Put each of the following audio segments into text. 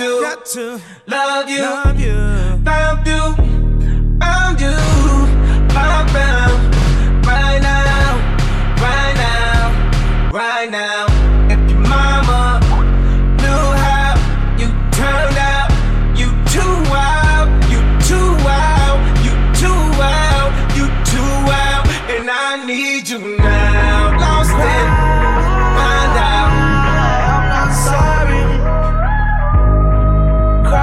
to love you, love you. found you, found you, found found right now, right now, right now. If your mama knew how you turned out, you too wild, you too wild, you too wild, you too wild, and I need you now. Lost it, find out. I'm not sorry. Cry,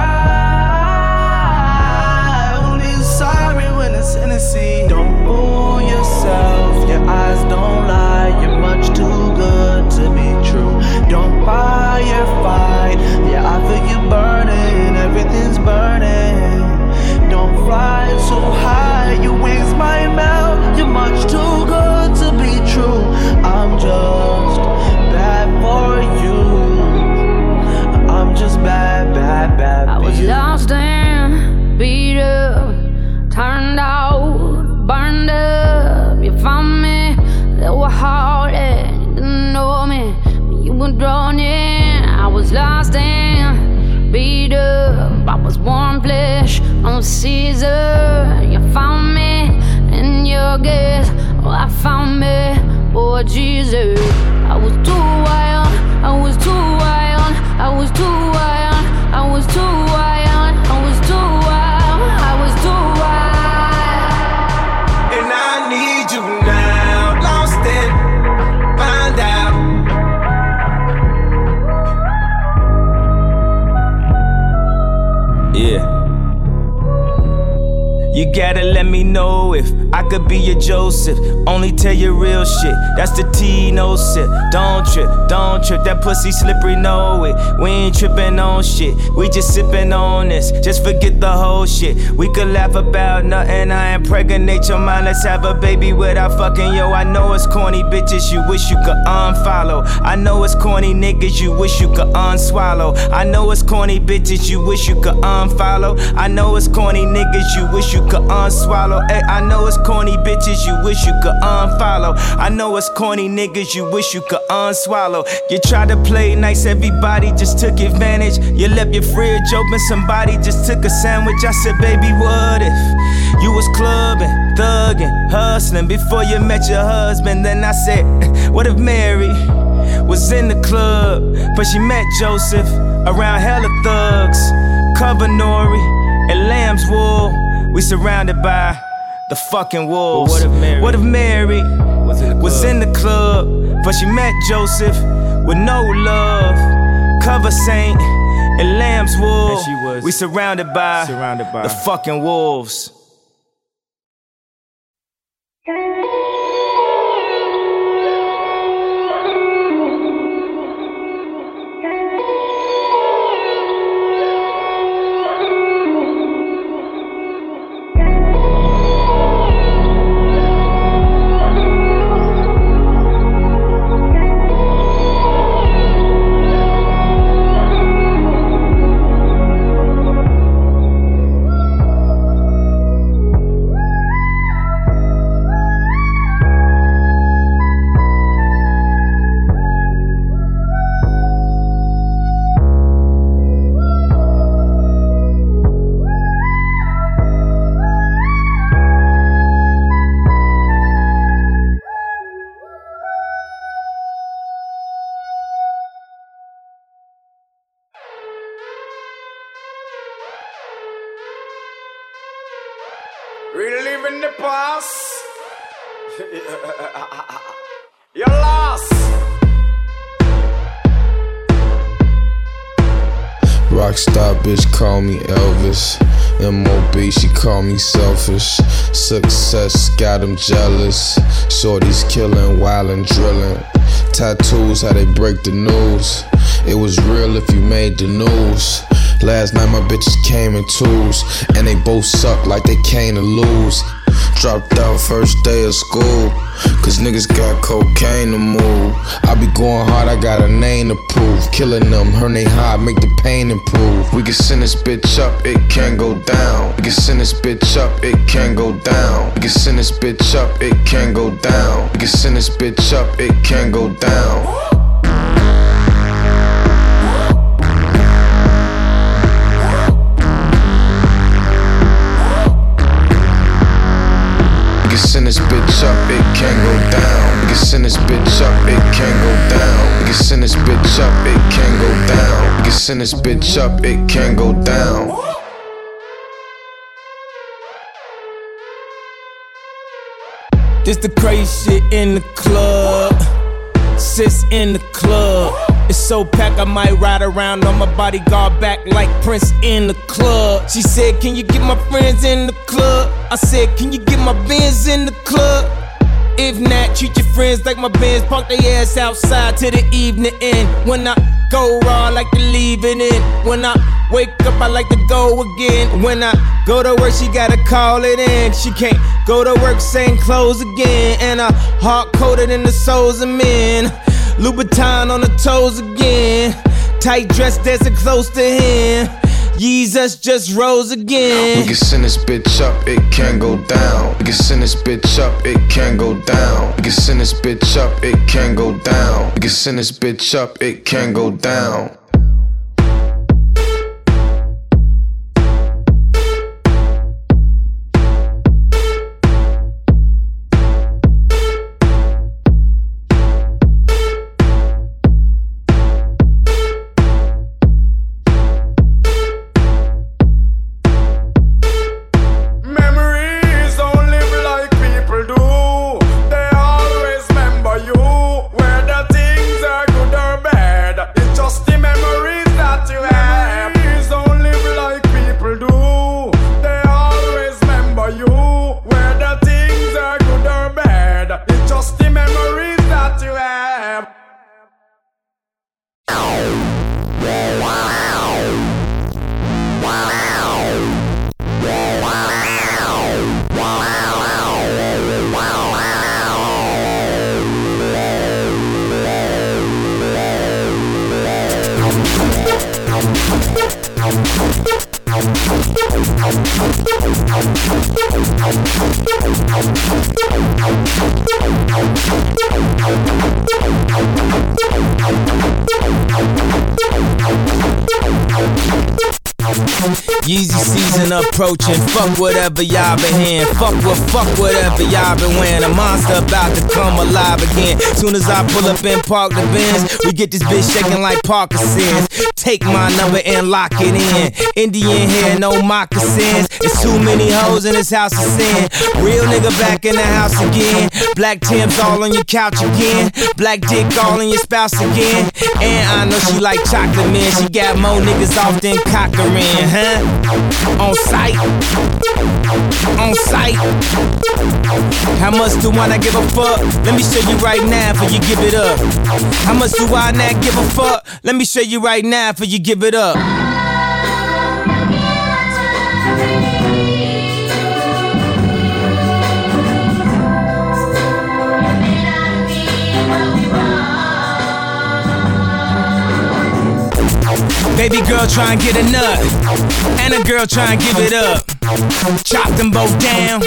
only sorry when it's innocent. Don't fool yourself, your eyes don't lie. You're much too good to be true. Don't buy your fight, yeah, I feel you burning. Everything's burning. Don't fly so high, your wings might melt. You're much too good to be true. I'm just bad for you. I'm just bad, bad, bad. I for was you. lost and beat up, turned out, burned up. You found me, that were hard and you didn't know me. but You were drawn in. I was lost and beat up. I was warm flesh on Caesar. You found me in your guess. Oh, I found me, boy Jesus. I was too wild. I was too wild. I was too wild. I was too wild. I was too wild. I was too wild. And I need you now. Lost and find out. Yeah. You gotta let me know if I could be your Joseph. Only tell you real shit. That's the T no sip. Don't trip, don't trip. That pussy slippery, know it. We ain't tripping on shit. We just sipping on this. Just forget the whole shit. We could laugh about nothing. I impregnate your mind. Let's have a baby without fucking yo. I know it's corny bitches. You wish you could unfollow. I know it's corny niggas. You wish you could unswallow. I know it's corny bitches. You wish you could unfollow. I know it's corny niggas. You wish you could unswallow. Ay, I know it's corny bitches. You wish you could unfollow. I know it's corny niggas. You wish you could unswallow. You tried to play nice. Everybody just took advantage. You left your fridge open. Somebody just took a sandwich. I said, baby, what if? You was clubbing, thugging, hustling before you met your husband. Then I said, What if Mary was in the club, but she met Joseph around hella thugs, cover nori and lamb's wool. We surrounded by the fucking wolves. But what if Mary What if Mary was in the was club? in the club, but she met Joseph with no love, cover saint and lamb's wool. And she was we surrounded by surrounded by- the fucking wolves. Reliving the past. You're lost. Rockstar bitch call me Elvis. MOB, she call me selfish. Success got 'em jealous. Shorties killing while I'm drilling. Tattoos, how they break the news. It was real if you made the news. Last night my bitches came in twos, and they both suck like they came to lose. Dropped out first day of school, cause niggas got cocaine to move. I be going hard, I got a name to prove. Killing them, her name high, make the pain improve. We can send this bitch up, it can go down. We can send this bitch up, it can go down. We can send this bitch up, it can go down. We can send this bitch up, it can go down. this bitch up, it can go down. We can send this bitch up, it can go down. We can send this bitch up, it can go down. This the crazy shit in the club. Sits in the club. It's so packed, I might ride around on my bodyguard back like Prince in the club. She said, Can you get my friends in the club? I said, Can you get my bins in the club? If not, treat your friends like my bins. Park their ass outside till the evening end. When I go raw, I like to leave it in. When I wake up, I like to go again. When I go to work, she gotta call it in. She can't go to work, same clothes again. And I hard coded in the souls of men. Louboutin on the toes again. Tight dress dancing close to him. Yeezus just rose We again. can send this bitch up, it can go down. We can send this bitch up, it can go down. We can send this bitch up, it can go down. We can send this bitch up, it can go down. Memories don't live like people do. They always remember you. Whether things are good or bad, it's just the memories that you have. Memories don't live like people do. They always remember you. Whether things are good or bad, it's just the memories that you have. Yeezy season approaching. Fuck whatever y'all been hearing. Fuck what, fuck whatever y'all been wearing. A monster about to come alive again. Soon as I pull up and park the Benz, we get this bitch shaking like Parkinson's. Take my number and lock it in. Indian hair, no moccasins. It's too many hoes in this house of sin. Real nigga back in the house again. Black Tim's all on your couch again. Black dick all in your spouse again. And I know she like chocolate man. She got more niggas off than Cochran, huh? On sight. On sight. How much do I not give a fuck? Let me show you right now for you give it up. How much do I not give a fuck? Let me show you right now for you give it up. Baby girl try and get a nut, and a girl try and give it up. Chop them both down.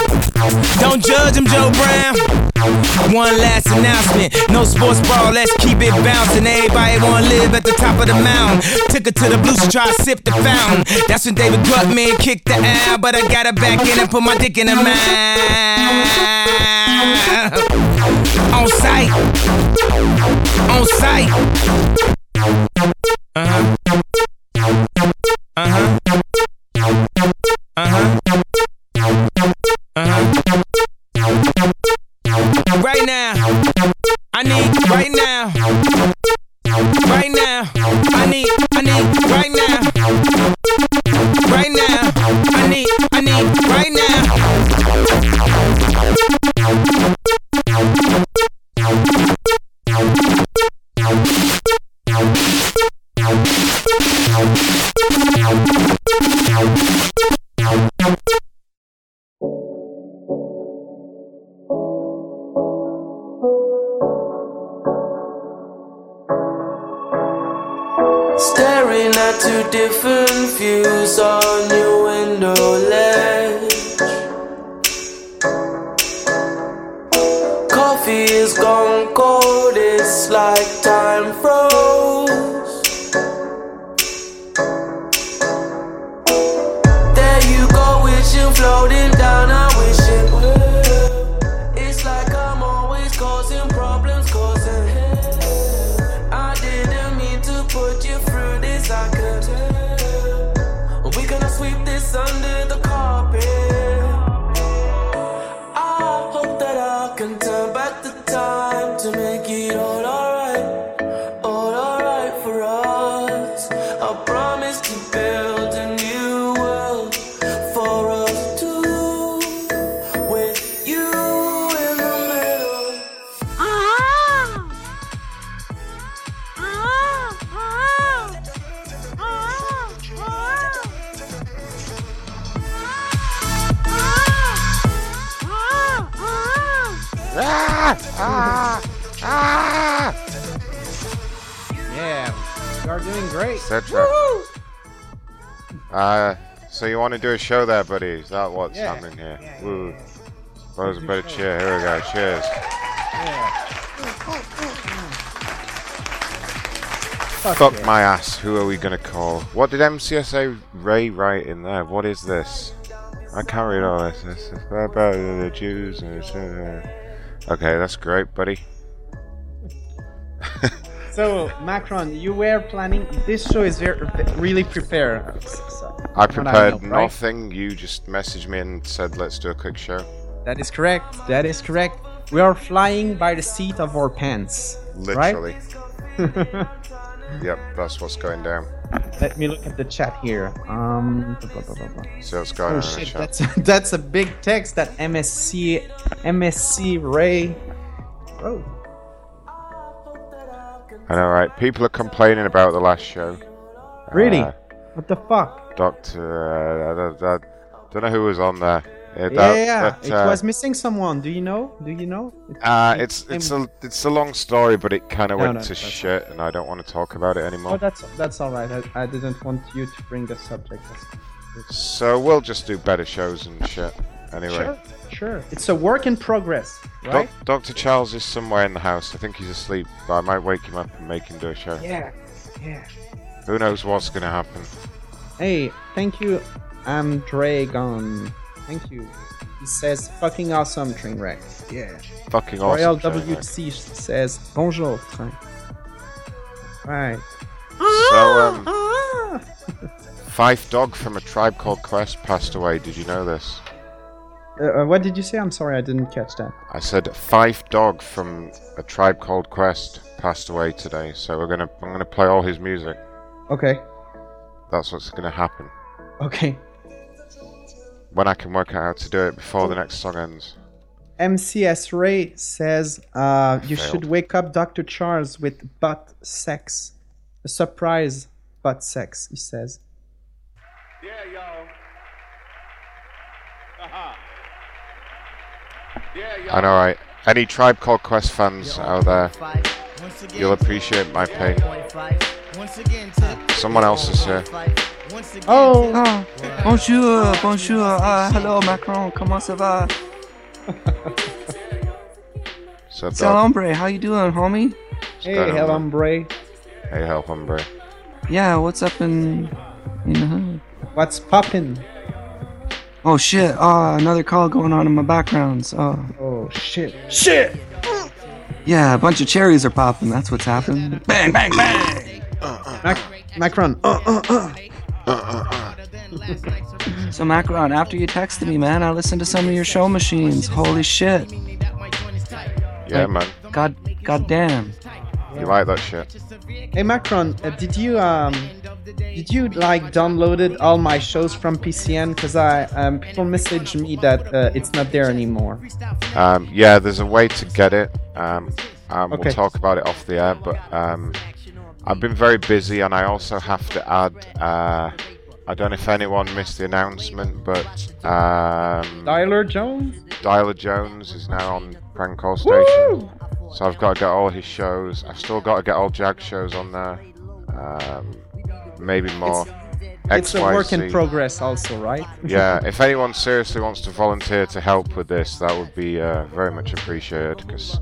Don't judge them, Joe Brown. One last announcement. No sports brawl, let's keep it bouncing. Everybody wanna live at the top of the mountain. Took her to the blue, she tried to sip the fountain. That's when David Gutman kicked the out, but I got her back in and put my dick in her mouth. On sight. On sight. Uh-huh. Uh-huh. right now. I need right now. Right now. I need, I need right now. Right now. I need, I need right now. Staring at two different views on your window ledge. Coffee is gone cold, it's like time froze. There you go, wishing floating down, I wish it would. It's like I'm always causing problems, 'cause all promised to build a new world for us two, with you in the middle. Yeah, you are doing great. etc. Uh, so you want to do a show there, buddy? Is that what's Yeah. happening here? Yeah, yeah, Woo. yeah. Suppose a Good bit of show. cheer. Here we go. Cheers. Fuck, Fuck yeah. my ass. Who are we gonna call? What did MCSA Ray write in there? What is this? I can't read all this. This is about the Jews. and it's, uh, Okay, that's great, buddy. So Macron, you were planning. This show is very really prepared. So, I what prepared know, right? nothing. You just messaged me and said, "Let's do a quick show." That is correct. That is correct. We are flying by the seat of our pants. Literally. Right? Yep, that's what's going down. Let me look at the chat here. Um. blah, blah, blah, blah. See what's going Oh on shit, in the chat. that's that's a big text that MSC MSC Ray. Oh, I know, right? People are complaining about the last show. really? Uh, what the fuck? Doctor, uh, I, don't know who was on there. Yeah, yeah, that- yeah, yeah. that, it uh, was missing someone. Do you know? Do you know? It- Uh, it's it- it's a it's a long story, but it kind of No, went no, to that's shit, and I don't want to talk about it Oh, anymore. that's that's all right. I, I didn't want you to bring the subject. That's- so we'll just do better shows and shit. Anyway, Sure, sure. It's a work in progress, Doc- right? Dr. Charles is somewhere in the house. I think he's asleep, but I might wake him up and make him do a show. Yeah, yeah. Who knows what's gonna happen? Hey, thank you, Andragon. Thank you. He says, "Fucking awesome train wreck." Yeah. Fucking Royal awesome. show, mate. WC says, "Bonjour, train." Right. Ah! So, um, Fife Dog from a tribe called Quest passed away. Did you know this? Uh, uh, what did you say? I'm sorry, I didn't catch that. I said Fife Dog from a tribe called Quest passed away today, so we're gonna I'm gonna play all his music. Okay. That's what's gonna happen. Okay. When I can work out how to do it before the next song ends. MCS Ray says, uh, "You Failed. should wake up Dr. Charles with butt sex, a surprise butt sex." He says. Yeah, y'all. Uh-huh. Yeah, y'all. And alright, any tribe called Quest fans out there, you'll appreciate my pain. Someone else is here. Oh, Ah, bonjour, bonjour, ah, hello Macron, comment ça va? So C'est dog, hombre, how you doing, homie? hey, going on, Helen Bray. hey help hombre. Yeah, what's up in, in the hood? What's poppin'? Oh shit, ah, another call going on in my backgrounds. Oh, Oh shit. yeah, a bunch of cherries are popping, that's what's happening. Bang, bang, bang! Mac- Macron. Uh, uh, uh. So Macron, after you texted me, man, I listened to some of your show machines. Holy shit. Yeah Like- man. God, goddamn. You like that shit. Hey Macron, uh, did you um, did you like downloaded all my shows from PCN? Cause I um, people message me that uh, it's not there anymore. Um yeah, there's a way to get it. Um um, Okay. we'll talk about it off the air, but um I've been very busy, and I also have to add. Uh, I don't know if anyone missed the announcement, but um, Tyler Jones. Dialer Jones is now on Prank Call Station. So I've got to get all his shows. I've still got to get all Jack's shows on there. Um, maybe more. It's a work in XYZ. progress, also, right? yeah, if anyone seriously wants to volunteer to help with this, that would be uh, very much appreciated because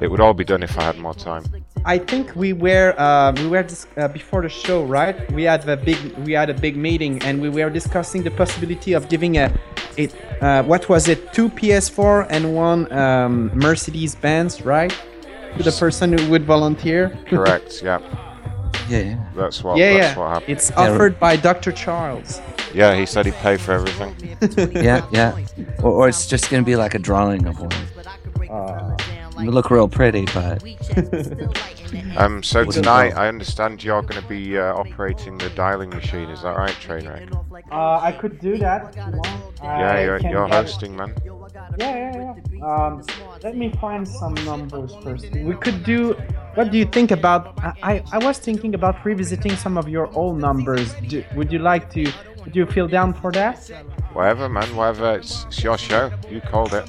it would all be done if I had more time. I think we were uh, we were dis- uh, before the show, right? We had a big we had a big meeting, and we were discussing the possibility of giving a it uh, what was it two PS4 and one um, Mercedes Benz, right? To the person who would volunteer. Correct. Yeah, Yeah, yeah. that's what. yeah, that's yeah. what happened. It's offered by Dr. Charles. Yeah, he said he'd pay for everything. Yeah, yeah. Or, or it's just gonna be Uh, like a drawing of one. It'll look real pretty, but Um, so tonight, I understand you're going to be uh, operating the dialing machine. Is that right, Trainwreck? Uh, I could do that. If you want. Uh, Yeah, I you're, can you're get- hosting, Yeah, man. yeah, yeah. Um, let me find some numbers first. We could do. What do you think about? I, I, I was thinking about revisiting some of your old numbers. Do, would you like to? Would you feel down for that? Whatever, man. Whatever. It's, it's your show. You called it.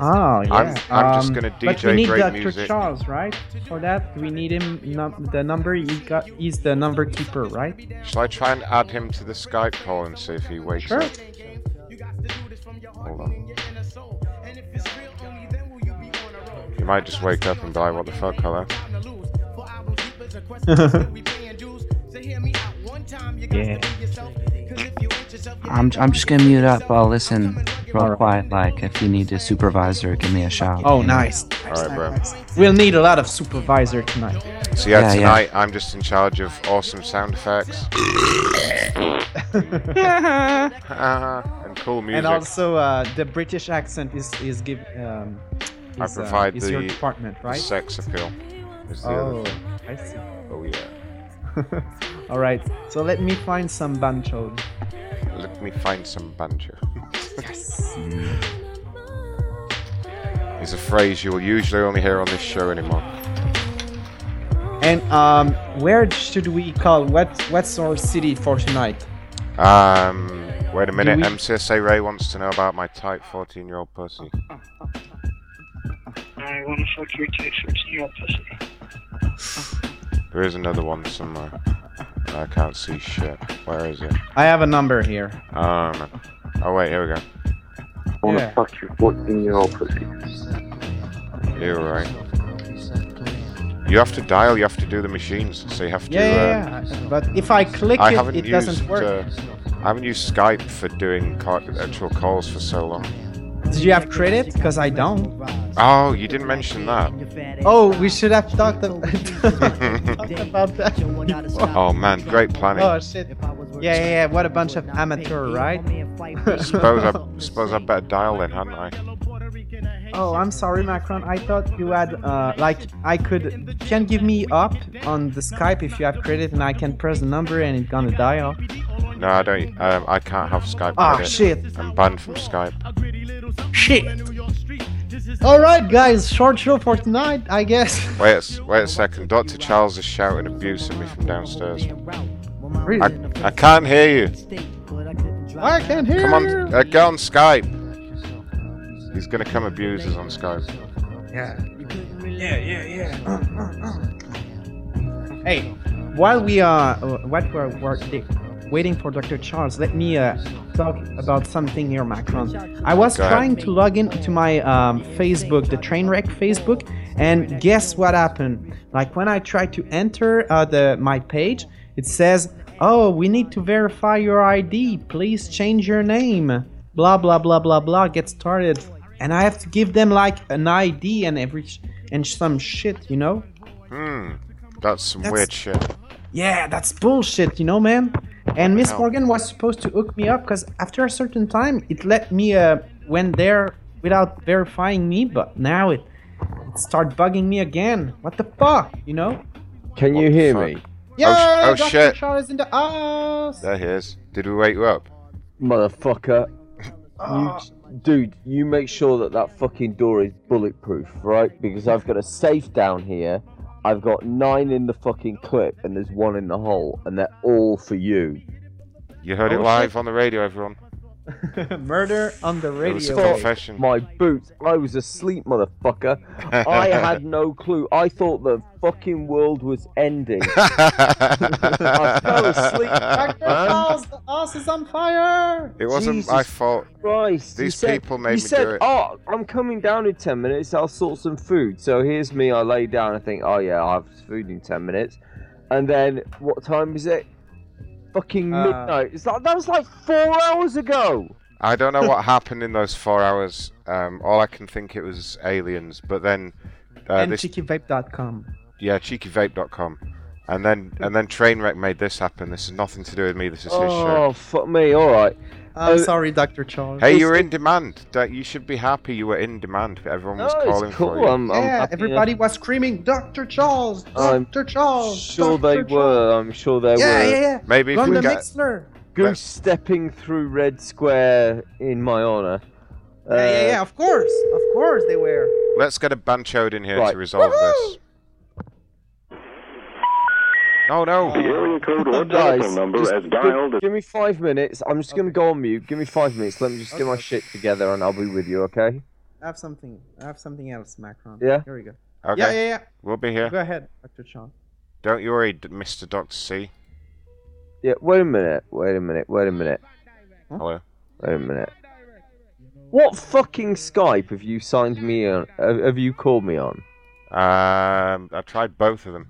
Oh, yeah. I'm- I'm just Um, gonna But DJ we need great Dr. music. Charles, right? For that, we need him. Num- the number he got is the number keeper, right? Shall I try and add him to the Skype call and see if he wakes Sure. up? Hold on. He might just wake up and be like, what the fuck, hello? Yeah. I'm, I'm just gonna mute up. I'll listen real quiet. Like, if you need a supervisor, give me a shout. Oh, nice. Alright, bro. We'll need a lot of supervisor tonight. So yeah, Yeah, yeah. tonight I'm just in charge of awesome sound effects. um, and cool music. And also, uh, the British accent is is give. Um, I is, uh, provide is your the- department, right? Sex appeal is the Oh, other thing. I see. Oh yeah. All right. So let me find some bancho. Let me find some banjo. yes. It's a phrase you will usually only hear on this show anymore. And um, where should we call? What what's our city for tonight? Um, wait a minute. we- MCSA Ray wants to know about my type 14-year-old pussy. I want to fuck your tight 14 year old pussy. There is another one somewhere. I can't see shit. Where is it? I have a number here. Um. Oh wait, here we go. Yeah. Fuck your 14 year old pussy. You're right. You have to dial. You have to do the machines. So you have to. Yeah, uh, yeah, yeah. But if I click I it, haven't it used. doesn't work. Uh, I haven't used Skype for doing ca- actual calls for so long. uh, Do you have credit? Because I don't. Oh, you didn't mention that. Oh, we should have talked, ab- talked about that. before. Oh man, great planning. Oh shit. Yeah, yeah, yeah. What a bunch of amateur, right? Suppose I suppose I better dial then, hadn't I? Oh, I'm sorry, Macron. I thought you had uh, like I could can give me up on the Skype if you have credit, and I can press the number and it's gonna dial. No, I don't. Um, I can't have Skype. Ah, credit. shit. I'm banned from Skype. Shit. All right, guys. Short show for tonight, I guess. Wait, a s- wait a second. Doctor Charles is shouting abuse at me from downstairs. I, Really? I can't hear you. I can hear Come you. on, uh, go on Skype. He's gonna come abuse us on Skype. Hey, while we are uh, what we're, we're di- waiting for Dr. Charles, let me uh, talk about something here, Macron. Oh, I was Go ahead. trying to log in to my um, Facebook, the Trainwreck Facebook, and guess what happened? Like when I tried to enter uh, the my page, it says, "Oh, we need to verify your ID. Please change your name." Blah blah blah blah blah. Get started, and I have to give them like an ID and every sh- and some shit, you know. Hmm, that's some That's- weird shit. Yeah, that's bullshit, you know, man. And Miss hell? Morgan was supposed to hook me up because after a certain time, it let me uh, went there without verifying me, but now it it start bugging me again. What the fuck, you know? Can What you the hear fuck? me? Yeah, oh, Dr. shit. Charles in the house. There he is. Did we wake you up? Motherfucker. You, dude, you make sure that that fucking door is bulletproof, right? Because I've got a safe down here. I've got nine in the fucking clip, and there's one in the hole, and they're all for you. You heard it Oh, live on the radio, everyone. Murder on the It was a radio. confession. My boots. I was asleep, motherfucker. I had no clue. I thought the fucking world was ending. I fell asleep. Dr. Charles, the house is on fire. It wasn't my Jesus. fault. Christ! These you said, people made you me said, do it. "Oh, I'm coming down in ten minutes. I'll sort some food." So here's me. I lay down. I think, "Oh yeah, I have food in ten minutes." And then, what time is it? Fucking Uh, midnight. It's like that was like four hours ago. I don't know what happened in those four hours. Um, all I can think it was aliens. But then, uh, and this cheekyvape.com. yeah, cheekyvape.com, and then and then Trainwreck made this happen. This is nothing to do with me. This is his show. Oh fuck me! All right. I'm Uh, sorry, Dr. Charles. Hey, you're in demand. That you should be happy. You were in demand. Everyone was No, it's calling for cool, you. I'm- I'm yeah, happy everybody was screaming, Dr. Charles, I'm Dr. Charles. Sure Dr. they were. I'm sure Yeah, they were. yeah, yeah. Maybe if Run we the get- Mixler. Goose stepping through Red Square in my honor. yeah, yeah, Uh, yeah, of course, of course they were. Let's get a banchoed in here Right. to resolve this. Oh no! Area code Oh, or guys, telephone number just as gi- dialed Give, me five minutes. I'm just gonna go on mute. Give me five minutes. Let me just get my shit together, and I'll be with you. Okay? I have something. I have something else, Macron. Yeah? Here we go. Okay. Yeah, yeah, We'll be yeah. Go here. ahead, Dr. Charles. Don't you worry, D- Mr. Doctor C. Yeah. Wait a minute. Wait a minute. Wait a minute. Hello. Wait a minute. What fucking Skype have you signed me on? Have have you called me on? Um, I tried both of them.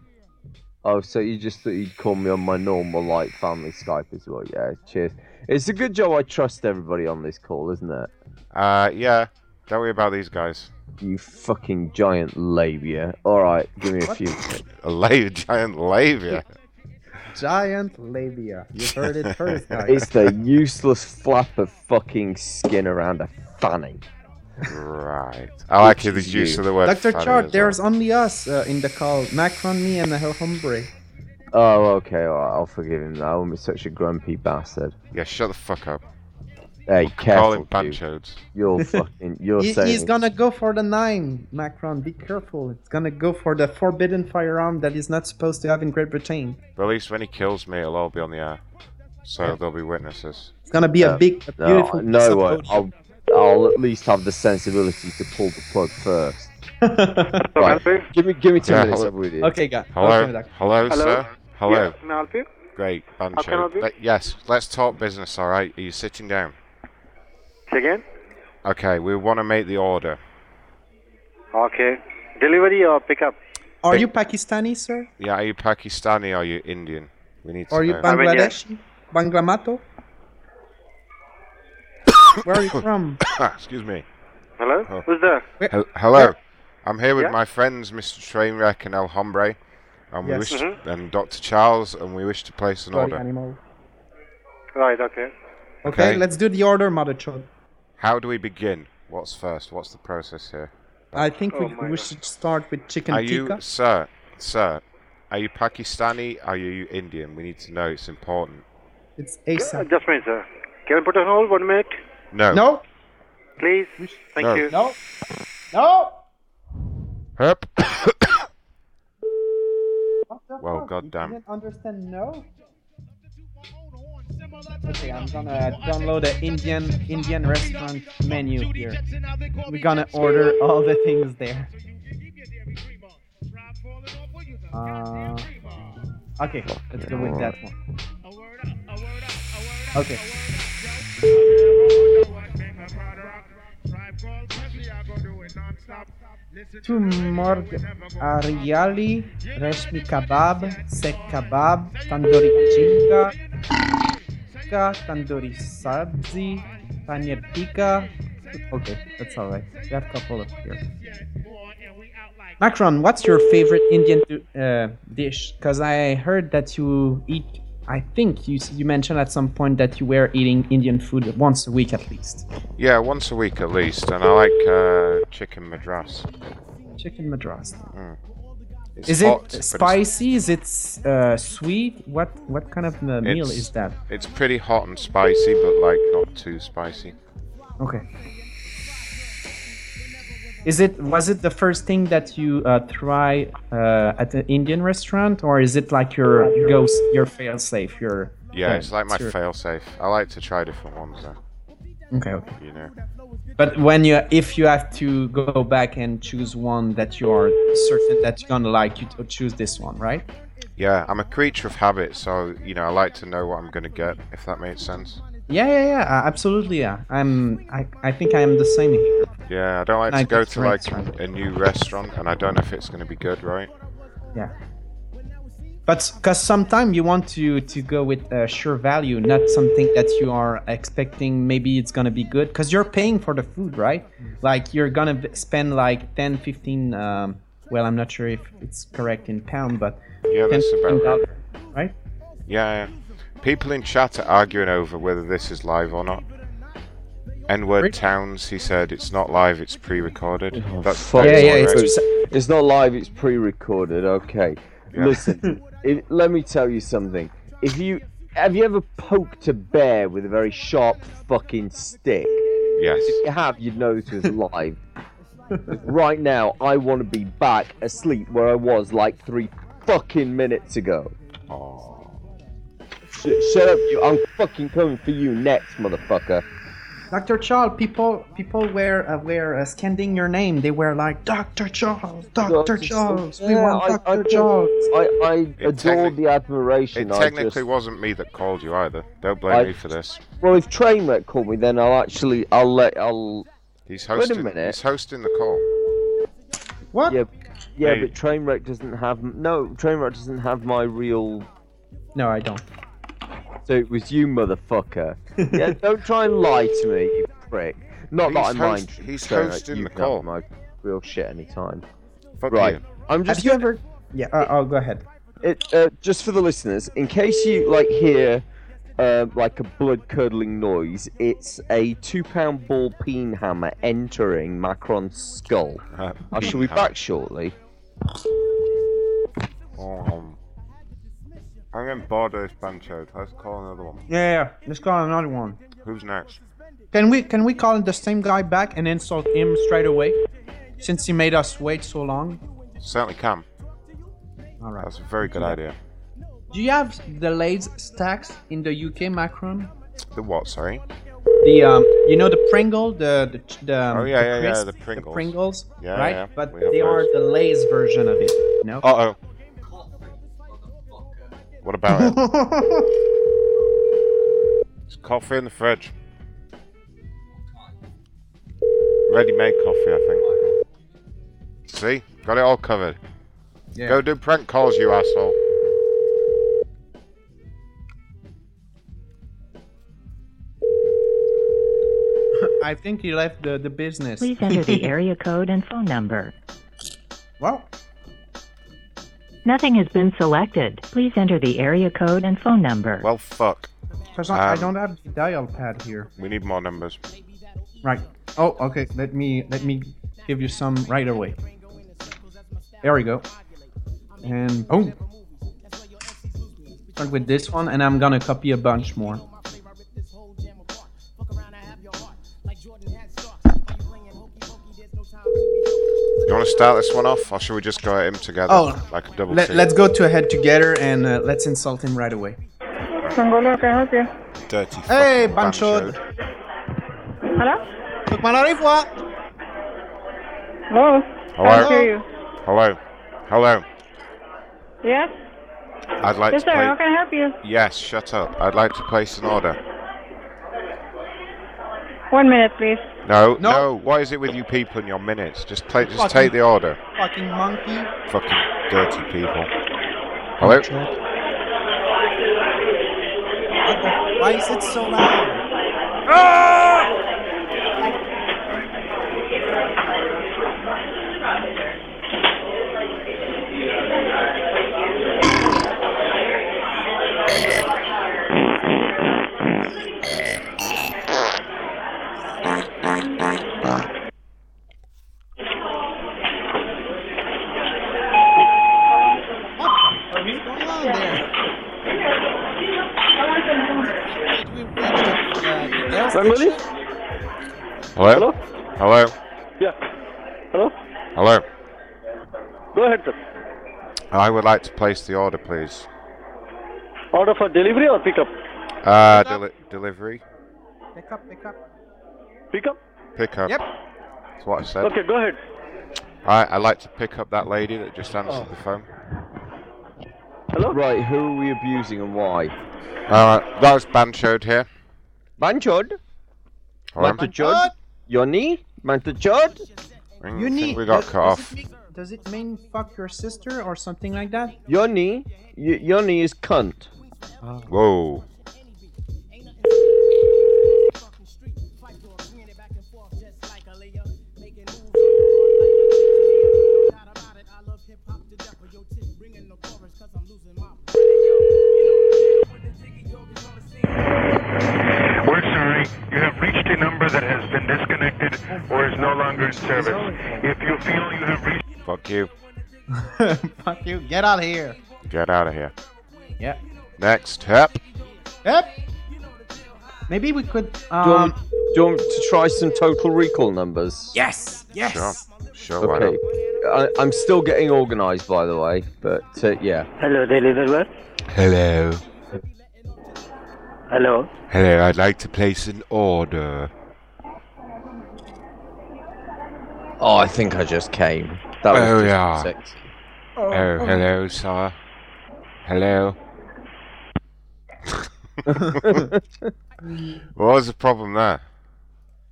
Oh, so you just thought you'd call me on my normal, like, family Skype as well. Yeah, cheers. It's a good job I trust everybody on this call, isn't it? Uh, yeah. Don't worry about these guys. You fucking giant labia. Alright, give me a few. A la- giant labia. Giant labia. You heard it first, guys. It's the useless flap of fucking skin around a fanny. right. I like the is use you. of the word. Dr. fanny Charles, as well. there's only us uh, in the call. Macron, me, and the whole hombre. Oh, okay, alright, I'll forgive him. I won't be such a grumpy bastard. Yeah, shut the fuck up. Hey, Call him careful, dude. banchoed. You're fucking, you're He, saying... he's gonna go for the nine, Macron. Be careful. It's gonna go for the forbidden firearm that is not supposed to have in Great Britain. But at least when he kills me, it'll all be on the air. So there'll be witnesses. It's gonna be Yeah. a big, a No, beautiful. piece no of way. photo. I'll, I'll at least have the sensibility to pull the plug first. Right. Give me, give me two Yeah, minutes. hello. I'm with you. Okay, guy. Hello? Okay, doc. Hello, Hello? sir? Hello. Yeah, may I help you? Great, How can I help Bancho. you? Let- yes, let's talk business, alright? Are you sitting down? Say again? Okay, we want to make the order. Okay. Delivery or pickup? Are you Pakistani, sir? Yeah, are you Pakistani or are you Indian? We need to Are you know. mean, yeah. Bangladeshi? Banglamato? Where are you from? Excuse me. Hello? Oh. Who's there? Hel- Hello. Where- I'm here with Yeah? my friends, Mr. Trainwreck and El Hombre, and we Yes. Mm-hmm. wish and Dr. Charles, and we wish to place an Sorry, order. animal. Right, okay. Okay, Okay. let's do the order, mother chod. How do we begin? What's first? What's the process here? I think Oh we, my we God. should start with chicken Are tikka. you, sir, sir? Are you Pakistani? Are you Indian? We need to know. It's important. It's Uh, ASAP. Just a minute, sir. Can I put on hold one minute? No. No, Please. Thank No. you. no, no. Herp. What the Well, fuck? goddamn. You didn't understand no? Okay, I'm gonna download the Indian Indian restaurant menu here. We're gonna order all the things there. Uh, okay, let's go with that one. Okay. Two more Ariali, Rashmi Kebab, Sek Kebab, Tandoori Chicken, tikka, Tandoori Sabzi, Paneer Tikka. Okay, that's alright. We have a couple of here. Macron, what's your favorite Indian uh, dish? Because I heard that you eat. I think you you mentioned at some point that you were eating Indian food once a week at least. Yeah, once a week at least, and I like uh, chicken madras. Mm. Chicken madras. It's Is hot, it but it's- spicy? Is it uh, sweet? What what kind of uh, meal It's- is that? It's pretty hot and spicy, but like not too spicy. Okay. Is it was it the first thing that you uh, try uh, at an Indian restaurant, or is it like your ghost, your fail safe, your Yeah, it's like my sure. failsafe. I like to try different ones, though. okay, okay. You know. But when you if you have to go back and choose one that you're certain that you're gonna like, you t- choose this one, right? Yeah, I'm a creature of habit, so you know I like to know what I'm gonna get, if that makes sense. Yeah, yeah, yeah, uh, absolutely. Yeah, I'm. I, I think I am the same. here. Yeah, I don't like to Like go it's to like restaurant. a new restaurant, and I don't know if it's gonna be good, right? Yeah. But because sometimes you want to to go with uh, sure value, not something that you are expecting. Maybe it's gonna be good because you're paying for the food, right? Like you're gonna b- spend like 10, 15. Um, well, I'm not sure if it's correct in pound, but Yeah, 10, that's about right. right? Yeah, yeah. People in chat are arguing over whether this is live or not. N-word towns. He said it's not live. It's pre-recorded. That's Oh, Fuck. that's what it- It's, it's not live. It's pre-recorded. Okay. Yeah. Listen, if, let me tell you something. If you have you ever poked a bear with a very sharp fucking stick? Yes. If you have, you'd know this was live. right now, I want to be back asleep where I was like three fucking minutes ago. Sh- shut up, you! I'm fucking coming for you next, motherfucker. Dr. Charles, people people were uh, were uh, scanding your name. They were like, Dr. Charles, Dr. Charles, we want I- I Dr. don't- Charles. I, I adore technic- the admiration. It I technically just, wasn't me that called you either. Don't blame I- me for this. well, if Trainwreck called me, then I'll actually, I'll let, I'll. He's Wait a hosting. minute. He's hosting the call. What? Yeah, yeah, Hey. but Trainwreck doesn't have no. Trainwreck doesn't have my real. No, I don't. So it was you, motherfucker. yeah, don't try and lie to me, you prick. Not that I He's mind. host- he's Trainwreck, hosting you the can have call. My real shit anytime. Fuck right. you. I'm just. Have you ever? Yeah. Uh, oh, go ahead. It, uh, just for the listeners, in case you like hear uh, like a blood curdling noise, it's a two pound ball peen hammer entering Macron's skull. Uh, I shall be back shortly. Um, I'm getting bored of this banjo. Let's call another one. Yeah, yeah. Let's call another one. Who's next? Can we can we call the same guy back and insult him straight away, since he made us wait so long? Certainly Cam. All right. That's a very good idea. Do you have the latest stacks in the UK, Macron? The what? Sorry. The um, you know the Pringle, the the ch- the, um, Oh, yeah, yeah, yeah, crisp, the Pringles. Pringles, Yeah, right? yeah, But we have they are those. the Lay's version of it. No. Uh oh. What about it? It's coffee in the fridge. Ready-made coffee, I think. See, got it all covered. Yeah. Go do prank calls, you asshole. I think he left the the business. Please enter the area code and phone number. Well, Nothing has been selected. Please enter the area code and phone number. Well, fuck. because I, I Um, don't have the dial pad here. We need more numbers. Right. Oh, okay. Let me let me give you some right away. There we go. And oh, start with this one, and I'm gonna copy a bunch more. You want to start this one off, or should we just go at him together? Oh, like a double Let, team? let's go to ahead together and uh, let's insult him right away. Mongolo, can I help you? Dirty. Hey, fucking Banchod. banchoed. Hello? Look, man, arrive, what? Hello? Hello. Can't hear you. Hello. Hello. Yes? I'd like yes, to sir. play. How can I help you? Yes, shut up. I'd like to place an order. One minute, please. No, no. What is it with you people and your minutes? Just play. Just Fucking- take the order. Fucking monkey. Fucking dirty people. Hello. Why is it so loud? Somebody? Hello. Hello. Yeah. Hello? Hello. Go ahead, sir. I would like to place the order, please. Order for delivery or pickup? Uh, deli- delivery. Pick up, pick up. Pick up? Pick up. Yep. That's what I said. Okay, go ahead. I I like to pick up that lady that just answered the phone. Hello? Oh. Right, who are we abusing and why? All right. That was Banchode Uh, here. Banchod? Hello? Mantajod? Yoni? Mantajod? You need. We got cut off. Does it mean fuck your sister or something like that? Yoni? Y- Yoni is cunt. Whoa. We're sorry. You have reached a number that has longer service. If you feel you have reached Fuck you. Fuck you. Get out of here. Get out of here. Yeah. Next. Yep. Yep. Maybe we could. Do you, Um, want, do you want to try some total recall numbers? yes. Yes. Sure. Sure. why Okay. I, I'm still getting organised, by the way, but uh, yeah. Hello, deliverer. Hello. Hello. Hello, I'd like to place an order. Oh, I think I just came. That was oh, just yeah. six. Oh, hello, sir. Hello. what was the problem there?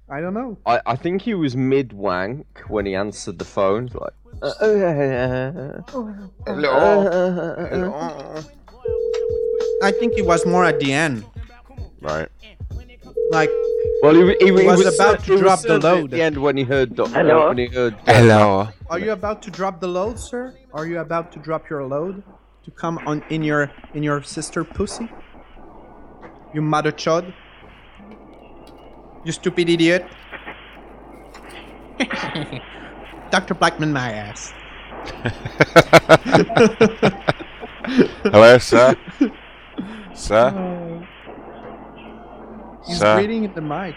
I don't know. I, I think he was mid wank when he answered the phone. Like, uh, oh, yeah, yeah, yeah. Hello. I think it was more at the end. Right. Like, Well, he, he, he He was was, about to cer- he was drop the certainly at load. the end when he heard. Doc- Hello? When he heard Hello. Are you about to drop the load, sir? Are you about to drop your load to come on in your in your sister pussy? You mother chod. You stupid idiot. Dr. Blackman my ass. Hello, sir. sir. He's Sir. breathing at the mic.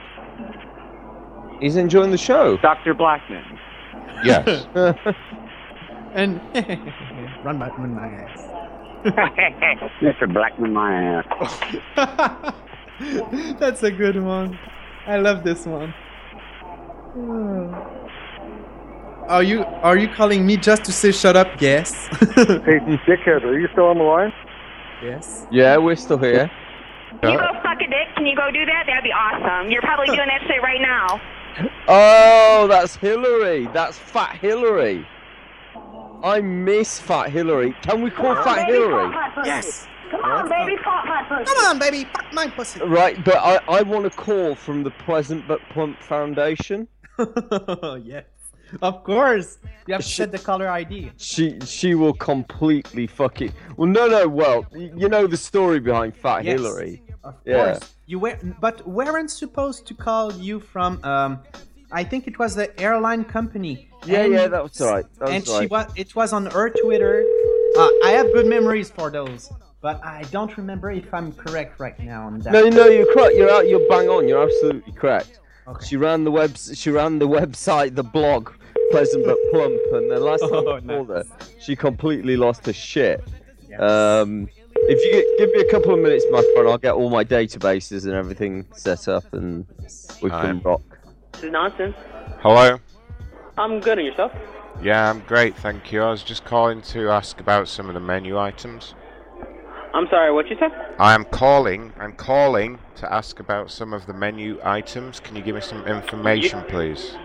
He's enjoying the show. Dr. Blackman. Yes. and run Blackman my ass. Mr. Blackman, my uh, ass. That's a good one. I love this one. Are you are you calling me just to say shut up? Yes. hey, dickhead, are you still on the line? Yes. Yeah, we're still here. Can you go suck a dick? Can you go do that? That'd be awesome. You're probably doing that shit right now. Oh, that's Hillary. That's Fat Hillary. I miss Fat Hillary. Can we call Fat Hillary? Yes. Come on, baby, fuck my pussy. Come on, baby, fuck my pussy. Right, but I, I want a call from the Pleasant But Plump Foundation. yes. Of course. You have to set the color ID. She she will completely fuck it. Well, no, no. Well, y- you know the story behind Fat Yes, Hillary. Of yeah. course. You were but weren't supposed to call you from um I think it was the airline company. Yeah, yeah, that was right. That was and she right. was it was on her Twitter. Uh, I have good memories for those, but I don't remember if I'm correct right now on that. No, no, you're correct. You're out. You're bang on. You're absolutely correct. She ran the web. She ran the website, the blog, Pleasant but Plump, and then last time I called her, she completely lost her shit. Um, if you gi- give me a couple of minutes, my friend, I'll get all my databases and everything set up, and we can rock. This is nonsense. Hello. I'm good on yourself. Yeah, I'm great, thank you. I was just calling to ask about some of the menu items. I'm sorry, what you said? I am calling. I'm calling to ask about some of the menu items. Can you give me some information, please?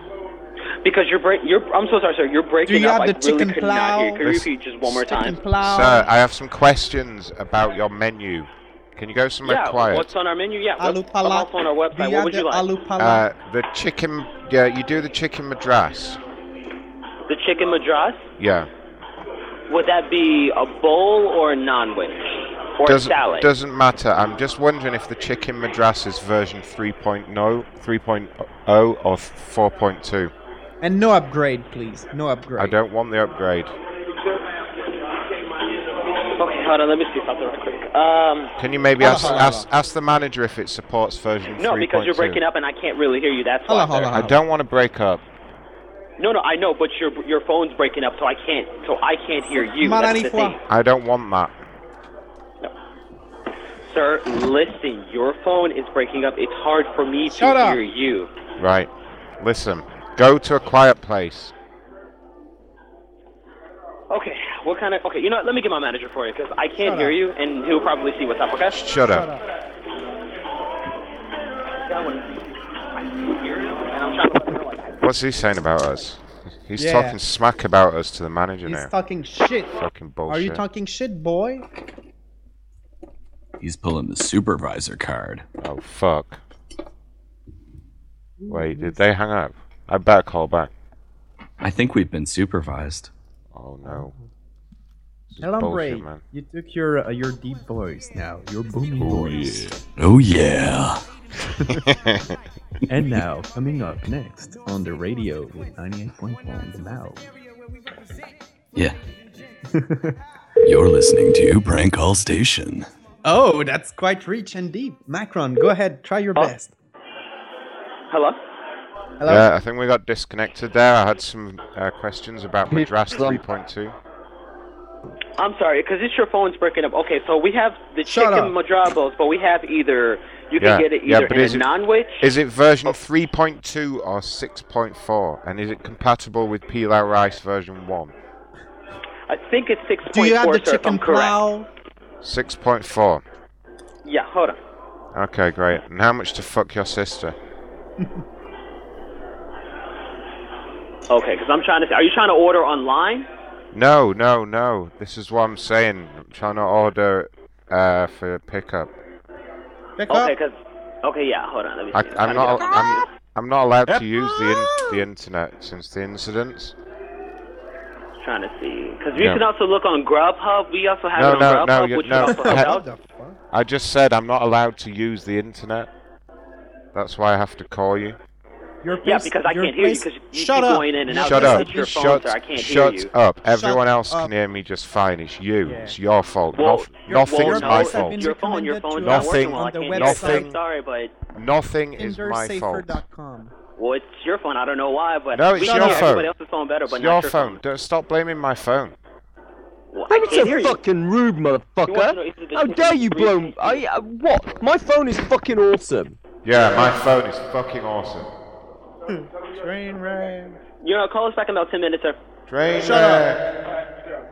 Because you're break. You're. I'm so sorry, sir. You're breaking you have up. I the really chicken could not hear. you. Could you This- repeat just one more time? Sir, I have some questions about your menu. Can you go somewhere yeah. quiet? What's on our menu? Yeah. What's I'm also on our website. What would you like? uh, the chicken. Yeah, you do the chicken madras. The chicken madras. Yeah. Would that be a bowl or a non-wing? Or doesn't, salad? doesn't matter. I'm just wondering if the chicken madras is version oh, 3.0, 3.0 or 4.2. And no upgrade, please. No upgrade. I don't want the upgrade. Okay, hold on. Let me see something real quick. Um. Can you maybe Hold on, ask, hold on, ask, ask the manager if it supports version 3.2? No, because you're breaking up and I can't really hear you. That's why. sir. I don't want to break up. No, no, I know, but your your phone's breaking up, so I can't, so I can't hear you. That's the thing. I don't want that. Sir, listen, your phone is breaking up. It's hard for me to Shut up. hear you. Right. Listen. Go to a quiet place. Okay, what kind of? Okay, you know, what, let me get my manager for you because I can't hear you, and he'll probably see what's up. Okay. Shut up. Shut What's he saying about us? He's Yeah. talking smack about us to the manager He's now. talking shit. Fucking Are you bullshit. talking shit, boy? He's pulling the supervisor card. Oh, fuck. Wait, did they hang up? I better call back. I think we've been supervised. Oh, no. Hello, bullshit, Bray. You took your uh, your deep voice now. Your boomy voice. Oh, yeah. and now, coming up next on the radio with 98.1 Loud. Yeah. You're listening to Prank Call Station. Oh, that's quite rich and deep. Macron, go ahead, try your best. Hello? Hello? Yeah, I think we got disconnected there. I had some uh, questions about Madras 3.2. I'm sorry, because it's your phone's breaking up. Okay, so we have the chicken madrabos, but we have either you yeah. can get it yeah, either but in is a non-witch. Is it version 3.2 or 6.4? And is it compatible with Pilau Rice version 1? I think it's six Do point you have four. the chicken plow? 6.4. Yeah, hold on. Okay, great. And how much to fuck your sister? Okay, because I'm trying to. Are you trying to order online? No, no, no. This is what I'm saying. I'm trying to order uh, for pickup. okay, because okay, yeah, hold on. Let me. I, see. I'm Let me not. get up. I'm, I'm not allowed to use the in, the internet since the incidents. trying to see because you No. can also look on Grubhub. We also have No, it on no, Grubhub, no, you, which no. is also adult. I just said I'm not allowed to use the internet. That's why I have to call you. Your yeah, because I can't hear you because you Shut keep up. going in and out. Shut so up! It's your phone, shut so I can't shut hear you. up! Everyone else up. can hear me just fine. It's you. It's your fault. Well, Noth- your- nothing's well, my no, fault. Your phone, your phone's not nothing. working well. I can't hear you. nothing. I'm sorry, but Nothing is my fault. well, it's your phone. I don't know why, but No, we it's can your hear phone. Everybody else's phone better, It's but not your your phone. Don't stop blaming my phone. Well, That was so fucking rude, motherfucker. How dare you blow? I, I what? My phone is fucking awesome. Yeah, my phone is fucking awesome. Train wreck. You know, call us back in about ten minutes, sir. Train Shut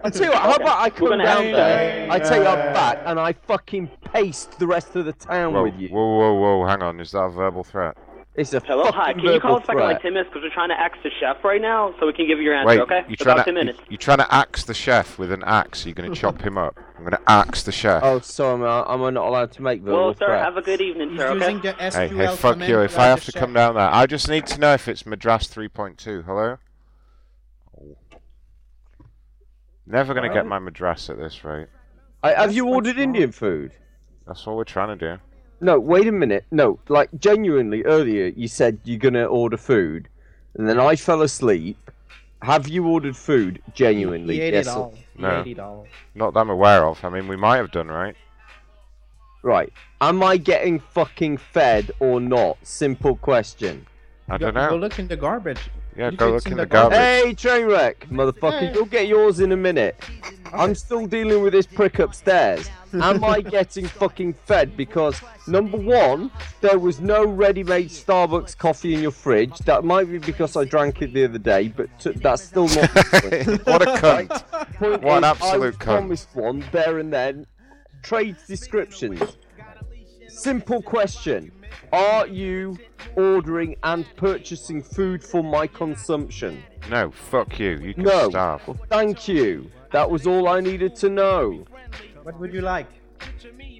I tell you what, how about I We're come gonna down have there, to- I take your back, and I fucking paste the rest of the town Whoa, with you? whoa, whoa, whoa! Oh, Hang on. Is that a verbal threat? It's a Hello, fucking hi. Can you call verbal us back in like threat. ten minutes? Because we're trying to ask the chef right now, so we can give you your answer. Wait, okay? you're It's trying about to ten minutes. you're trying to axe the chef with an axe. You're gonna chop him up. I'm gonna axe the chef. Oh, sorry, man. I'm not allowed to make verbal Well, sir, threats. have a good evening, sir. Okay. using the hey, hey, fuck you! If I have to come down there, I just need to know if it's Madras 3.2. Hello. Never gonna get Alright. my Madras at this rate. I, have you ordered Indian food? That's what we're trying to do. No, wait a minute. No, like genuinely, earlier you said you're gonna order food, and then I fell asleep. Have you ordered food genuinely? He ate yes it or- all. He No. ate it all. Not that I'm aware of. I mean, we might have done right. Right. Am I getting fucking fed or not? Simple question. I Go, go look in the garbage. Yeah, You go should look see in the the garbage. Hey, train wreck, motherfucker! You'll get yours in a minute. I'm still dealing with this prick upstairs. Am I getting fucking fed? Because number one, there was no ready-made Starbucks coffee in your fridge. That might be because I drank it the other day, but t- that's still not. what a cunt! Point What an is, I absolute was cunt. promised one there and then. Trade descriptions. Simple question: Are you ordering and purchasing food for my consumption? No, fuck you. You can No. starve. Well, thank you. That was all I needed to know. What would you like?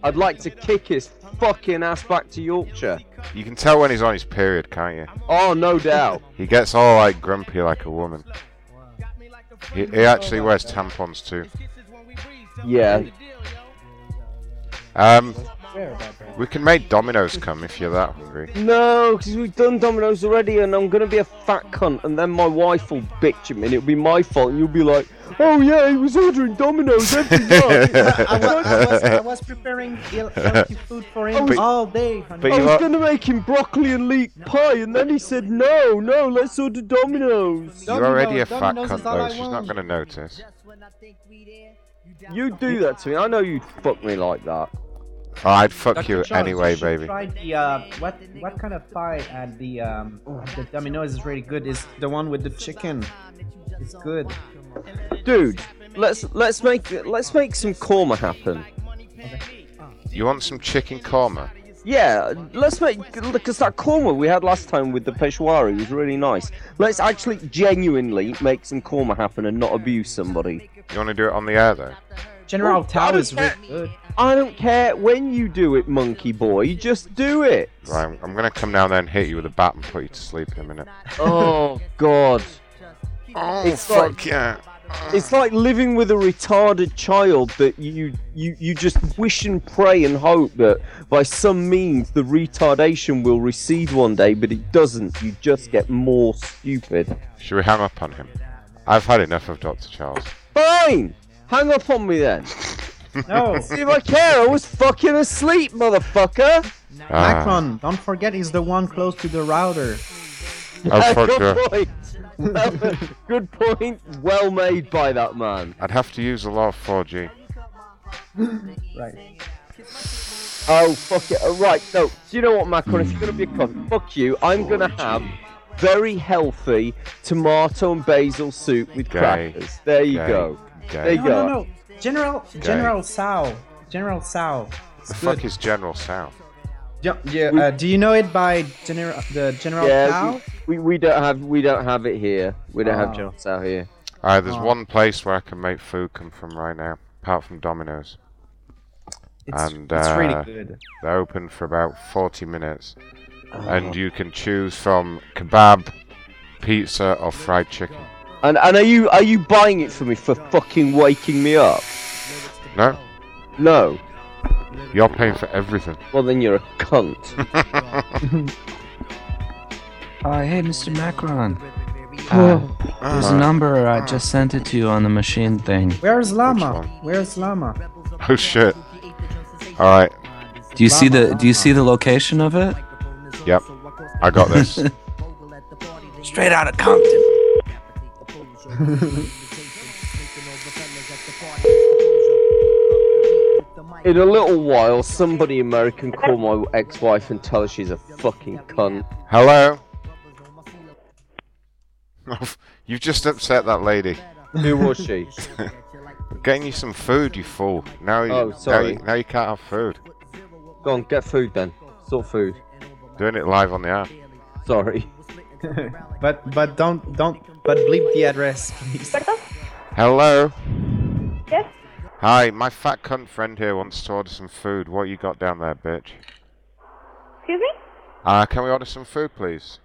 I'd like to kick his fucking ass back to Yorkshire. You can tell when he's on his period, can't you? Oh, no doubt. He gets all like grumpy like a woman. He, he actually wears tampons too. Yeah. Um, Where about that? we can make Domino's come if you're that hungry. No, because we've done Domino's already, and I'm gonna be a fat cunt, and then my wife will bitch him, and it'll be my fault, and you'll be like, "Oh yeah, he was ordering Domino's eh? every night." I, was, I, was, I was preparing ill- healthy food for him But- all day. honey. I was gonna make him broccoli and leek pie, and then he said, "No, no, let's order Domino's." You're already a fat Domino's cunt is all though. I She's not want. gonna notice. You do that to me. I know you'd fuck me like that. Oh, I'd fuck you Charles, anyway, should baby. Try the uh, what what kind of pie at the um at the Domino's is really good. Is the one with the chicken. It's good. Dude, let's let's make let's make some korma happen. You want some chicken korma? Yeah, let's make because that korma we had last time with the peshwari was really nice. Let's actually genuinely make some korma happen and not abuse somebody. You want to do it on the air though? General Oh, Tao I is really don't good. I don't care when you do it, monkey boy. Just do it. Right, I'm- I'm gonna come down there and hit you with a bat and put you to sleep in a minute. Oh God. Oh It's Mm. fuck like- yeah! It's like living with a retarded child that you, you you just wish and pray and hope that by some means the retardation will recede one day, but it doesn't. You just get more stupid. Should we hang up on him? I've had enough of Dr. Charles. Fine! Hang up on me then. No. See if I care, I was fucking asleep, motherfucker. Ah. Macron, don't forget he's the one close to the router. Oh, fuck, good yeah. point. Well- good point. Well made by that man. I'd have to use a lot of 4G. Right. Oh fuck it. Oh, right. No. Do you know what, Macron? If you're gonna be a cunt, fuck you. I'm gonna have very healthy tomato and basil soup with Gay. crackers. There you Gay. go. Gay. There you No, go. no, no. General, General Sao. General Sao. It's The good. fuck is General South? Yeah, yeah, uh, do you know it by General the General Yeah. Tao? We, we, we don't have we don't have it here. We don't Oh. have jobs out here. Alright, Ah, there's Oh. one place where I can make food come from right now, apart from Domino's. It's- and it's uh, really good. They're open for about 40 minutes, Oh. and you can choose from kebab, pizza, or fried chicken. And and are you are you buying it for me for fucking waking me up? No, No. you're paying for everything. Well then you're a cunt. Uh, hey, Mr. Macron. Uh, Uh-huh. there's a number I just sent it to you on the machine thing. Where's Lama? Where's Lama? Oh shit! All right. Do you see the Do you see the location of it? Yep. I got this. Straight out of Compton. In a little while, somebody in America can call my ex-wife and tell her she's a fucking cunt. Hello. You've just upset that lady. Who was she? Getting you some food, you fool. Now you, Oh, Now sorry. you, now you can't have food. Go on, get food then. Sort food. Doing it live on the air. Sorry. but but don't don't but bleep the address, please. Hello. Yes? Hi, my fat cunt friend here wants to order some food. What you got down there, bitch? Excuse me? Uh, can we order some food, please?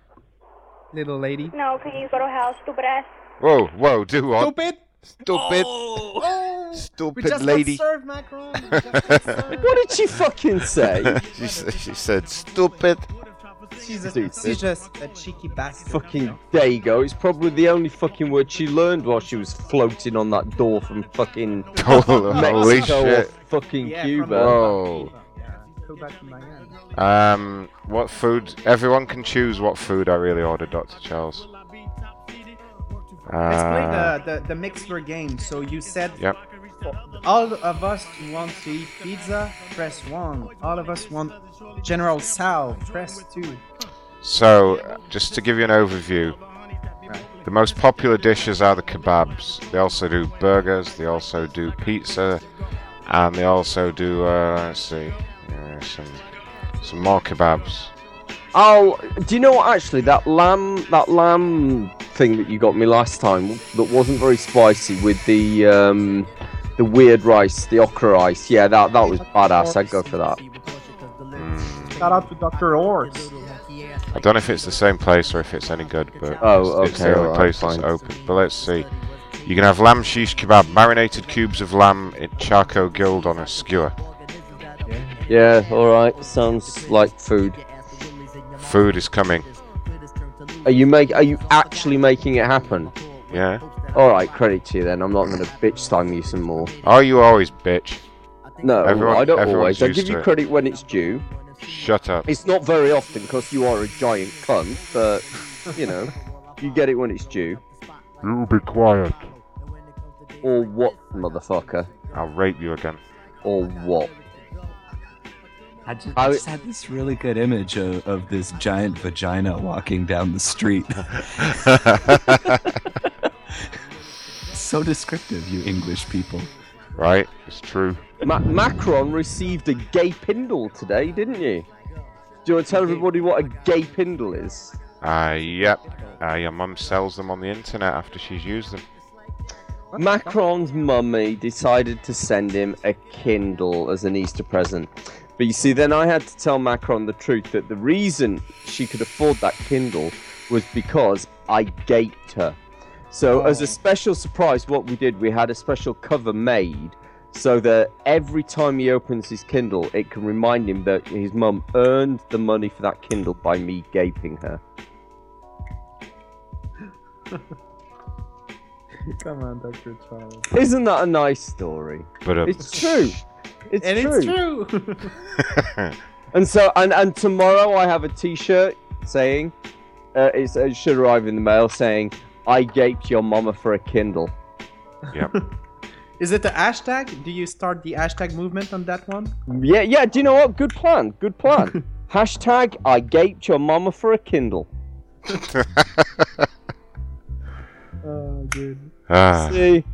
Little lady. No, can you go to hell, stupid ass? Whoa, whoa, do what? Stupid. We Stupid Oh, just lady. got served, Macron. what did she fucking say? she, s- she said, stupid. She's, a, Stupid. she's just a cheeky bastard. fucking Dago. It's probably the only fucking word she learned while she was floating on that door from fucking Holy Mexico or shit. fucking Yeah, from Cuba. Whoa. Go back to Miami. Um, what food? Everyone can choose what food I really ordered, Dr. Charles. Let's play Uh, the, the, the Mixler game. So you said Yep. all of us want to eat pizza, press 1. All of us want General Sal, press 2. So, just to give you an overview, the most popular dishes are the kebabs. They also do burgers. They also do pizza, and they also do uh, let's see, uh, some some more kebabs. Oh, do you know what? Actually, that lamb, that lamb thing that you got me last time, that wasn't very spicy with the um, the weird rice, the okra rice. Yeah, that that was badass. I'd go for that. Shout out to Dr. Ors. I don't know if it's the same place or if it's any good, but Oh, it's, it's the okay, only alright, place that's fine. open. But let's see. You can have lamb shish kebab, marinated cubes of lamb in charcoal grilled on a skewer. Yeah, all right. Sounds like food. Food is coming. Are you make? Are you actually making it happen? Yeah. All right. Credit to you then. I'm not gonna bitch time you some more. Oh, you always bitch. No, Everyone- I don't everyone's always. I used give to you it. credit when it's due. Shut up. It's not very often because you are a giant cunt, but you know, you get it when it's due. You be quiet. Or what, motherfucker? I'll rape you again. Or what? I just, I just had this really good image of, of this giant vagina walking down the street. so descriptive, you English people. Right? It's true. Ma- Macron received a gay pindle today, didn't you? Do you want to tell everybody what a gay pindle is? Uh, yep. Uh, your mum sells them on the internet after she's used them. Macron's mummy decided to send him a Kindle as an Easter present. But you see, then I had to tell Macron the truth that the reason she could afford that Kindle was because I gaped her. So, as a special surprise, what we did, we had a special cover made so that every time he opens his Kindle, it can remind him that his mum earned the money for that Kindle by me gaping her. Come on, Dr. Child. Isn't that a nice story? But, uh, it's true. It's and true. it's true. And so, and, and tomorrow I have a T-shirt saying, uh, it's, it should arrive in the mail saying, "I gaped your mama for a Kindle." Yep. Is it the hashtag? Do you start the hashtag movement on that one? yeah, yeah. Do you know what? Good plan. Good plan. Hashtag I gaped your mama for a Kindle. Oh, good. Ah. See,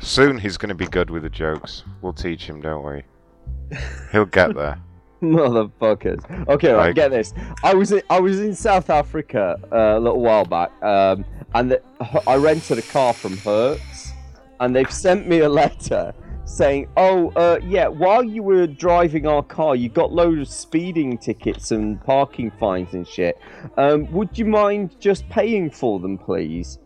Soon he's going to be good with the jokes. We'll teach him, don't we? He'll get there. motherfuckers. Okay, right. Like- Get this. I was in, I was in South Africa uh, a little while back, um, and the, I rented a car from Hertz, and they've sent me a letter saying, "Oh, uh, yeah, while you were driving our car, you got loads of speeding tickets and parking fines and shit. Um, would you mind just paying for them, please?"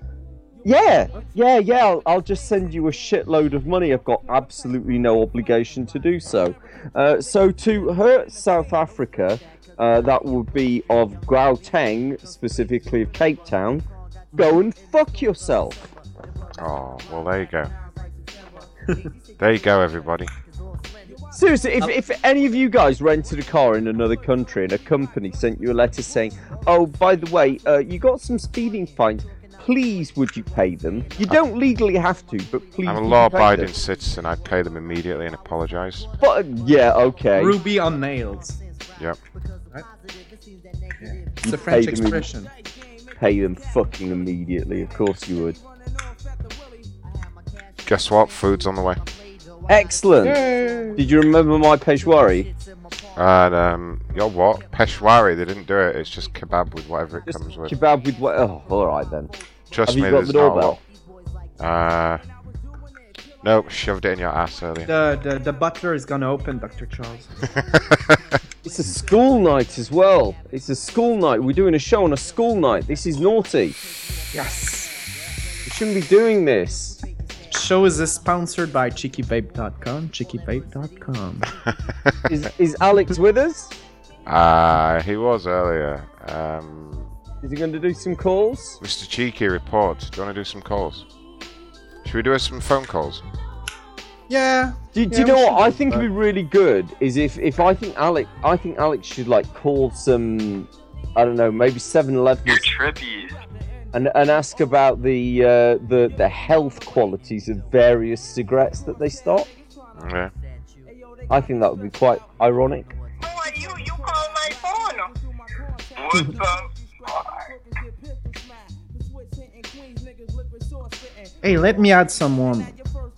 Yeah, yeah, yeah. I'll, I'll just send you a shitload of money. I've got absolutely no obligation to do so. Uh, so to hurt South Africa, uh, that would be of Gauteng, specifically of Cape Town. Go and fuck yourself. Oh, well, there you go. there you go, everybody. Seriously, if, if any of you guys rented a car in another country and a company sent you a letter saying, "Oh, by the way, uh, you got some speeding fines. Please, would you pay them? You don't legally have to, but please." I'm a would you pay law-abiding them?" citizen. I'd pay them immediately and apologise. But yeah, okay. Ruby on nails. Yep. It's a French Pay them in- expression. Pay them fucking immediately. Of course you would. Guess what? Food's on the way. Excellent. Did you remember my Peshwari? And um, you know what? Peshwari. They didn't do it. It's just kebab with whatever it comes with. Kebab with what? Oh, all right then. Trust Have you me, got there's the not a doorbell? lot. Uh, nope. Shoved it in your ass earlier. The, the the butler is gonna open, Dr. Charles. It's a school night as well. It's a school night. We're doing a show on a school night. This is naughty. Yes. We shouldn't be doing this. Show is sponsored by CheekyVape.com. CheekyVape.com. Is, is Alex with us? Ah, he was earlier. Um, Is he going to do some calls? Mr. Cheeky reports. Do you want to do some calls? Should we do us some phone calls? Yeah. Do, do you know what I think would be really good is if if I think Alex I think Alex should like call some I don't know maybe 7-Eleven You're trippy. and and ask about the uh, the the health qualities of various cigarettes that they stock. Yeah. I think that would be quite ironic. Hey, let me add someone.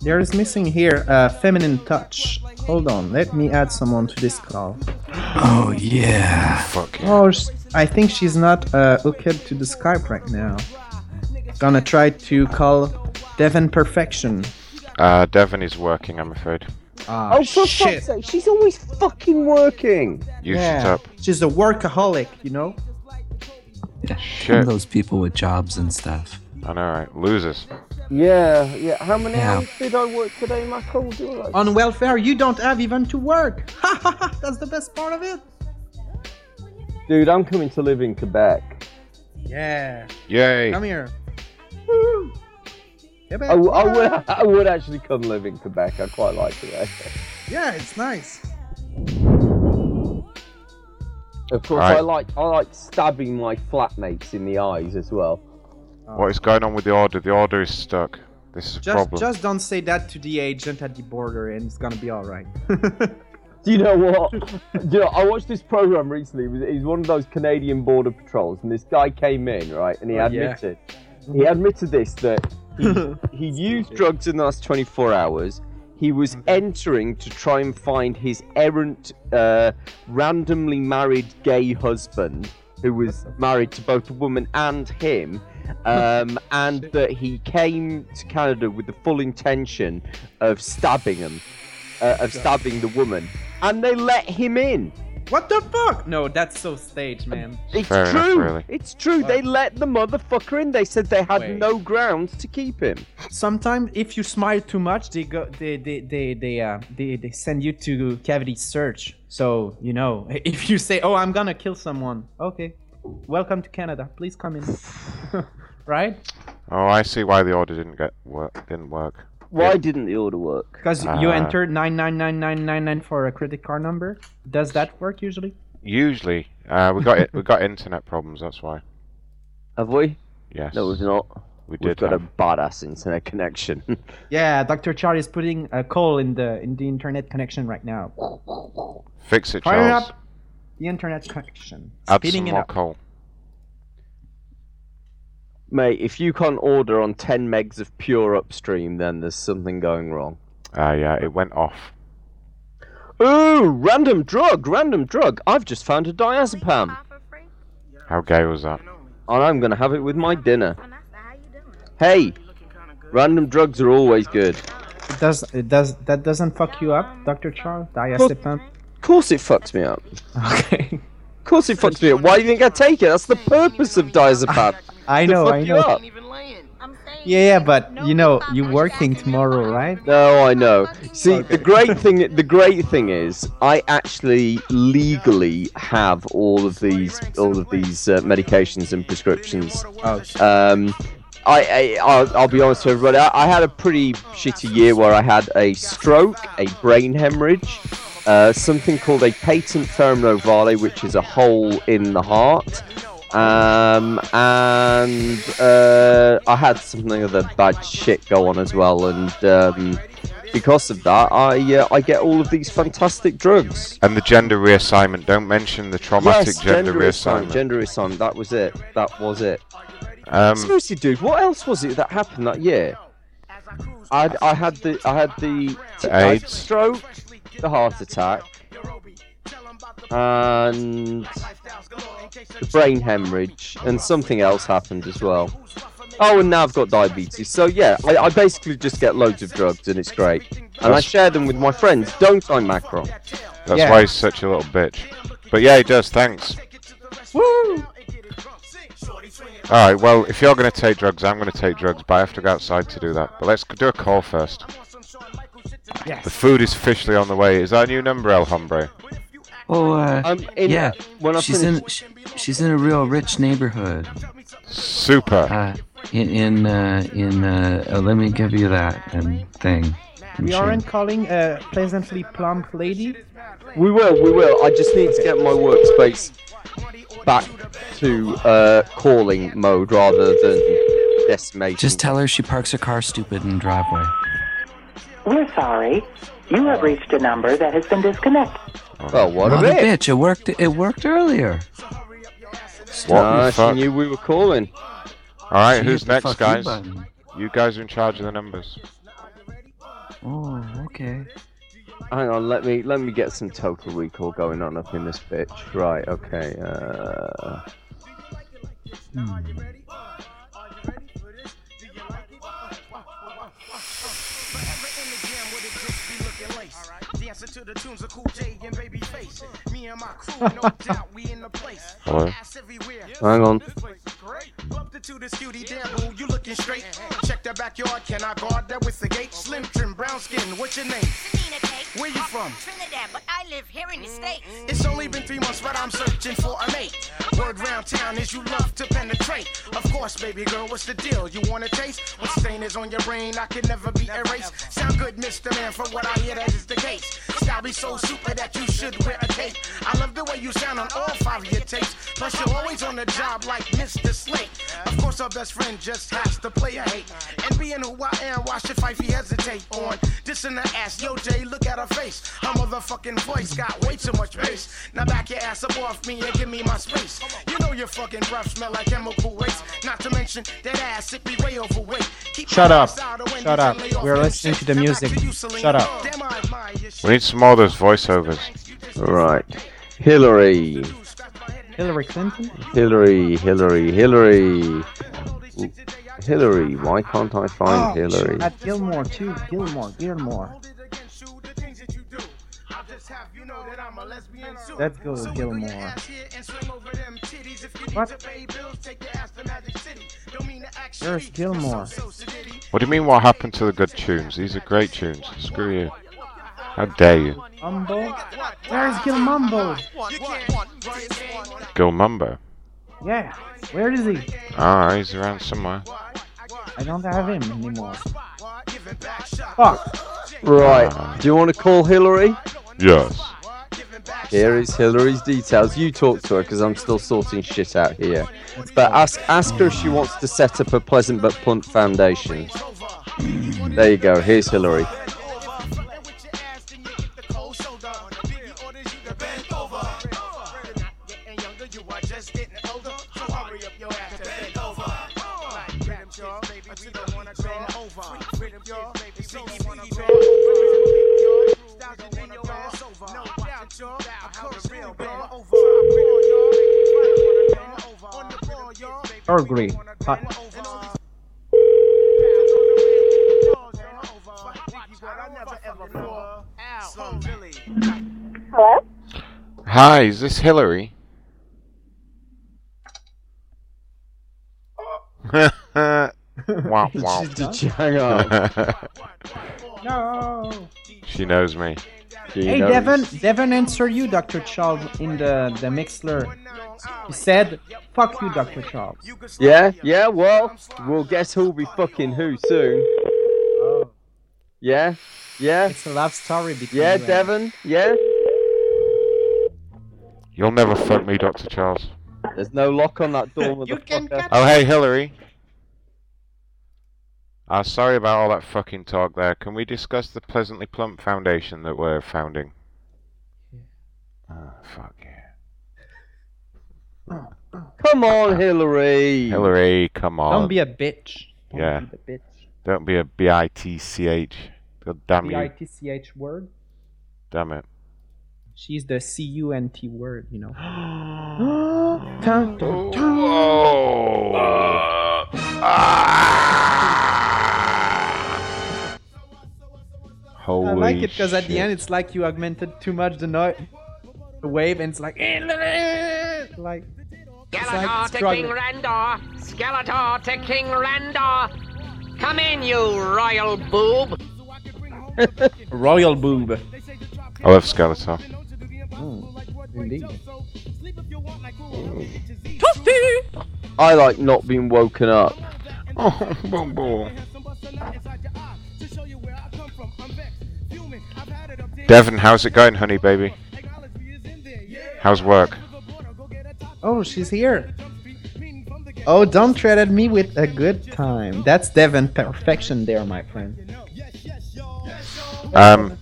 There is missing here a feminine touch. Hold on, let me add someone to this call. Oh, yeah. Fuck. Oh, sh- I think she's not uh, hooked to the Skype right now. Gonna try to call Devon Perfection. Uh, Devon is working, I'm afraid. Ah, oh, for fuck's sake, she's always fucking working. You shut up. She's a workaholic, you know? Shit. Those people with jobs and stuff. I know, right? Losers. Oh, Yeah, yeah. How many Yeah. hours did I work today, Michael? Do you like? On welfare, you don't have even to work. Ha ha ha, Oh, that's the best part of it. Dude, I'm coming to live in Quebec. Yeah. Yay. Come here. Woo. I, w- I would, I would actually come live in Quebec. I quite like eh? Quebec. Yeah, it's nice. Of course, Right. I like I like stabbing my flatmates in the eyes as well. What is going on with the order? The order is stuck. This is a Just, problem. just don't say that to the agent at the border, and it's gonna be all right. Do you know what? Do you know, I watched this program recently. It was, it was one of those Canadian border patrols, and this guy came in, right? And he Oh, yeah. admitted, he admitted this that he, he used drugs in the last 24 hours. He was entering to try and find his errant, uh, randomly married gay husband, who was married to both a woman and him, um, and that he came to Canada with the full intention of stabbing him, uh, of stabbing the woman, and they let him in. What the fuck? No, that's so staged, man. It's Fair enough, true. really. It's true. They let the motherfucker in. They said they had Wait. no grounds to keep him. Sometimes if you smile too much, they go they they they they uh, they, they send you to cavity search. So you know, if you say, "Oh, I'm gonna kill someone," okay, welcome to Canada. Please come in. right? Oh, I see why the order didn't get work. Didn't work. Why didn't the order work? Because you Ah. entered nine nine nine nine nine nine for a credit card number. Does that work usually? Usually, uh, we got it. We got internet problems. That's why. Have we? Yes. No, we've not. We We've did got have. a badass internet connection. Yeah, Dr. Char is putting a call in the in the internet connection right now. Fix it, Fire Charles. up the internet connection. Add some Speeding it more up. coal. Mate, if you can't order on 10 megs of pure upstream, then there's something going wrong. Ah, yeah, it went off. Ooh, random drug, random drug. I've just found a diazepam. How gay was that? And I'm going to have it with my dinner. Hey, random drugs are always good. It does it does that doesn't fuck you up, Dr. Char? Diazepam. Of course it fucks me up. Okay. Of course it fucks me up. Why do you think I take it? That's the purpose of diazepam. I to know, fuck I you know. up. Yeah, yeah, but you know, you're working tomorrow, right? No, I know. See, the great thing the great thing is I actually legally have all of these all of these uh, medications and prescriptions. Oh, Um I, I I'll, I'll be honest with everybody. I, I had a pretty shitty year where I had a stroke, a brain hemorrhage, uh, something called a patent femorovale, which is a hole in the heart, um, and uh, I had something of the bad shit go on as well, and um, because of that, I uh, I get all of these fantastic drugs. And the gender reassignment. Don't mention the traumatic yes, gender, reassignment. Gender reassignment. That was it. That was it. Um, Seriously, dude, what else was it that happened that year? I I had the I had the t- I had AIDS. stroke, the heart attack, and the brain hemorrhage, and something else happened as well. Oh, and now I've got diabetes. So yeah, I, I basically just get loads of drugs, and it's great. And I That's- share them with my friends, don't I, Macron? That's Yeah. why he's such a little bitch. But yeah, he does. Thanks. Woo! All right. Well, if you're going to take drugs, I'm going to take drugs, but I have to go outside to do that. But let's do a call first. The food is officially on the way. Is our new number El Hombre? Oh, uh, in- yeah. when I she's in sh- she's in a real rich neighborhood. Super. Uh, in in uh, in uh, uh, let me give you that and thing. We aren't calling a pleasantly plump lady. We will, we will. I just need to get my workspace back to uh, calling mode rather than decimating. Just tell her she parks her car stupid in the driveway. We're sorry. You have reached a number that has been disconnected. Oh, what a Mother bit. bitch! It worked. It worked earlier. What Nah, the she fuck? knew we were calling. All right. She Who's hit the next, fuck you guys? button. You guys are in charge of the numbers. Oh, okay. Hang on, let me let me get some total recall going on up in this bitch. Right, okay. Uh... Hello. Hang on. Where you from? Trinidad, but I live here in the States. It's only been three months, but I'm searching for a mate. Word round town is you love to penetrate. Of course, baby girl, what's the deal? You wanna taste? What stain is on your brain? I can never be erased. Sound good, Mr. Man, from what I hear, that is the case. Style be so super that you should wear a cape. I love the way you sound on all five of your tapes. Plus, you're always on the job like Mr. Slate. Of course, our best friend just has to play a hate. And being who I am, why should Fifey hesitate on? This in the ass, yo, Jay, look at her face. Her motherfucking voice got way too much bass. Now back your ass up off me and give me my space. You know your fucking breath smell like chemical waste. Not to mention that ass, it be way overweight. Keep Shut your up. ass out of windows Shut up. and lay off We're that listening shit. to the Now back music. you, Celine Shut up. Dion. Damn, I admire your We need some more of those voiceovers. Right. Hillary. Hillary Clinton? Hillary, Hillary, Hillary. Hillary, why can't I Oh, find Hillary? At Gilmore too. Gilmore, Gilmore. Let's go with Gilmore. What? Where's Gilmore? What do you mean, what happened to the good tunes? These are great tunes. Screw you. How dare you? Mumbo? Where's Gilmumbo? Go Mumbo. Yeah, where is he? Ah, he's around somewhere. I don't have him anymore. Fuck. Right. Ah. Do you want to call Hillary? Yes. Here is Hillary's details. You talk to her because I'm still sorting shit out here. But ask ask her if she wants to set up a pleasant but blunt foundation. There you go. Here's Hillary. Or green. Hot. Hello? Hi, is this Hillary? wow, wow. Did you hang up? No. she knows me. Hey Devon, Devon answered you, Dr. Charles, in the, the Mixler. He said, fuck you, Dr. Charles. Yeah, yeah, well, we'll guess who'll be fucking who soon. Yeah, yeah. It's Oh. a love story between Yeah, you and- Devon, yeah. You'll never fuck me, Dr. Charles. There's no lock on that door, motherfucker. Oh, hey, Hillary. Ah, sorry about all that fucking talk there. Can we discuss the Pleasantly Plump Foundation that we're founding? Ah, fuck yeah. Come on, Hillary. Hillary, come on. Don't be a bitch. Don't Yeah. be the bitch. Don't be a B-I-T-C-H. God damn you. B-I-T-C-H word. Damn it. She's the C-U-N-T word, you know. Holy I like it because at the shit. end it's like you augmented too much the noise, the wave, and it's like eh, like it's like struggling. Randor! Skeletor to King Randor! Come in, you royal boob! Royal boob. I love Skeletor. Indeed. I like not being woken up. Oh, boom, boom. Devon, how's it going, honey baby? How's work? Oh, she's here. Oh, don't tread at me with a good time. That's Devon perfection, there, my friend. Um,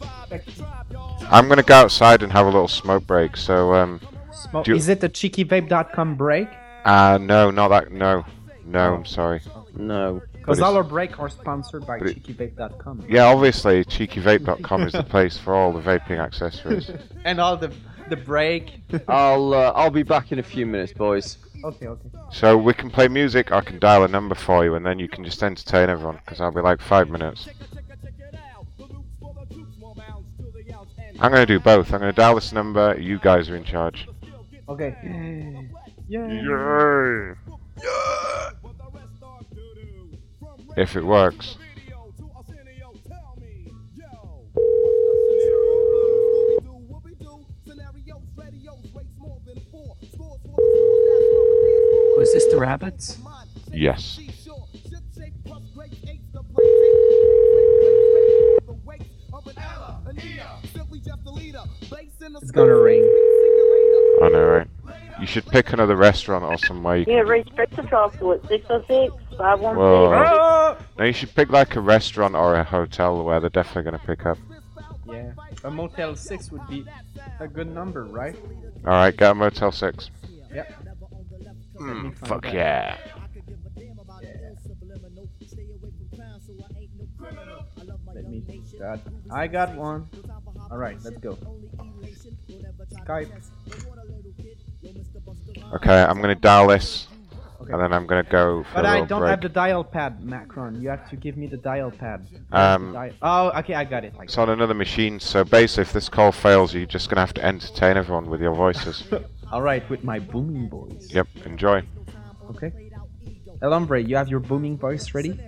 I'm gonna go outside and have a little smoke break. So, um, Smoke. do you- Is it a cheekyvape.com break? uh, no, not that. No, no, I'm sorry. No. Because all our break are sponsored by but it- cheekyvape.com. Yeah, obviously, cheekyvape.com is the place for all the vaping accessories. and all the the break. I'll uh, I'll be back in a few minutes, boys. Okay, okay. So we can play music. I can dial a number for you, and then you can just entertain everyone. Because I'll be like five minutes. I'm gonna do both. I'm gonna dial this number. You guys are in charge. Okay. Yay! If it works. Was this the rabbits? Yes. It's gonna ring. I know, right? You should pick another restaurant or somewhere. You You can... have reached Breakfast Hospital at 606 516. Whoa. No, you should pick like a restaurant or a hotel where they're definitely gonna pick up. Yeah. A Motel 6 would be a good number, right? All right, get a Motel Six. Yeah. Mm, fuck yeah. Let me. God. I got one. Alright, let's go. Skype. Okay, I'm gonna dial this. and then I'm gonna go for But a I little don't break. have the dial pad, Macron. You have to give me the dial pad. Um, Dial- oh, okay, I got it. Like It's on another machine, so basically, if this call fails, you're just gonna have to entertain everyone with your voices. All right, with my booming voice. yep, enjoy. Okay. El Hombre, you have your booming voice ready?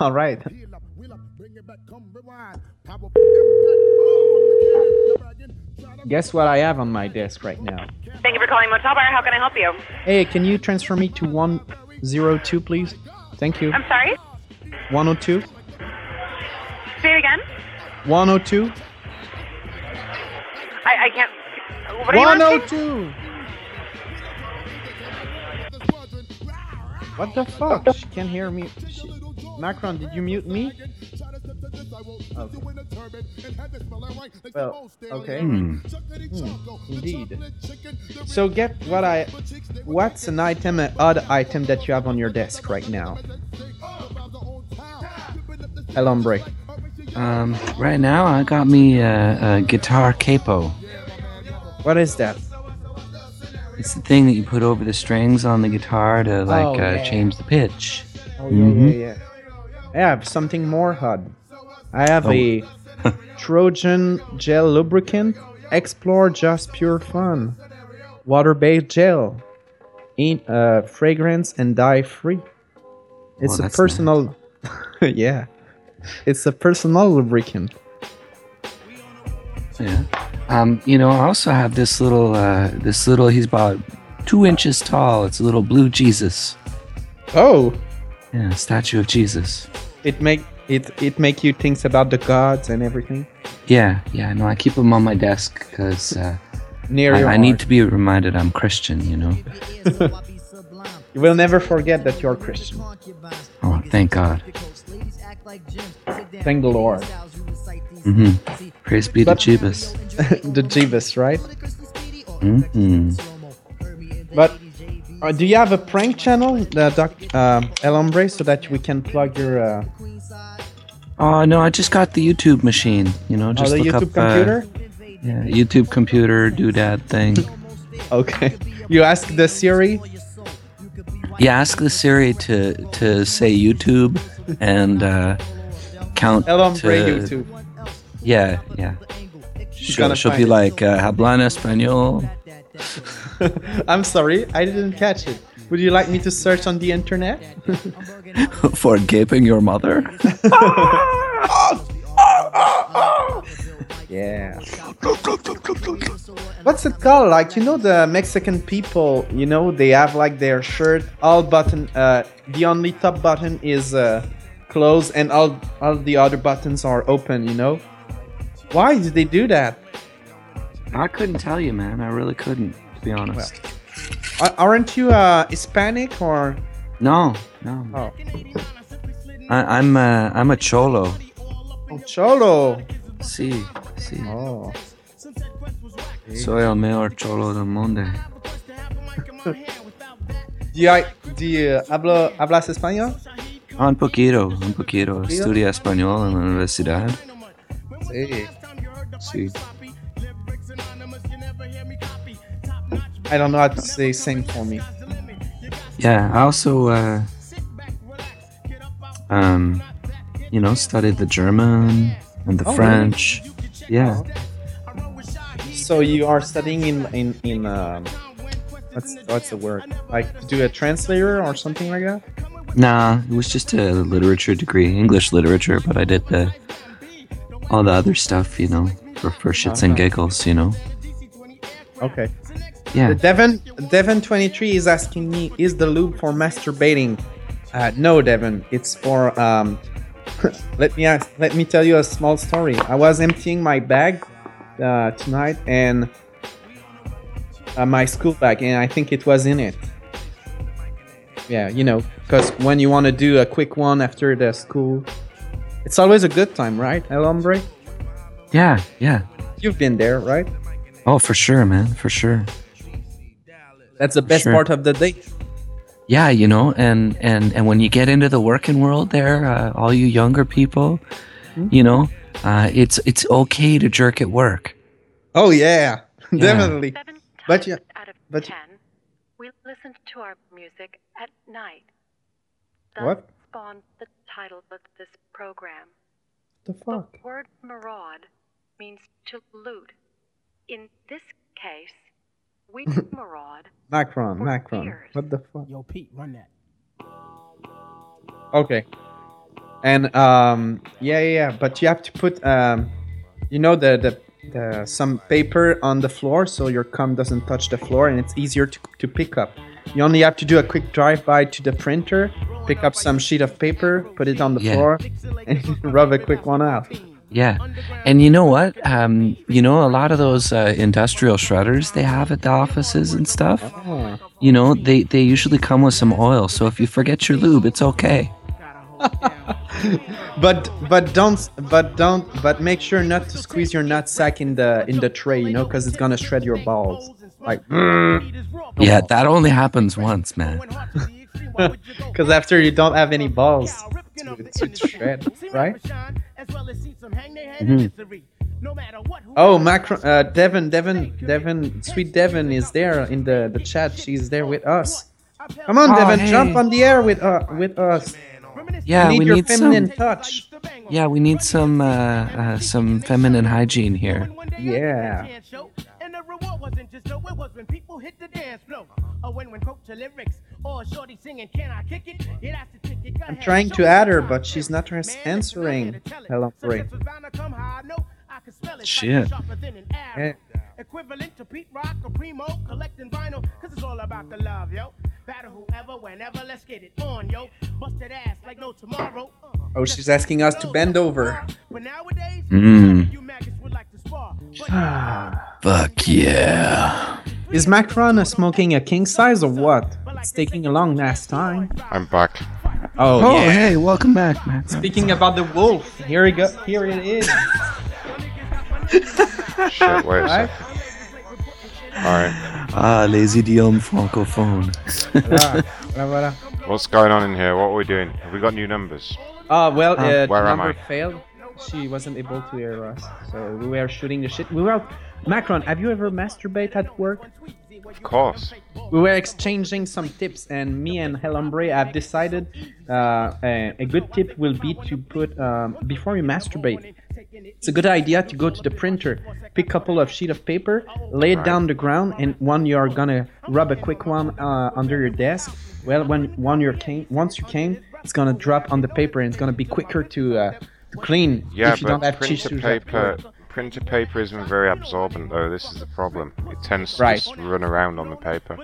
All right. Guess what I have on my desk right now? Thank you for calling Motel Bar. How can I help you? Hey, can you transfer me to 102, please? Thank you. I'm sorry. 102? Say it again. 102? I, I can't. What do you want? oh 102! What the fuck? She can't hear me. She... Macron, did you mute me? Okay. Well, okay. Hmm. Hmm, Indeed. So get what I. What's an item, an odd item that you have on your desk right now? El hombre. Um, right now I got me a, a guitar capo. What is that? It's the thing that you put over the strings on the guitar to like Oh, uh, yeah. change the pitch. Oh yeah, Mm-hmm. yeah, yeah. I have something more hard. I have Oh. a Trojan gel lubricant. Explore just pure fun. Water-based gel, in uh, fragrance and dye-free. It's a Oh, that's personal. yeah, it's a personal lubricant. Yeah. Um, you know, I also have this little, uh, this little. He's about two inches tall. It's a little blue Jesus. Oh. Yeah, statue of Jesus. It make it it make you think about the gods and everything. Yeah, yeah. No, I keep him on my desk because uh, Near I, your I need to be reminded I'm Christian. You know. You will never forget that you're Christian. Oh, thank God. Thank the Lord. hmm Praise be to Jeebus. the Jeebus, right? hmm But uh, do you have a prank channel, uh, Doc um El Hombre, so that we can plug your? Uh, Oh no, I just got the YouTube machine. You know, just Oh, the look YouTube up, uh, computer? yeah, YouTube computer doodad thing. okay, you ask the Siri. Yeah, ask the Siri to to say YouTube and uh, count. El Hombre to- YouTube. Yeah, yeah. She's She'll, gonna she'll be find it. like uh, "Hablan español." I'm sorry, I didn't catch it. Would you like me to search on the internet? for gaping your mother. yeah. What's it called? Like you know the Mexican people, you know they have like their shirt all button. Uh, the only top button is uh, closed, and all all the other buttons are open. You know, why did they do that? I couldn't tell you, man. I really couldn't, to be honest. A- Aren't you uh, Hispanic or? No, no. Oh, I, I'm uh, I'm a cholo. oh cholo. See, see. Oh. Soy el mejor cholo del mundo. Do you, do you hablo, hablas español? Un poquito, un Poquito? poquito. Estudia español en la universidad. Sí. Sí. I don't know how to say same for me. Yeah, I also, uh, um, you know, studied the German and the Oh, really? French. Yeah. So you are studying in in in um, what's what's the word? Like to do a translator or something like that? Nah, it was just a literature degree, English literature, but I did the all the other stuff, you know, for, for shits and Uh-huh. giggles, you know. Okay. Yeah. The Devon Devon twenty three is asking me is the lube for masturbating? Uh, no, Devon, it's for um. let me ask, let me tell you a small story. I was emptying my bag uh, tonight and uh, my school bag, and I think it was in it. Yeah, you know, because when you want to do a quick one after the school, it's always a good time, right, El Hombre? Yeah, yeah. You've been there, right? Oh, for sure, man, for sure. That's the best Sure. part of the day. Yeah, you know, and and and when you get into the working world, there, uh, all you younger people, Mm-hmm. you know, uh, it's it's okay to jerk at work. Oh yeah, Yeah. definitely. But you, but We listened to our music at night. What? Spawned the title of this program. The fuck? Word maraud means to loot. In this case, we maraud. Macron, Macron. What the fuck? Yo, Pete, run that. Okay. And um, yeah, yeah, yeah, but you have to put um, you know the the, the some paper on the floor so your cum doesn't touch the floor and it's easier to, to pick up. You only have to do a quick drive by to the printer, pick up some sheet of paper, put it on the Yeah. floor, and rub a quick one out. Yeah, and you know what? Um, you know, a lot of those uh, industrial shredders they have at the offices and stuff. You know, they they usually come with some oil. So if you forget your lube, it's okay. But but don't but don't but make sure not to squeeze your nut sack in the in the tray, you know, because it's gonna shred your balls. Like, Yeah, that only happens once, man. because after you don't have any balls to, to shred, right? Mm-hmm. Oh, Macron, uh, Devon, Devon, Devon, sweet Devon is there in the, the chat. She's there with us. Come on, Oh, Devon, hey. jump on the air with uh, with us. Yeah, we need we your need some- feminine touch. Yeah, we need some uh, uh, some feminine hygiene here. Yeah. "Oh, I'm trying to add her, but she's not res- answering. Hello, Ray. Shit. Yeah. Equivalent to Pete Rock or Primo collecting vinyl, cause it's all about the love, yo. Battle whoever, whenever, let's get it on, yo. Busted ass like no tomorrow. Oh, she's asking us to bend over. Oh. Fuck yeah. Is Macron smoking a king size or what? It's taking a long last time. I'm back. Oh, Oh, yeah. hey, welcome back, man. Speaking about the wolf, here we go. Here it is. Shit, wait a Right? second. Alright. Ah, les idiomes francophones. Voilà, voilà. What's going on in here? What are we doing? Have we got new numbers? Ah, well, Huh? uh, the Where am number I? failed. She wasn't able to hear us, so we were shooting the shit. We were Macron. Have you ever masturbate at work? Of course. We were exchanging some tips, and me and Helombre have decided uh, a, a good tip will be to put um, before you masturbate. It's a good idea to go to the printer, pick a couple of sheet of paper, lay it down the ground, and one you are gonna rub a quick one uh, under your desk. Well, when one you came, once you came, it's gonna drop on the paper, and it's gonna be quicker to uh, to clean Yeah, if you but don't have printer tissues. at paper. work. Printer paper isn't very absorbent, though. This is the problem. It tends to Right. just run around on the paper.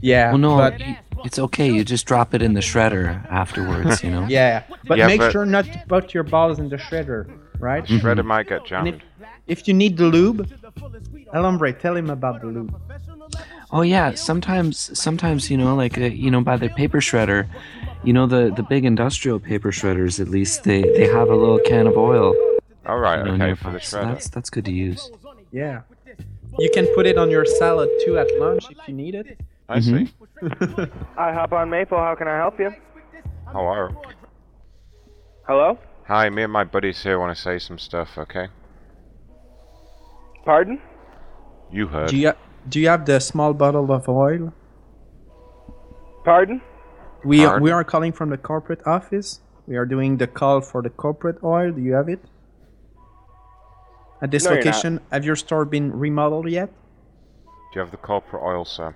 Yeah. Well, no, but- you- it's okay. You just drop it in the shredder afterwards, you know? Yeah, but Yeah, make but- sure not to put your balls in the shredder, right? The shredder might get And if, jammed. if you need the lube, El Hombre, tell him about the lube. Oh yeah, sometimes sometimes you know like uh, you know by the paper shredder, you know the the big industrial paper shredders at least they they have a little can of oil. All right, you know, okay, nearby, for the so shredder. that's that's good to use. Yeah. You can put it on your salad too at lunch if you need it. I see. Mm-hmm. I hop on Maple. How can I help you? How are? you? Hello? Hi, me and my buddies here want to say some stuff. Okay. Pardon? You heard. Do you, do you have the small bottle of oil? Pardon? We Pardon? we are calling from the corporate office. We are doing the call for the corporate oil. Do you have it? At this No, you're not. location, have your store been remodeled yet? Do you have the corporate oil, sir?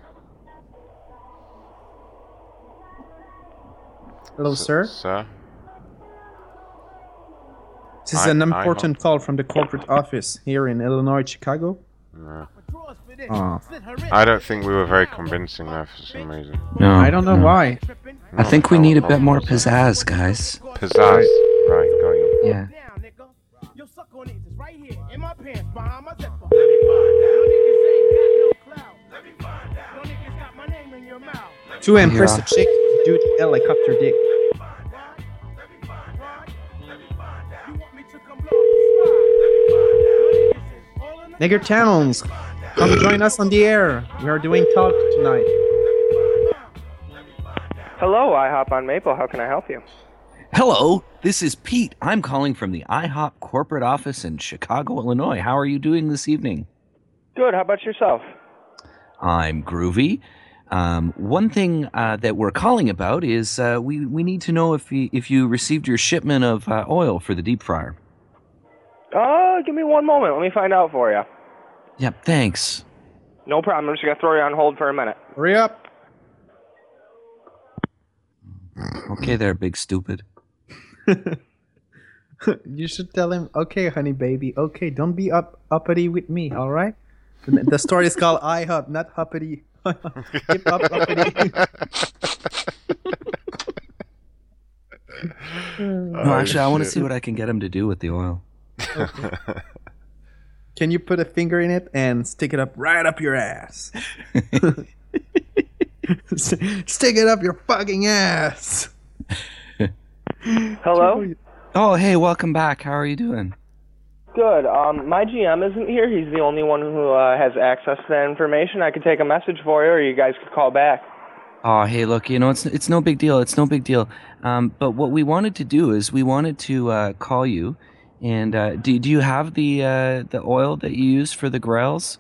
Hello, sir. Sir. This is I- an I'm on- important call from the corporate office here in Illinois, Chicago. No. Oh. I don't think we were very convincing there for some reason. No, I don't know no. why. I think we need a bit more pizzazz, guys. Pizzazz. Right, got you. Yeah. To impress a Yeah. chick, dude, helicopter dick. Nigger Channels, come join us on the air. We are doing talk tonight. Hello, I hop on Maple. How can I help you? Hello, this is Pete. I'm calling from the IHOP corporate office in Chicago, Illinois. How are you doing this evening? Good. How about yourself? I'm groovy. Um, one thing uh, that we're calling about is uh, we, we need to know if you, if you received your shipment of uh, oil for the deep fryer. Oh, give me one moment. Let me find out for you. Yep, thanks. No problem. I'm just gonna throw you on hold for a minute. Hurry up. Okay, there, big stupid. you should tell him, okay, honey, baby, okay, don't be up uppity with me, all right? The the story is called I Hop, not Huppity. Hip Hop Uppity. Oh, no, actually, I want to see what I can get him to do with the oil. Can you put a finger in it and stick it up right up your ass? stick it up your fucking ass. Hello. Oh, hey, welcome back. How are you doing? Good. Um, my GM isn't here. He's the only one who uh, has access to that information. I could take a message for you, or you guys could call back. Oh, hey, look, you know, it's it's no big deal. It's no big deal. Um, but what we wanted to do is we wanted to uh, call you, and uh, do do you have the uh, the oil that you use for the grells?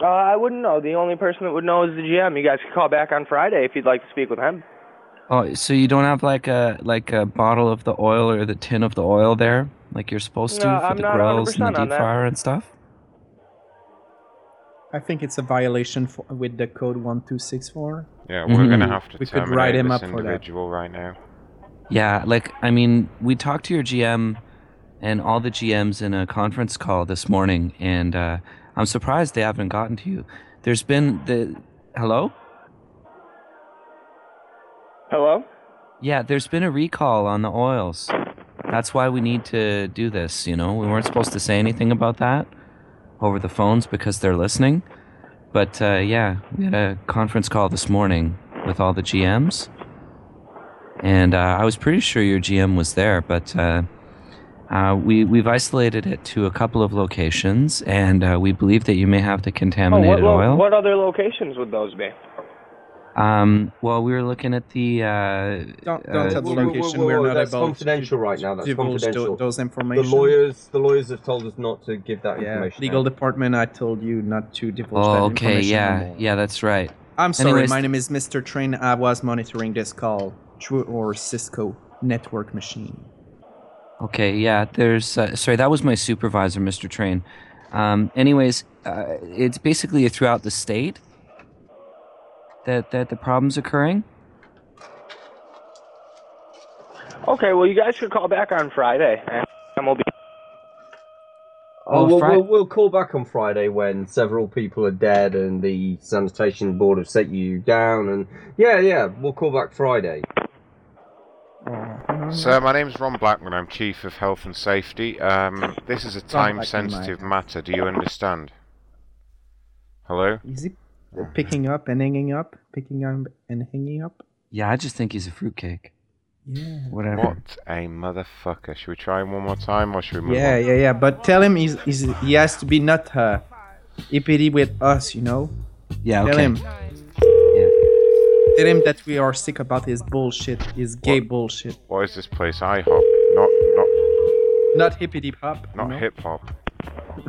Uh, I wouldn't know. The only person that would know is the GM. You guys could call back on Friday if you'd like to speak with him. Oh, so you don't have like a like a bottle of the oil or the tin of the oil there, like you're supposed to No, for I'm the not grills and 100% the on deep that. fryer and stuff. I think it's a violation for, with the code 1264. Yeah, we're gonna Mhm. have to We could terminate write him this up for that. individual right now. Yeah, like I mean, we talked to your GM and all the GMs in a conference call this morning, and uh, I'm surprised they haven't gotten to you. There's been the hello. Hello. Yeah, there's been a recall on the oils. That's why we need to do this, you know. We weren't supposed to say anything about that over the phones because they're listening. But uh, yeah, we had a conference call this morning with all the GMs. And uh, I was pretty sure your GM was there, but uh, uh, we, we've isolated it to a couple of locations, and uh, we believe that you may have Oh, the what, contaminated lo- oil. what other locations would those be? Um, well, we were looking at the. Uh, Don't, uh, don't tell the location. whoa, We're whoa, not that's about confidential right now. That's divulge tho- confidential. those information. The lawyers, the lawyers have told us not to give that Yeah, information. legal out. department. I told you not to divulge that Oh, okay, information yeah, anymore. yeah, that's right. I'm sorry. Anyways, my name is Mr. Train. I was monitoring this call through our Cisco network machine. Okay, yeah, there's. Uh, sorry, that was my supervisor, Mr. Train. Um, anyways, uh, it's basically throughout the state that that the problem's occurring. Okay. Well, you guys could call back on Friday. And we'll be. Oh, Oh, we'll, Fri- we'll, we'll call back on Friday when several people are dead and the sanitation board have set you down. And yeah, yeah, we'll call back Friday. Sir, my name's Ron Blackman. I'm Chief of Health and Safety. Um, this is a Blackman, time-sensitive matter. Do you understand? Hello. Is he picking up and hanging up? Picking up and hanging up? Yeah, I just think he's a fruitcake. Yeah. Whatever. What a motherfucker! Should we try him one more time, or should we move Yeah, on? yeah, yeah. But tell him he's, he's he has to be not uh, hippity with us, you know. Yeah. Tell okay. him. Tell him that we are sick about his bullshit, his gay bullshit. What is this place? IHOP, not not Not hippity pop. not hip hop.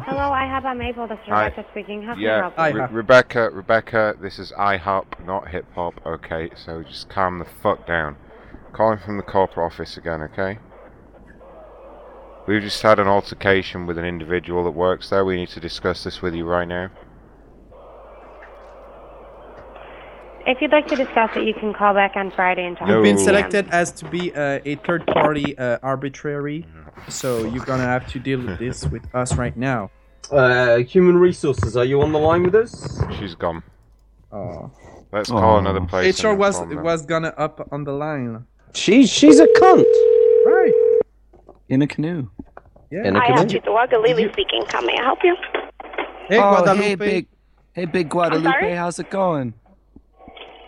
Hello, I have um, a Maple. This is Hi. Rebecca speaking. How can I Yeah, help Re- you? Rebecca, Rebecca, this is IHOP, not hip hop. Okay, so just calm the fuck down. Calling from the corporate office again, okay? We've just had an altercation with an individual that works there. We need to discuss this with you right now. If you'd like to discuss it, you can call back on Friday and talk. You've been to me. selected as to be uh, a third party uh, arbitrary, so you're gonna have to deal with this with us right now. Uh, human resources, are you on the line with us? She's gone. Oh. Let's call another place. HR and was inform them. was gonna up on the line. She's she's a cunt. Right. In a canoe. Yeah. In a I canoe. have Chituaga Lily speaking. How may I help you? Hey, oh, hey, Guadalupe. big, hey, big Guadalupe, sorry? how's it going?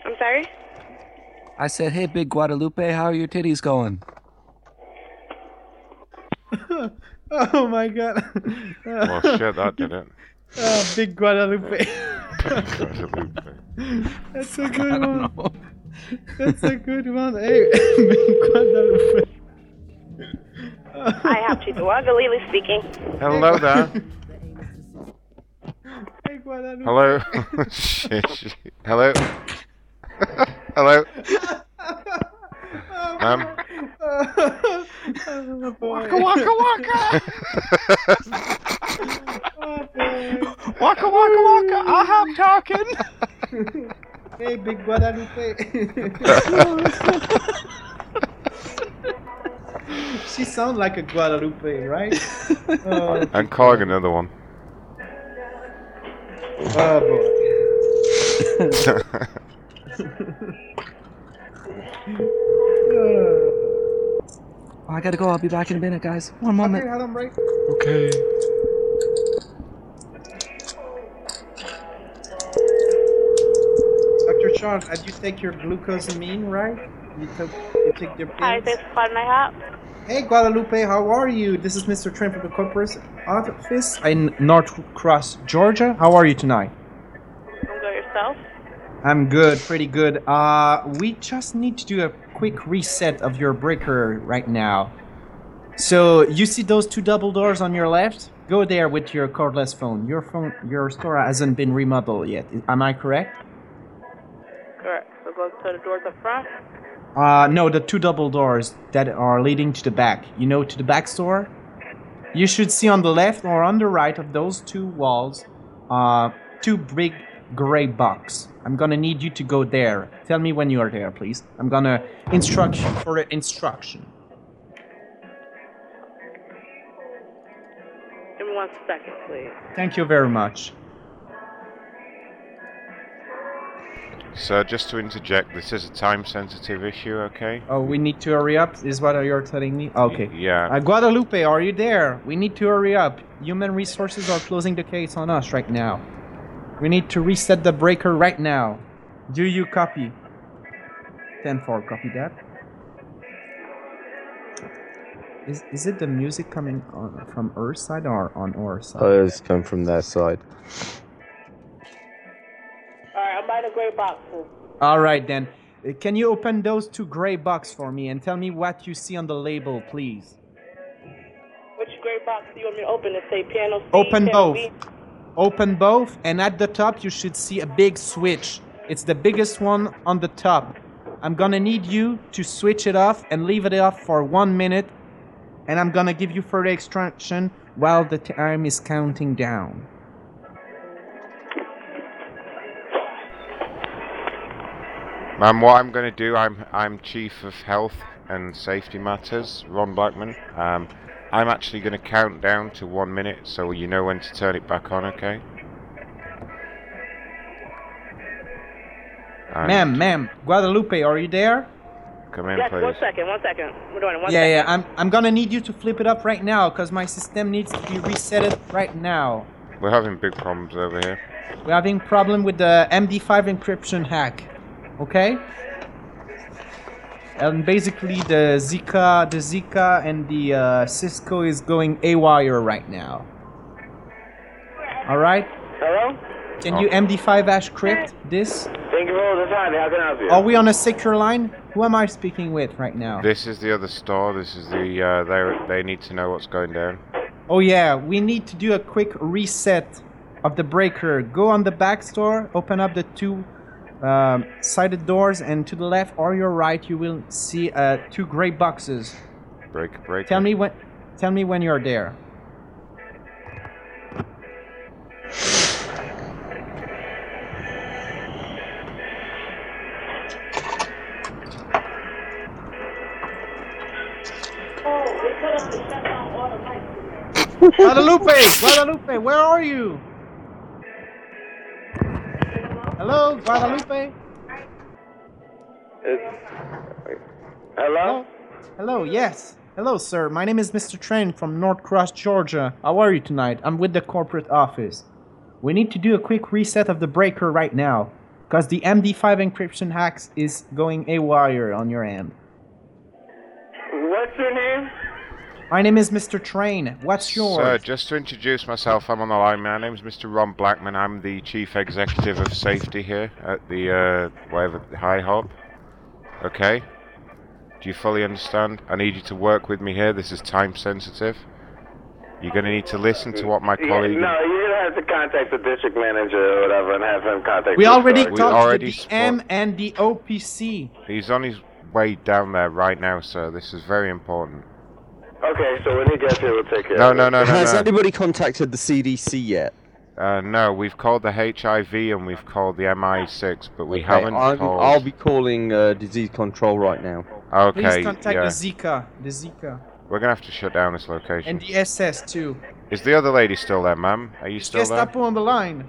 I'm sorry. I said, hey, big Guadalupe, how are your titties going? Oh my god. Well, shit, that did it. Oh, big Guadalupe. That's a good one. That's a good one. Hey, big Guadalupe. I have Chituaga Lily speaking. Hello there. Hey, Hello. Shit, shit. Hello. Hello. Um. waka waka, waka. waka waka waka. I am talking. hey, big Guadalupe. she sounds like a Guadalupe, right? Oh, And Cog another one. oh, boy. Oh, I gotta go. I'll be back in a minute, guys. One Okay, hold on, break. Okay. Dr. Charles, had you take your glucosamine, right? You took you took your Hi, pills. thanks for calling my help. Hey Guadalupe, how are you? This is Mr. Trim from the corporate office in North Cross, Georgia. How are you tonight? I'm good yourself. I'm good, pretty good. Uh, we just need to do a quick reset of your breaker right now. So you see those two double doors on your left? Go there with your cordless phone. Your phone, your store hasn't been remodeled yet. Am I correct? Correct. So go to the doors up front. Uh, no, the two double doors that are leading to the back. You know, to the back store. You should see on the left or on the right of those two walls, uh, two big gray box. I'm gonna need you to go there. Tell me when you are there, please. I'm gonna instruction for instruction. Give me one second, please. Thank you very much. So just to interject, this is a time-sensitive issue, okay? Oh, we need to hurry up. Is what you're telling me? Okay. Yeah. Uh, Guadalupe, are you there? We need to hurry up. Human resources are closing the case on us right now. We need to reset the breaker right now. Do you copy? 10 4, copy that. Is, is it the music coming on from our side or on our side? Players come from their side. All right, I'm by the gray boxes. All right then. Uh, Can you open those two gray boxes for me and tell me what you see on the label, please? Which gray box do you want me to open? It say piano C, Open piano both. B? Open both, and at the top you should see a big switch. It's the biggest one on the top. I'm gonna need you to switch it off and leave it off for one minute, and I'm gonna give you further instruction while the time is counting down. Ma'am, what I'm going to do, I'm I'm chief of health and safety matters, Ron Blackman. Um, I'm actually going to count down to one minute, so you know when to turn it back on, okay? And Ma'am, ma'am, Guadalupe, are you there? come in, Yes, please. one second, one second. We're doing it. One yeah, second. yeah. I'm I'm gonna need you to flip it up right now, cause my system needs to be resetted right now. We're having big problems over here. We're having problem with the MD5 encryption hack. Okay? And basically the Zika, the Zika and the uh, Cisco is going AWire right now. All right? Hello? Can you MD5 hash crypt this? Thank you for all the time. How can I help you? Are we on a secure line? Who am I speaking with right now? This is the other store. This is the uh, they they need to know what's going down. Oh yeah, we need to do a quick reset of the breaker. Go on the back store, open up the two um, sided doors, and to the left or your right, you will see uh, two gray boxes. Break, break. Tell me when. Tell me when you're there. Oh, Guadalupe, Guadalupe, where are you? Hello, Guadalupe. Hello? Hello, yes. Hello, sir. My name is Mr. Trent from North Cross, Georgia. How are you tonight? I'm with the corporate office. We need to do a quick reset of the breaker right now, because the MD5 encryption hacks is going AWire on your end. What's your name? My name is Mr. Train. What's Sir, yours? just to introduce myself, I'm on the line. My name's Mr. Ron Blackman. I'm the chief executive of safety here at the uh, whatever High Hop. Okay. Do you fully understand? I need you to work with me here. This is time sensitive. You're going to need to listen to what my Yeah, colleague. no, you don't has to contact the district manager or whatever and have him contact. We you already directly. talked to the M and the OPC. He's on his way down there right now, sir. This is very important. Okay, so when he gets here, we'll take care. No, of no, it. no, no. Has no. anybody contacted the CDC yet? Uh, no, we've called the HIV and we've called the MI6, but we Okay, haven't I'm, called. I'll be calling uh, disease control right now. Okay, Please contact yeah. the Zika, the Zika, We're gonna have to shut down this location. and the SS too. Is the other lady still there, ma'am? Are you still there? Gestapo on the line.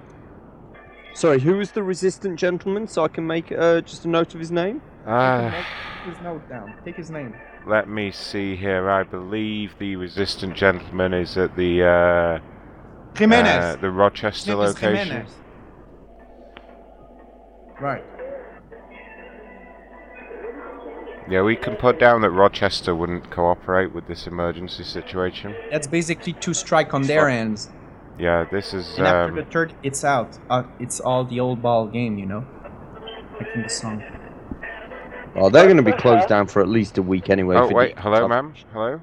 Sorry, who is the resistant gentleman? So I can make uh, just a note of his name. Ah. Uh, Take his note down. Take his name. let me see here. I believe the resistant gentleman is at the uh, Jimenez. uh, the Rochester Name is location. Jimenez. Right. Yeah, we can put down that Rochester wouldn't cooperate with this emergency situation. That's basically two strike on their ends. Yeah, this is. And after Um, the third, it's out. Uh, it's all the old ball game, you know. Like in the song. Oh, they're going to be closed down for at least a week anyway. oh for wait, the- hello, ma'am. Hello.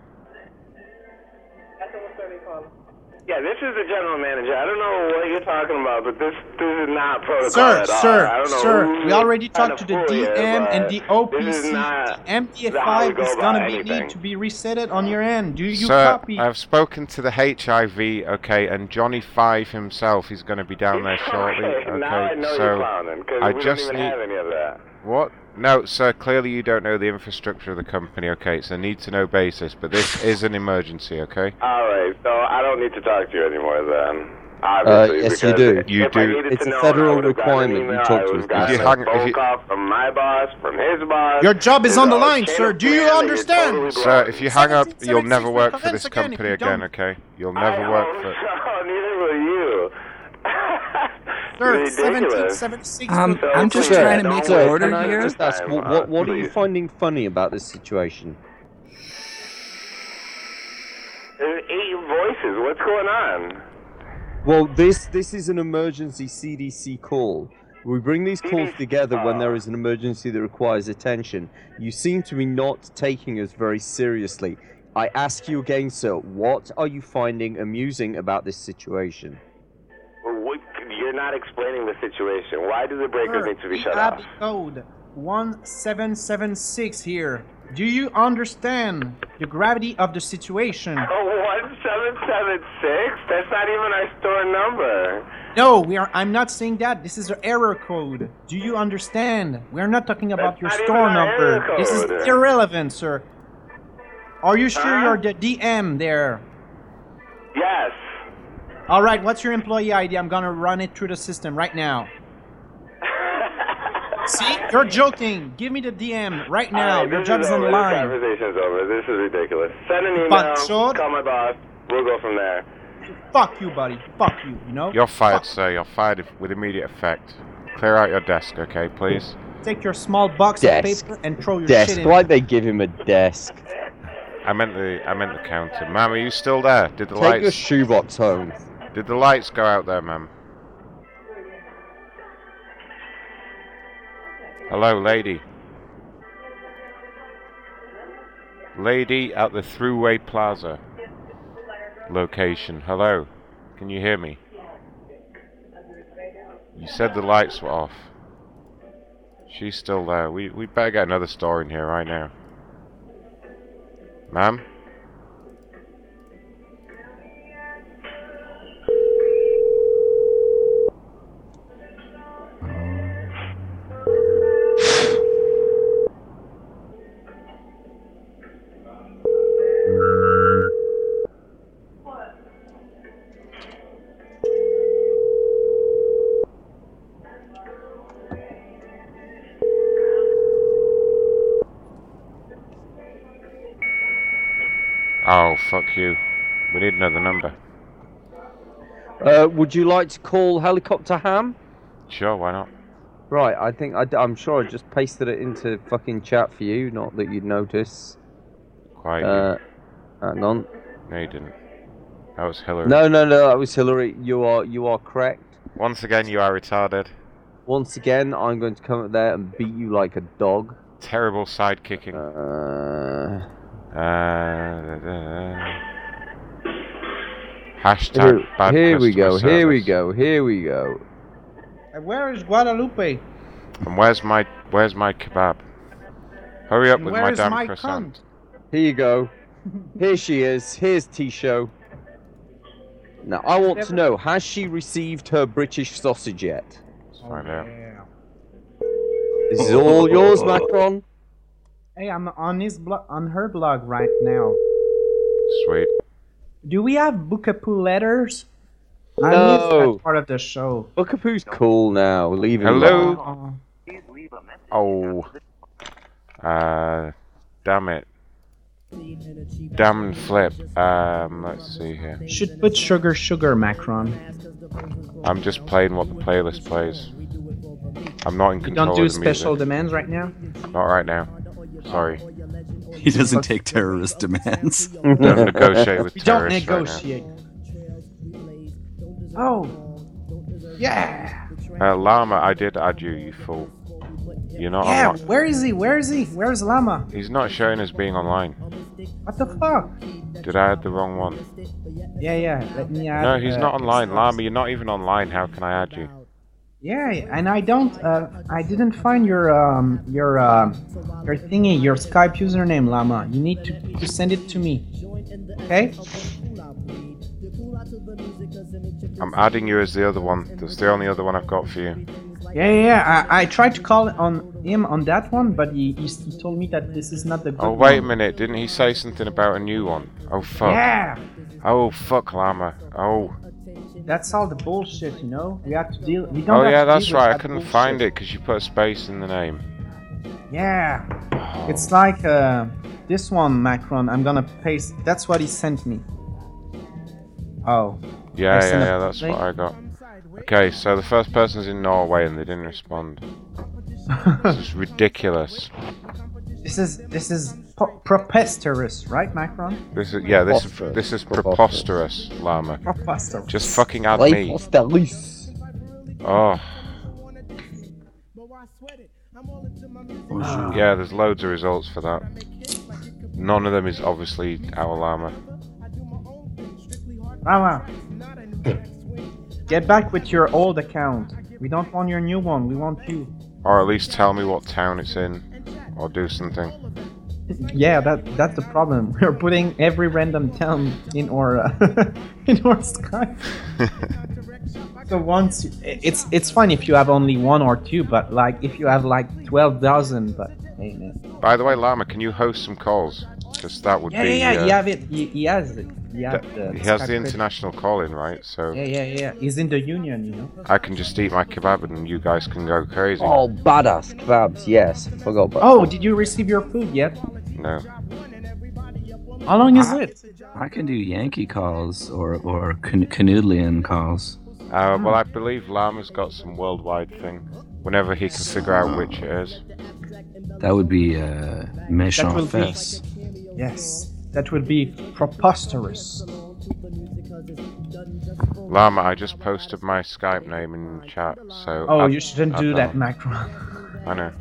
Yeah, this is the general manager. I don't know what you're talking about, but this this is not protocol Sir, at all. sir, uh, I don't know sir, who we already kind talked to of the fool you, DM and but the This is OPC. not how we MDF5 go is about gonna be anything. need to be resetted on your end. Do you Sir, copy? I've spoken to the HIV, okay, and Johnny Five himself is going to be down there shortly. Okay, Okay, now I know so you're clowning because I we just don't even need have any of that. what? No, sir. Clearly, you don't know the infrastructure of the company. Okay, it's a need-to-know basis, but this is an emergency. Okay. All right, so I don't need to talk to you anymore then. Uh, Obviously, yes, you because do. if- You if I do. needed It's to a know, federal I would've gotten an requirement. You email, talk I to us. would've If gotten you a hung- if phone you- call from my boss, from his boss. Your job is There's on the a line, chain sir. of Do you command that uh, you're understand? totally Sir, wrong. if you hang up, you'll never work for offense this again if company you again. don't. Okay, you'll I never hope work for. so, neither will you. Sir, Ridiculous. 1776. Um, So I'm just please, trying to don't make waste an order another here. Just ask, time, what, uh, what, what are you please. finding funny about this situation? There's eight voices. What's going on? Well, this this is an emergency CDC call. We bring these calls together when there is an emergency that requires attention. You seem to be not taking us very seriously. I ask you again, sir, what are you finding amusing about this situation? Well, What, you're not explaining the situation. Why do the breakers Sir, need to be we shut have off? Code 1776 here. Do you understand the gravity of the situation? One seven seven six. That's not even our store number. No, we are. I'm not saying that. This is an error code. Do you understand? We are not talking about your store even our number. error This is code. irrelevant, sir. Are you sure you're the DM there? Yes. All right. What's your employee ID? I'm gonna run it through the system right now. See, you're joking. Give me the DM right now. All right, your this job is is on over. the This line. conversation's over. This is ridiculous. Send an email. Bachor. Call my boss. We'll go from there. Fuck you, buddy. Fuck you. You know. You're fired, sir. You're fired if- with immediate effect. Clear out your desk, okay, please. Take your small box Desk. of paper and throw your shit Desk. in. Why'd they give him a desk? I meant the I meant the counter, ma'am. Are you still there? Did the Take your lights shoebox home. Did the lights go out there, ma'am? Hello, lady. Lady at the Thruway Plaza location. Hello. Can you hear me? You said the lights were off. She's still there. We we better get another store in here right now. Ma'am? Oh, fuck you. We need another number. Uh, would you like to call Helicopter Ham? Sure, why not? Right, I think I, am sure I just pasted it into fucking chat for you. Not that you'd notice. Quite. Uh, hang on. No, you didn't. That was Hillary. No, no, no. That was Hillary. You are, you are correct. Once again, you are retarded. Once again, I'm going to come up there and beat you like a dog. Terrible side kicking. Uh, da, da, da. Hashtag Here- bad here customer we go, here we service. go, here we go. Uh, Where is Guadalupe? And where's my where's my kebab? Hurry up with Where my is damn my croissant. Here you go. Here she is. Here's T-Show. Now I want to know: Has she received her British sausage yet? Find out. This is all yours, Macron. Hey, I'm on his blo- on her blog right now. Sweet. Do we have Bukapu letters? I missed No. that part of the show. Buckapoo's cool now. Leave him. Hello? alone. Oh. Uh, damn it. Damn flip. Um, let's see here. Should put sugar, sugar, Macron. I'm just playing what the playlist plays. I'm not in You control don't do of the special demands right now. music. Not right now. Sorry. He doesn't take terrorist demands. Don't negotiate with We don't terrorists negotiate. right now. Oh, yeah, Uh, Llama, I did add you, you fool. You're Ah. not yeah. online. Where is he? Where is he? Where's Lama? He's not showing as being online. What the fuck? Did I add the wrong one? Yeah, yeah. Let me add. No, he's uh, not online. Llama, you're not even online. How can I add you? Yeah, and I don't. Uh, I didn't find your um your um your thingy, your Skype username, Llama. You need to, to send it to me. Okay. I'm adding you as the other one. That's the only other one I've got for you. Yeah, yeah. yeah. I, I tried to call on him on that one, but he, he, s- he told me that this is not the good Oh, wait a one. minute. Didn't he say something about a new one? Oh, fuck. Yeah. Oh, fuck, Llama. Oh. That's all the bullshit, you know. We have to deal. We don't. Oh, have yeah, to deal that's with right. I that couldn't bullshit. find it because you put a space in the name. Yeah. It's like uh, this one, Macron. I'm gonna paste. That's what he sent me. Oh. Yeah, That's yeah, enough. yeah, that's what I got. Okay, so the first person's in Norway and they didn't respond. this is ridiculous. This is this is po- preposterous, right, Macron? This is yeah, this is this is preposterous, Llama. Preposterous. Just fucking add me. Oh. Yeah, there's loads of results for that. None of them is obviously our llama. Mama, get back with your old account. We don't want your new one. We want you. Or at least tell me what town it's in. Or do something. Yeah, that that's the problem. We're putting every random town in our uh, in our Skype. so once it's it's fine if you have only one or two, but like if you have like twelve thousand, but hey man. By the way, llama, can you host some calls? Because that would Yeah, be. yeah, yeah. uh, You have it. He, he has it. He, have the, He has Skype the credit. international call in, right? So Yeah, yeah, yeah. He's in the union, you know. I can just eat my kebab and you guys can go crazy. Oh, badass kebabs. Yes, I forgot about. Oh, did you receive your food yet? No. How long is it? I can do Yankee calls or or can- Canoodlian calls. Hmm. Uh, well, I believe Llama's got some worldwide thing. Whenever he can figure out which it is. That would be uh, That will méchant be. fesse. Yes, that will be preposterous. Llama, I just posted my Skype name in chat, so. Oh, add- you shouldn't add do that, one. Macron. I know.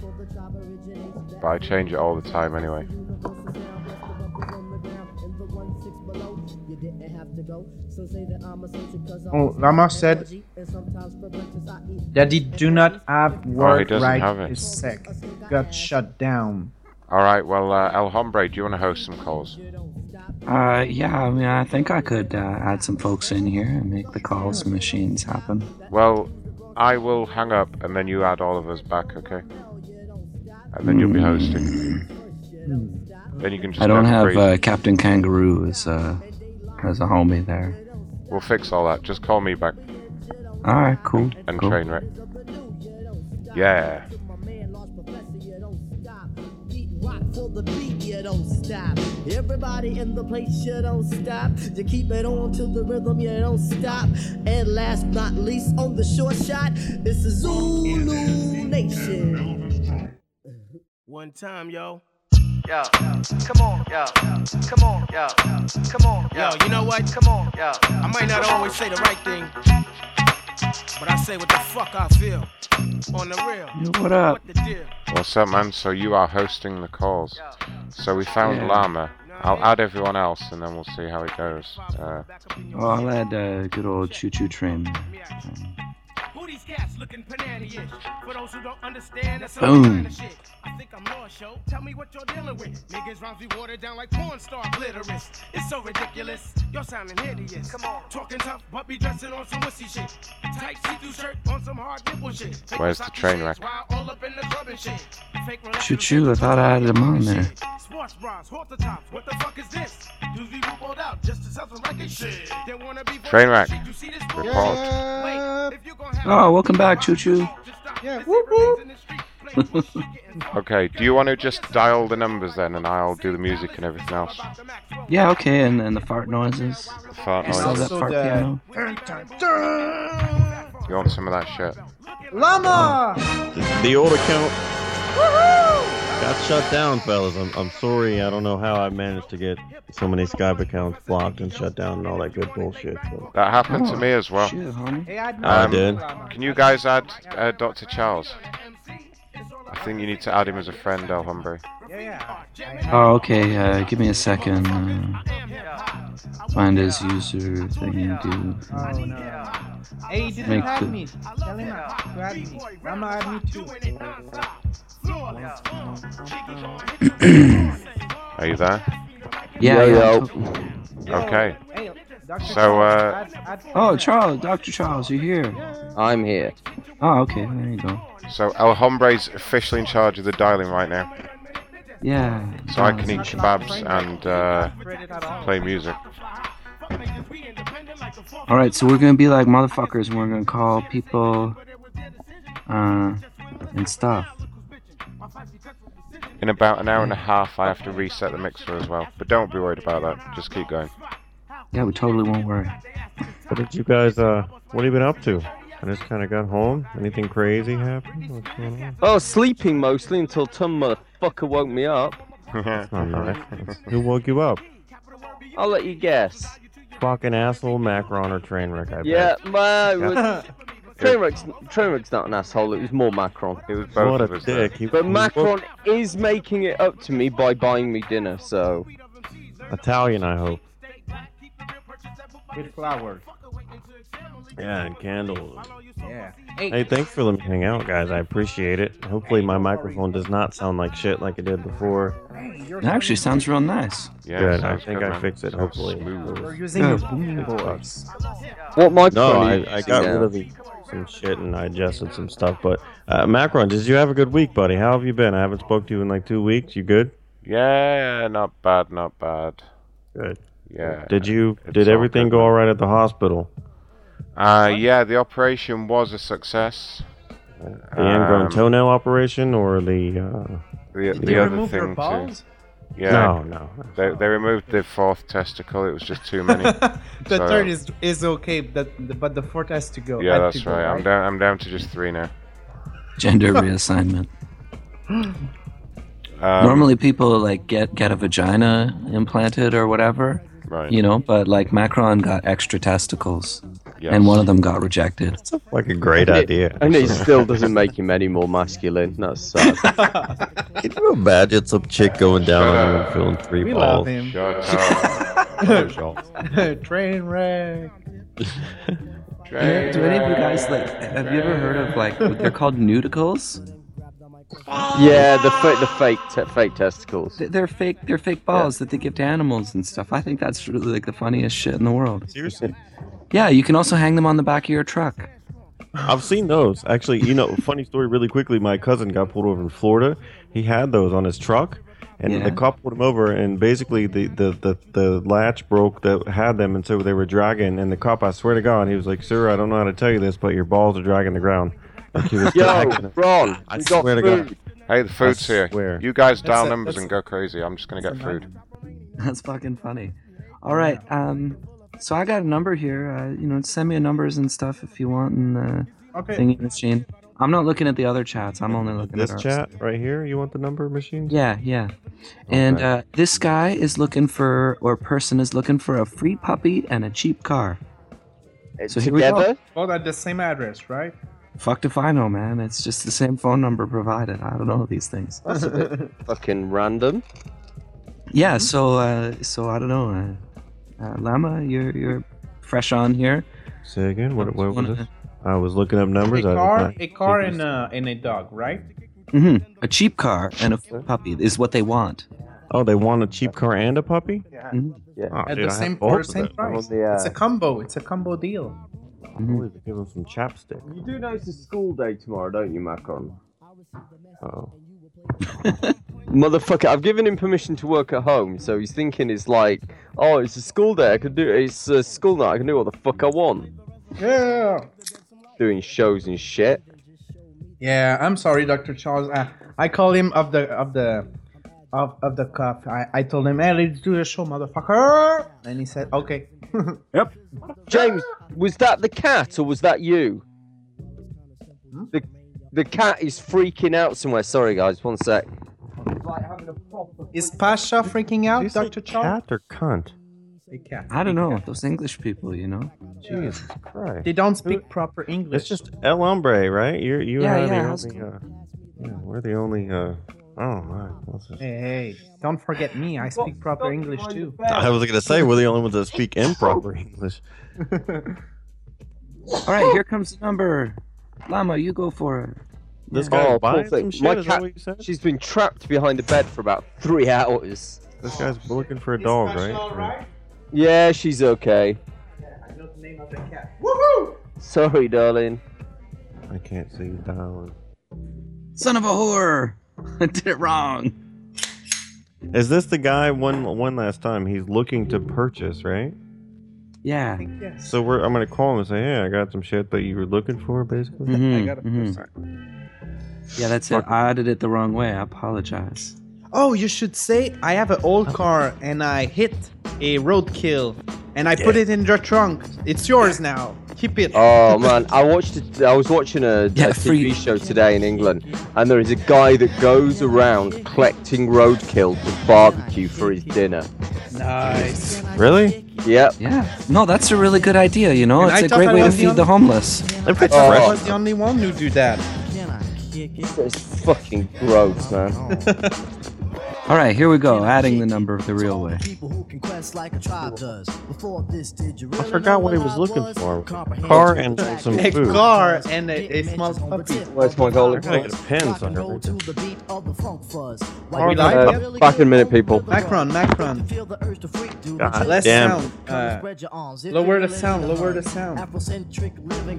But I change it all the time anyway. Oh, Rama said that he do not have Oh, he work doesn't right have it. this sec. Got shut down. Alright, well, uh, El Hombre, do you want to host some calls? Uh, yeah, I mean, I think I could uh, add some folks in here and make the calls machines happen. Well, I will hang up and then you add all of us back, okay? And then you'll be hosting. Then you can just. Mm. I don't go for have free. uh, Captain Kangaroo as uh, as a homie there. We'll fix all that. Just call me back All right, cool. and cool. train wreck. Yeah. Rock for the beat, you don't stop. Everybody in the place, you don't stop. You keep it on to the rhythm, you don't stop. And last but not least, on the short shot, it's the Zulu Nation. One time, yo. Yo, come on, yo, come on, yo, come on, yo. Yo, you know what? Come on, yo. I might not always say the right thing, but I say what the fuck I feel. On the real. Yo, what up? the deal? What's up, man? So you are hosting the calls. So we found Yeah. Llama I'll add everyone else and then we'll see how it goes. Uh, Oh, I'll add uh, good old Choo Choo Train. Who these cats looking panani-ish? For those who don't understand, that's Boom. some kind of shit. I think I'm more show. Tell me what you're dealing with. Niggas rhymes be watered down like porn star glitterous. It's so ridiculous. You're sounding hideous. Come on. Talking tough, but be dressing on some wussy shit. Tight see-through shirt on some hard nipple shit. Fake Where's the Versace train shades wreck? while all up in the club and shit. Fake Choo Choo, I thought I added him on there. Sports bras, halter tops. What the fuck is this? Dudes be rolled out just to sell some record shit. They wanna be Train wreck. You see this bull- Report. Oh, welcome back, Choo Choo. Yeah, Okay, do you want to just dial the numbers then and I'll do the music and everything else? Yeah, okay, and then the fart noises. Fart I still have noises. that fart piano. You want some of that shit? Llama! The old account got shut down, fellas. I'm, I'm sorry. I don't know how I managed to get so many Skype accounts blocked and shut down and all that good bullshit. but- That happened to me as Oh, well. I did. Can you guys add uh, Dr. Charles? I think you need to add him as a friend, El Hombre. Oh, okay, uh, give me a second. Uh, find his user thing and do. Oh no. Hey, he didn't Make add the- me. Tell him to add me. Llama add me too. Are you there? Yeah, yeah. Okay. So, uh, Oh, Charles, Dr. Charles, you here? I'm here. Oh, okay, there you go. So El Hombre's officially in charge of the dialing right now. Yeah. So I Charles. can eat kebabs and uh, play music. All right, so we're gonna be like motherfuckers, and we're gonna call people, uh, and stuff. In about an hour and a half, I have to reset the mixer as well. But don't be worried about that. Just keep going. Yeah, we totally won't worry. What did you guys? Uh, what have you been up to? I just kind of got home. Anything crazy happened? What's going on? Oh, sleeping mostly until Tom motherfucker woke me up. That's not nice. Who woke you up? I'll let you guess. Fucking asshole Macron or train wreck? I bet. yeah, my. Yeah. Trainwreck's, Trainwreck's not an asshole, it was more Macron. It was both What of a us, though. dick, he- but he- Macron is making it up to me by buying me dinner, so. Italian, I hope. With flowers. Yeah, and candles. Yeah. Hey, thanks for letting me hang out, guys. I appreciate it. Hopefully, my microphone does not sound like shit like it did before. It actually sounds real nice. Yeah, I think I fixed it. Hopefully, We're using the boom voice. No, What microphone are you I, I using got now? rid of the- some shit and I adjusted some stuff. But uh, Macron, did you have a good week, buddy? How have you been? I haven't spoke to you in like two weeks. You good? Yeah, not bad, not bad. Good. Yeah. Did you? Uh, it's Did all everything go all right at the hospital? Uh, yeah, the operation was a success. The ingrown Um, toenail operation or the? Uh, The, the the other thing too. Yeah. No, no. They, they removed the fourth testicle. It was just too many. the The third is is okay, but the, but the fourth has to go. Yeah, Had that's to go, right. I'm down. I'm down to just three now. Gender reassignment. Um, Normally, people like get get a vagina implanted or whatever. Right. You know, but like Macron got extra testicles, Yes. and one of them got rejected. It's like a great And it- And it still doesn't make him any more masculine. That's sad. Can you imagine some chick going down on him and feeling three We love balls? him. Train wreck. Do any of you guys like? Have you ever heard of like? They're called nudicles. yeah, the fake, the fake, te- fake testicles. Th- They're fake. They're fake balls that they give to animals and stuff. I think that's really like the funniest shit in the world. Seriously. Yeah, you can also hang them on the back of your truck. I've seen those. Actually, you know, funny story really quickly. My cousin got pulled over in Florida. He had those on his truck. And Yeah. the cop pulled him over, and basically the, the, the, the latch broke that had them, and so they were dragging. And the cop, I swear to God, he was like, "Sir, I don't know how to tell you this, but your balls are dragging the ground." Like he was dragging them. Ron, I swear to God. Hey, the food's I here. swear. You guys That's dial it, numbers that's and go crazy. I'm just gonna get food. That's fucking funny. All right. Um, so I got a number here. Uh, you know, send me numbers and stuff if you want in the Okay. thingy machine. I'm not looking at the other chats. I'm only looking This at our chat right here. You want the number machines? Yeah, yeah. And uh, this guy is looking for, or person is looking for a free puppy and a cheap car. So here we go. Together? Both at the same address, right? Fucked if I know, man. It's just the same phone number provided. I don't know these things. That's a bit fucking random. yeah, so uh, so I don't know, uh, uh, Lama, you're you're fresh on here. Say again. What, what was this? I was looking up numbers. A car, a car, and a and a dog, right? hmm A cheap car and a full puppy is what they want. Oh, they want a cheap car and a puppy. Yeah. Mhm. Oh, At dude, I the have same both for the of same them. price. uh, It's a combo. It's a combo deal. Mm-hmm. I'm always giving some chapstick. You do know it's a school day tomorrow, don't you, Macron? Oh. Motherfucker, I've given him permission to work at home, so he's thinking it's like, oh, it's a school day, I can do It's a school night, I can do what the fuck I want. Yeah. Doing shows and shit. Yeah, I'm sorry, Doctor Charles. I, I call him of the of the of of the cup. I, I told him, hey, let's do the show, motherfucker. And he said, okay. yep. James, was that the cat or was that you? Hmm? The, the cat is freaking out somewhere. Sorry, guys, one sec. Is Pasha freaking out, Doctor Charles? Cat or cunt? They can't. I don't know those English people, you know. Jesus Christ. They don't speak proper English. It's just El Hombre, right? You're you Yeah, are yeah, I was the only. Uh, yeah, we're the only. Uh, oh my. What's this? Hey, hey, don't forget me. I speak proper English too. I was gonna say we're the only ones that speak improper English. All right, here comes the number. Lama, you go for it. This Oh, poor thing. My cat, she's been trapped behind the bed for about three hours. This guy's looking for a dog, right? Yeah, she's okay. I know the name of the cat. Woohoo! Sorry, darling. I can't see the dial. Son of a whore! I did it wrong. Is this the guy one one last time? He's looking to purchase, right? Yeah. So we're I'm gonna call him and say, Hey, I got some shit that you were looking for basically. Mhm, mhm. Yeah, that's it. I did it the wrong way. I apologize. Oh, you should say I have an old car and I hit a roadkill and I put it in your trunk. It's yours now. Keep it. Oh man, I watched. A, I was watching a, a TV show today in England, and there is a guy that goes around collecting roadkill to barbecue for his dinner. Nice. Really? Yep. Yeah. No, that's a really good idea. You know, And I it's a thought great I way to was the feed only- the homeless. I thought I Oh, was the only one who do that. It's fucking gross, man. All right, here we go. Adding the number of the real way. Quest like a tribe does. Before this, did you I really forgot what he was looking for. Car and some a food. car and a, a small puppy. Where's my I golden gotta get a pen somewhere. Are we Uh, live? yet? back in a minute, people. Macron, Macron. God Less damn. sound. Uh, lower the sound. Lower the sound.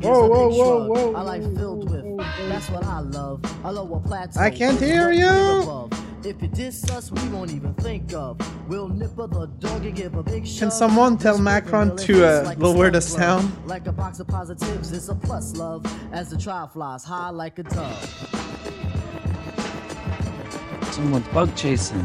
Whoa, whoa, whoa, whoa. I like filled with. That's what I love. I love what plateau. I can't is, hear nothing you. above. If you diss us, we won't even think of. We'll nip up the dog and give a big shove. Can someone tell Macron to uh, lower the sound? Like a box of positives, it's a plus love. As the trial flies high like a dove. Someone's bug chasing.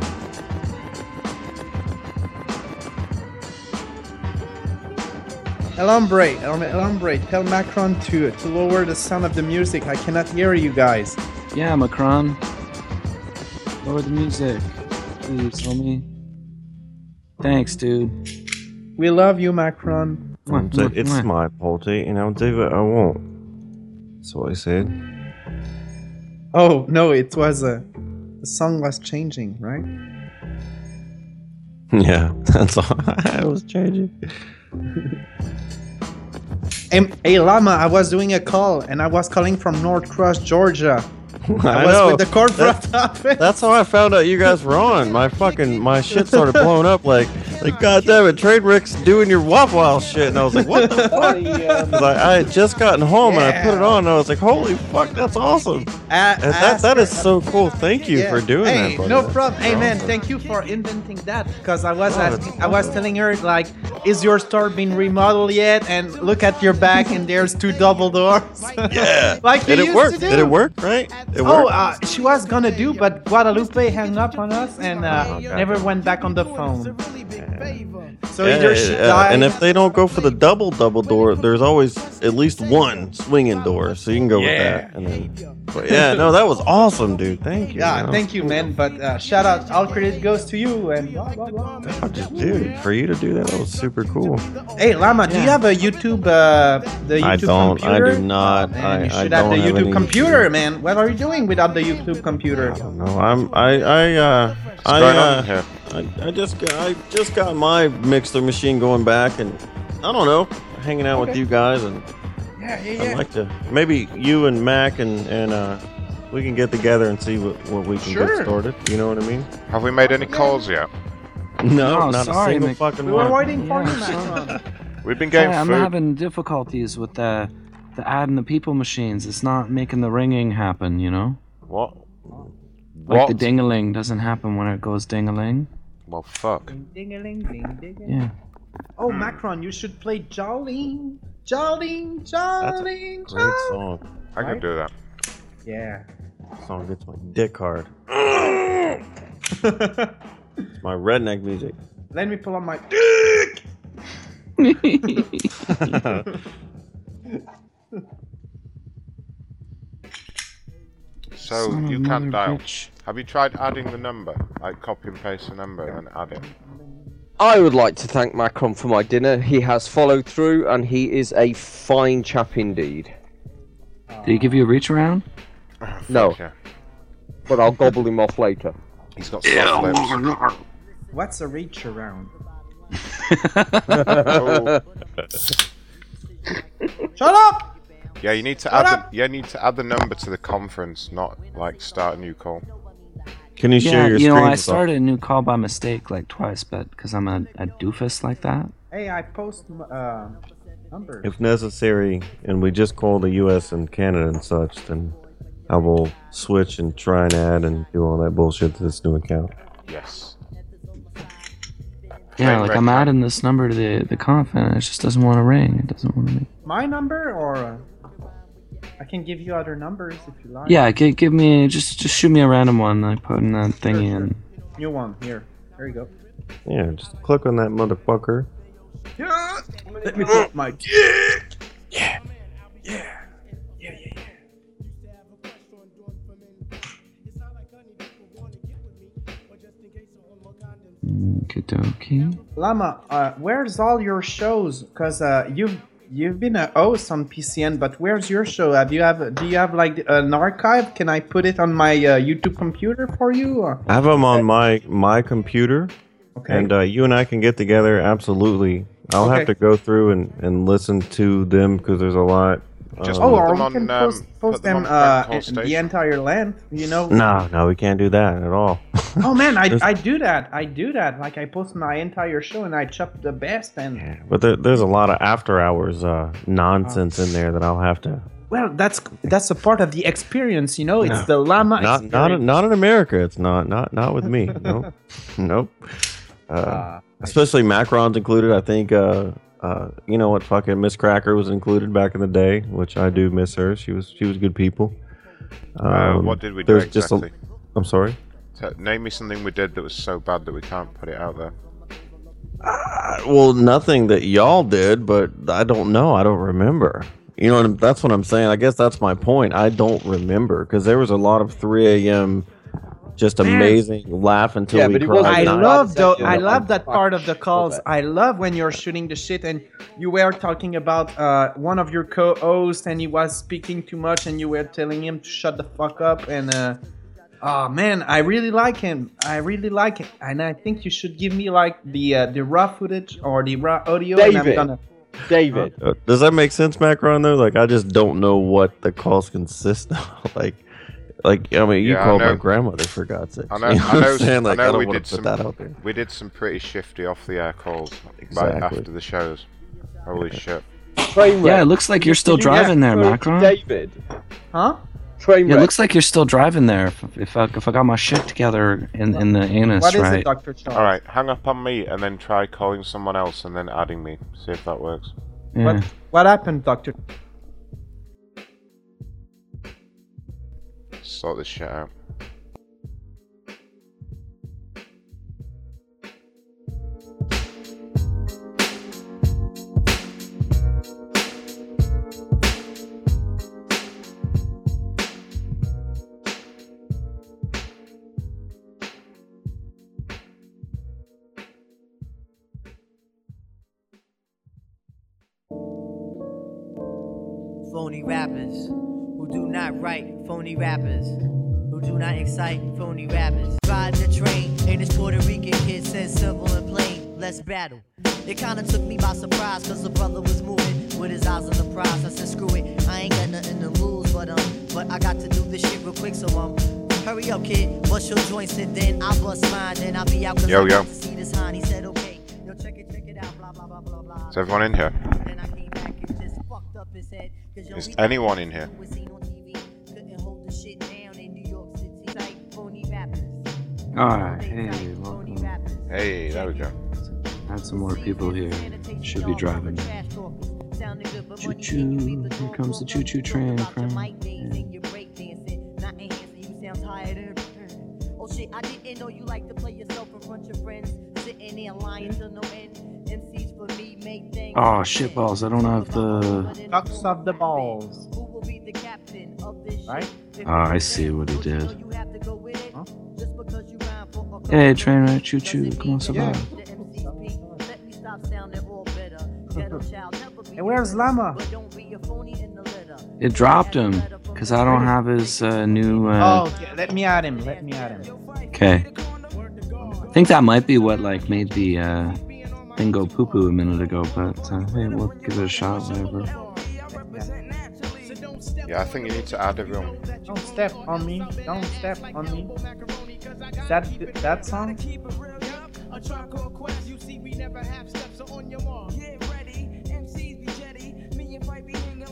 El hombre, El El hombre, tell Macron to to lower the sound of the music. I cannot hear you guys. Yeah, Macron. Lower the music. Please, homie. Thanks, dude. We love you, Macron. And said, it's my eh? party and I'll do what I want. That's what he said. Oh no, it was a. The song was changing, right? Yeah, that's all. I was changing. Em- Hey, Lama, I was doing a call and I was calling from North Cross, Georgia. I was know. with the corporate office. That's how I found out you guys were on. My fucking my shit started blowing up. Like, like God damn it, Trade Rick's doing your Waffle House shit, and I was like, what the Oh, fuck? It's like, I had just gotten home and I put it on, and I was like, holy fuck, that's awesome. And that that is so cool. Thank you Yeah. for doing hey, that. buddy. No That's Oh, problem. Hey man, awesome. thank you for inventing that because I was asking, I was telling her like, is your store being remodeled yet? And look at your back, and there's two double doors. Yeah. like you Did it used work? to do. Did it work? Right? It oh, worked. uh, she was gonna do, but Guadalupe hung up on us and uh, Okay. never went back on the phone. Oh, So Yeah, either she yeah, died. and if they don't go for the double double door, there's always at least one swinging door, so you can go with that. And then, but yeah, no, that was awesome, dude. Thank you. yeah, man. thank you, man. But uh, shout out, all credit goes to you. And blah, blah, blah. dude. For you to do that, that was super cool. hey, Lama, do you have a YouTube? Uh, the YouTube I don't. computer? Oh, I do not. Man, I, you I should don't have the have YouTube any- computer, man. What are you doing without the YouTube computer? No, I'm. I. I. Uh, I. going on uh, here? I, I just got I just got my mixer machine going back, and I don't know, hanging out with Okay. you guys, and Yeah, yeah, I'd like to maybe you and Mac and and uh, we can get together and see what, what we can Sure. get started. You know what I mean? Have we made any calls yet? No, Oh, not sorry, a single Mc- fucking We one. were waiting for you, We've been getting Sorry, I'm food. having difficulties with the the ad and the people machines. It's not making the ringing happen. You know, What? like the What? ding-a-ling doesn't happen when it goes ding-a-ling. Well, fuck. Ding-a-ling, ding, ding Yeah. Oh, Macron, you should play Jolene, Jolene, That's a Jolene, great Jolene. song. I can Right? do that. Yeah. Song gets my dick hard. it's my redneck music. Let me pull on my. So Son of you a can mother dial. Have you tried adding the number? Like copy and paste the number and add it. I would like to thank Macron for my dinner. He has followed through, and he is a fine chap indeed. Did he give you a reach around? Ah, No, but I'll gobble him off later. He's got soft lips. What's a reach around? Shut up! Yeah, you need to Shut add. The, yeah, you need to add the number to the conference, not like start a new call. Can you yeah, share your you know, screen I with us? started a new call by mistake like twice, but because I'm a, a doofus like that. Hey, I post m- uh, numbers. If necessary, and we just call the U.S. and Canada and such, then I will switch and try and add and do all that bullshit to this new account. Yes. Yeah, Right, like right, I'm right. adding this number to the the conf, and it just doesn't want to ring. It doesn't want to. Ring. My number, or uh, I can give you other numbers if you like. Yeah, give, give me just just shoot me a random one. I put in that thingy in. New one here. There you go. Yeah, just click on that motherfucker. Yeah. Let me Oh put my dick. Yeah. Yeah. Yeah. Yeah. Kidoki. Lama, uh, where's all your shows? Cause uh, you've you've been a host on PCN, but where's your show? Have you have do you have like an archive? Can I put it on my uh, YouTube computer for you? Or? I have them on my my computer, Okay. and uh, you and I can get together. Absolutely, I'll have Okay. to go through and, and listen to them because there's a lot. Just um, oh, put or them we on, can um, post, post put them them, on uh, Frank in Hall the Station. entire length. You Oh, know. no, no, we can't do that at all. Oh man, I, There's- I do that. I do that. Like I post my entire show and I chop the best and But there, there's a lot of after hours uh, nonsense in there that I'll have to. well, that's that's a part of the experience, you know. It's the llama. Not not experience. not in America. It's not not not with me. Nope, nope. Uh, especially macarons included. I think uh, uh, you know what? Fucking Miss Cracker was included back in the day, which I do miss her. She was she was good people. Uh, Um, what did we do there's just a- exactly? I'm sorry. So, name me something we did that was so bad that we can't put it out there. I- well, nothing that y'all did, but I don't know. I don't remember. You know, what I'm- that's what I'm saying. I guess that's my point. I don't remember because there was a lot of 3 a.m. just amazing laugh until Yeah, we but it cried. wasn't I Not night. love though. exactly I what love I'm that part of the talking calls. about. I love when you're shooting the shit and you were talking about uh, one of your co-hosts and he was speaking too much and you were telling him to shut the fuck up and uh, oh man, I really like him. I really like him, and I think you should give me like the uh, the raw footage or the raw audio. and I'm David. gonna David, Uh, Does that make sense, Macron? Though, like, I just don't know what the calls consist of. like, like I mean, you Yeah, I called my know. grandmother for God's sake. I know, You know I what know, I'm saying? Like, I know don't we wanna did put some. that out there. We did some pretty shifty off the air calls right Exactly. after the shows. Holy shit! train Yeah, it wreck. looks like you're still Did you driving there, refer to Macron. David, huh? train Yeah, it wreck. looks like you're still driving there. If, if, I, if I got my shit together in, in the anus, What is right? it, Doctor Charles? All right, hang up on me and then try calling someone else and then adding me. See if that works. What what happened, Doctor? Sort this shit out. phony rappers who do not write phony rappers who you do not excite phony rappers. Ride the train, and this Puerto Rican kid says simple and plain, let's battle. It kinda took me by surprise, cause the brother was moving with his eyes on the prize. I said, screw it, I ain't got nothing to lose, but um, but I got to do this shit real quick, so um, hurry up, kid, bust your joints and then I bust mine, then I'll be out cause Yo, I yo. got to see this hon. He said, okay. Is everyone in here? Is anyone in here? Alright, hey, welcome. Hey, there we go. Had some more people here. Should be driving. Choo choo. Here comes the choo choo train. Frank. Oh shit, I didn't know you like to play yourself in front of your friends. Sitting there lying till no end. MCs for me make things. Oh, shit balls. I don't have the. Ducks of the balls. Right? Oh, I see what he did. Hey, train right. Choo choo. Come on, survive. And where's Llama? It dropped him because I don't have his uh, new. Uh, oh, yeah, let me add him. Let me add him. Okay. I think that might be what like made the uh, thing go poo poo a minute ago, but uh, hey, we'll give it a shot. Whatever. Yeah, I think you need to add everyone. Don't step on me. Don't step on me. Is that that song?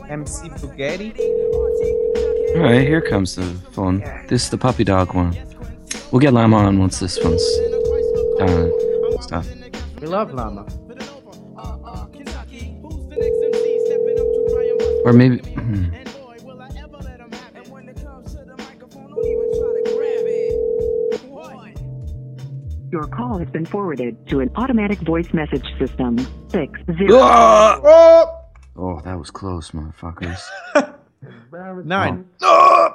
MC Bugatti? All right, here comes the phone. This is the puppy dog one. We'll get Lima on once this one's done. and Stuff. We love Llama. Or maybe. hmm. Your call has been forwarded to an automatic voice message system. Six zero. Ah! Oh, that was close, motherfuckers. Oh. Nine. I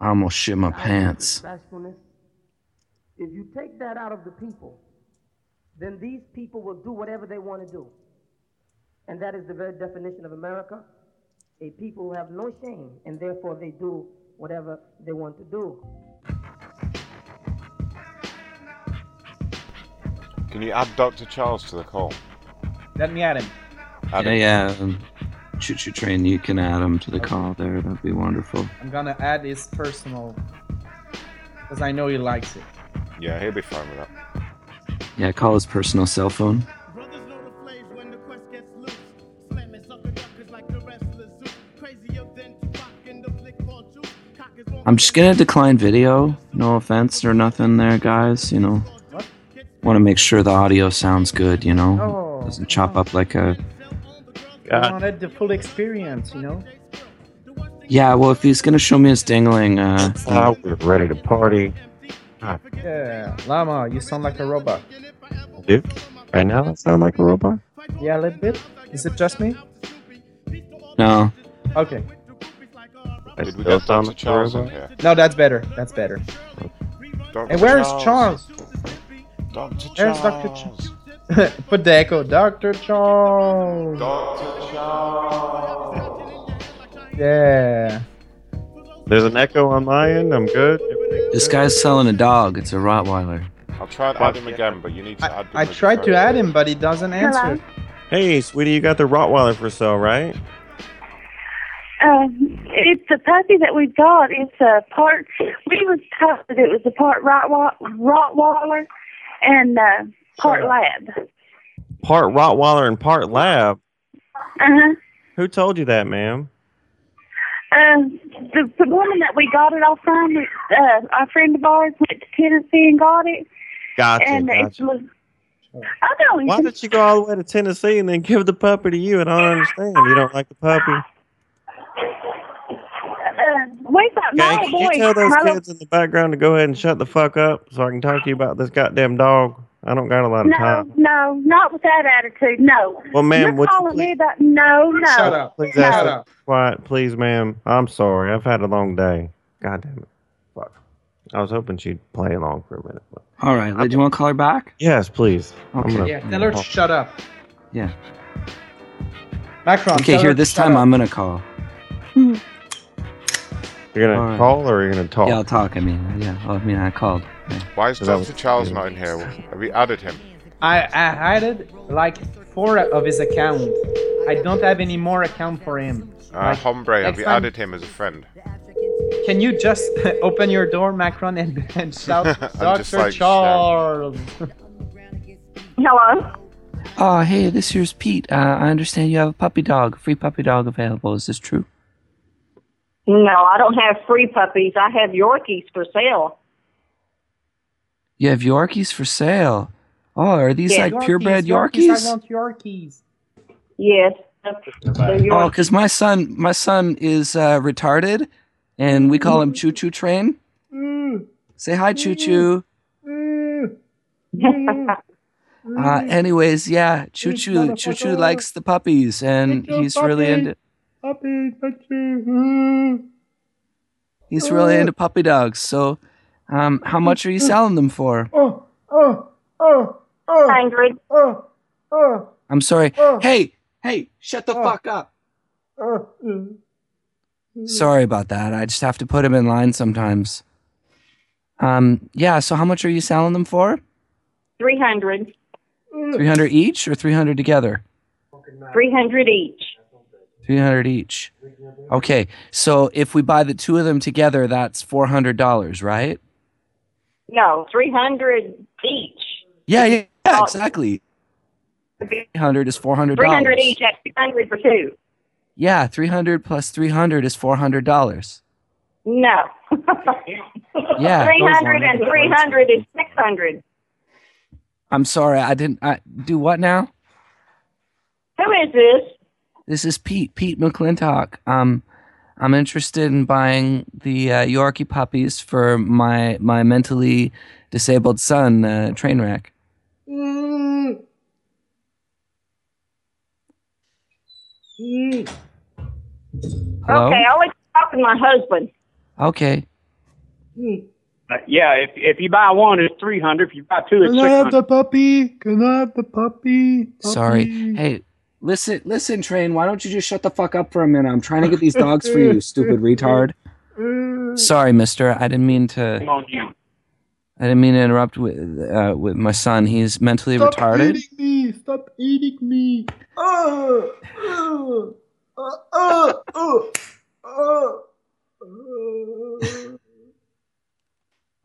almost shit my pants. Bashfulness. If you take that out of the people, then these people will do whatever they want to do. And that is the very definition of America a people who have no shame, and therefore they do whatever they want to do. Can you add Dr. Charles to the call? Let me add him. Yeah, yeah. um, Choo choo train, you can add him to the call there. That'd be wonderful. I'm gonna add his personal. Because I know he likes it. Yeah, he'll be fine with that. Yeah, call his personal cell phone. I'm just gonna decline video. No offense or nothing there, guys. You know, want to make sure the audio sounds good. You know, Oh. doesn't chop up like a. I wanted the full experience, you know? Yeah, well, if he's gonna show me his dingling, uh, Ah, we're ready to party. Yeah. Llama, you sound like a robot. Dude, right now that sound like a robot? Yeah, a little bit. Is it just me? No. Okay. I still sound like a robot? No, that's better. That's better. Dr. And where's Charles? Dr. Where's Dr. Charles? Put the echo. Dr. Charles. Dr. Charles. Yeah. There's an echo on my end. I'm good. This guy's selling a dog. It's a Rottweiler. I'll try and add him again, but you need to add. I him tried as to well. add him, but he doesn't answer. Hey, sweetie, you got the Rottweiler for sale, right? Um, it's a puppy that we got. It's a part. We was told that it was a part Rottwe- Rottweiler and uh, part Lab. Uh Part Rottweiler and part Lab. huh. Who told you that, ma'am? Um, the, the woman that we got it off from, uh, our friend of ours went to Tennessee and got it. Gotcha. and gotcha. it was. I don't Why even. did you go all the way to Tennessee and then give the puppy to you? I don't understand. You don't like the puppy. Uh, we got Okay, my can boy. you tell those my little- kids in the background to go ahead and shut the fuck up so I can talk to you about this goddamn dog? I don't got a lot of no, time. no, not with that attitude. No. Well, ma'am, You're would you calling me about no, no. Please no. ask them to be quiet, please, ma'am. I'm sorry. I've had a long day. God damn it. Fuck. I was hoping she'd play along for a minute. But... All right, do you want to call her back? Yes, please. I'm gonna- Yeah, tell her to shut up. Yeah. Macron. Okay, tell her here to this shut time up. I'm gonna call. You're gonna Alright. call or you're gonna talk? Yeah, I'll talk. I mean, yeah. I mean, I called. Why is So that Dr. Charles not in here? Have you added him? I, I added like four of his account. I don't have any more account for him. Uh, Like, hombre, have next you time- added him as a friend? Can you just open your door, Macron, and, and shout, I'm just Dr. like, Charles? Hello? Oh, hey, this here's Pete. Uh, I understand you have a puppy dog. Free puppy dog available. Is this true? No, I don't have free puppies. I have Yorkies for sale. You have Yorkies for sale. Oh, are these Yeah. like purebred Yorkies? I want Yorkies. Yes. They're Oh, Yorkies. because my son, my son is uh, retarded, and we call him Choo Choo Train. Say hi, Choo Choo. Uh, Mm. anyways, yeah, Choo This Choo, Choo Choo motherfucker. likes the puppies, and Little he's really puppy. into Puppy, puppy. he's really into puppy dogs. So, um, how much are you selling them for? Oh, oh, oh, oh. Angry. Oh, oh, I'm sorry. oh. Hey, hey, shut the fuck up. Oh, mm. Sorry about that. I just have to put him in line sometimes. Um, yeah. So, how much are you selling them for? 300. Three hundred each, or three hundred together? 300 each. 300 each. Okay. So if we buy the two of them together, that's $400, right? No, 300 each. Yeah, yeah, yeah Oh. exactly. 300 is $400. 300 each at 200 for two. Yeah, 300 plus 300 is $400. No. Yeah, those 300 are and the 300 is 600. I'm sorry, I didn't I do what now? Who is this? This is Pete, Pete McClintock. Um I'm interested in buying the uh, Yorkie puppies for my my mentally disabled son, uh, Trainwreck. Mm. Mm. Hello? Okay, I was talking to my husband. Okay. Uh, yeah, if if you buy one, it's three hundred. If you buy two, it's Can I six have hundred. the puppy? Can I have the puppy? Sorry. Hey, listen, listen, train. Why don't you just shut the fuck up for a minute? I'm trying to get these dogs for you, stupid retard. Sorry, Mister. I didn't mean Shame to. on you. I didn't mean to interrupt with uh, with my son. He's mentally Stop retarded. eating me! Stop eating me! Oh, oh, oh, oh, oh, oh.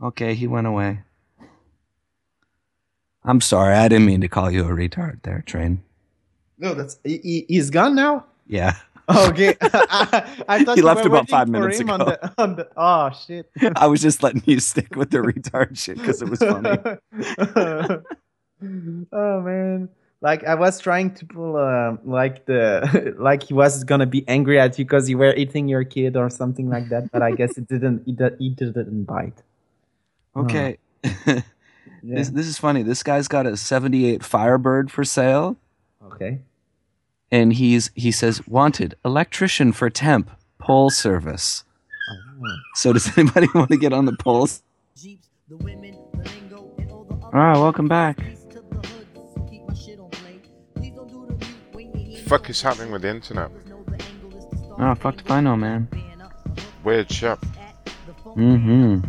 Okay, he went away. I'm sorry. I didn't mean to call you a retard, there, train. No, that's he, he- he's gone now. Yeah. Oh, Okay, I, I thought He you left were about waiting five for minutes him on ago. the- on the- oh shit! I was just letting you stick with the retard shit because it was funny. Uh-huh. uh. oh man like i was trying to pull um like the like he was gonna be angry at you because you were eating your kid or something like that but i guess it didn't it, di- it didn't bite Okay. This, this is funny. This guy's got a 78 Firebird for sale. okay and he's he says wanted electrician for temp pole service. Oh. So does anybody want to get on the poles? All right, welcome back. Fuck is happening with the internet? Oh fuck if I know, man. Weird shit. Mm-hmm.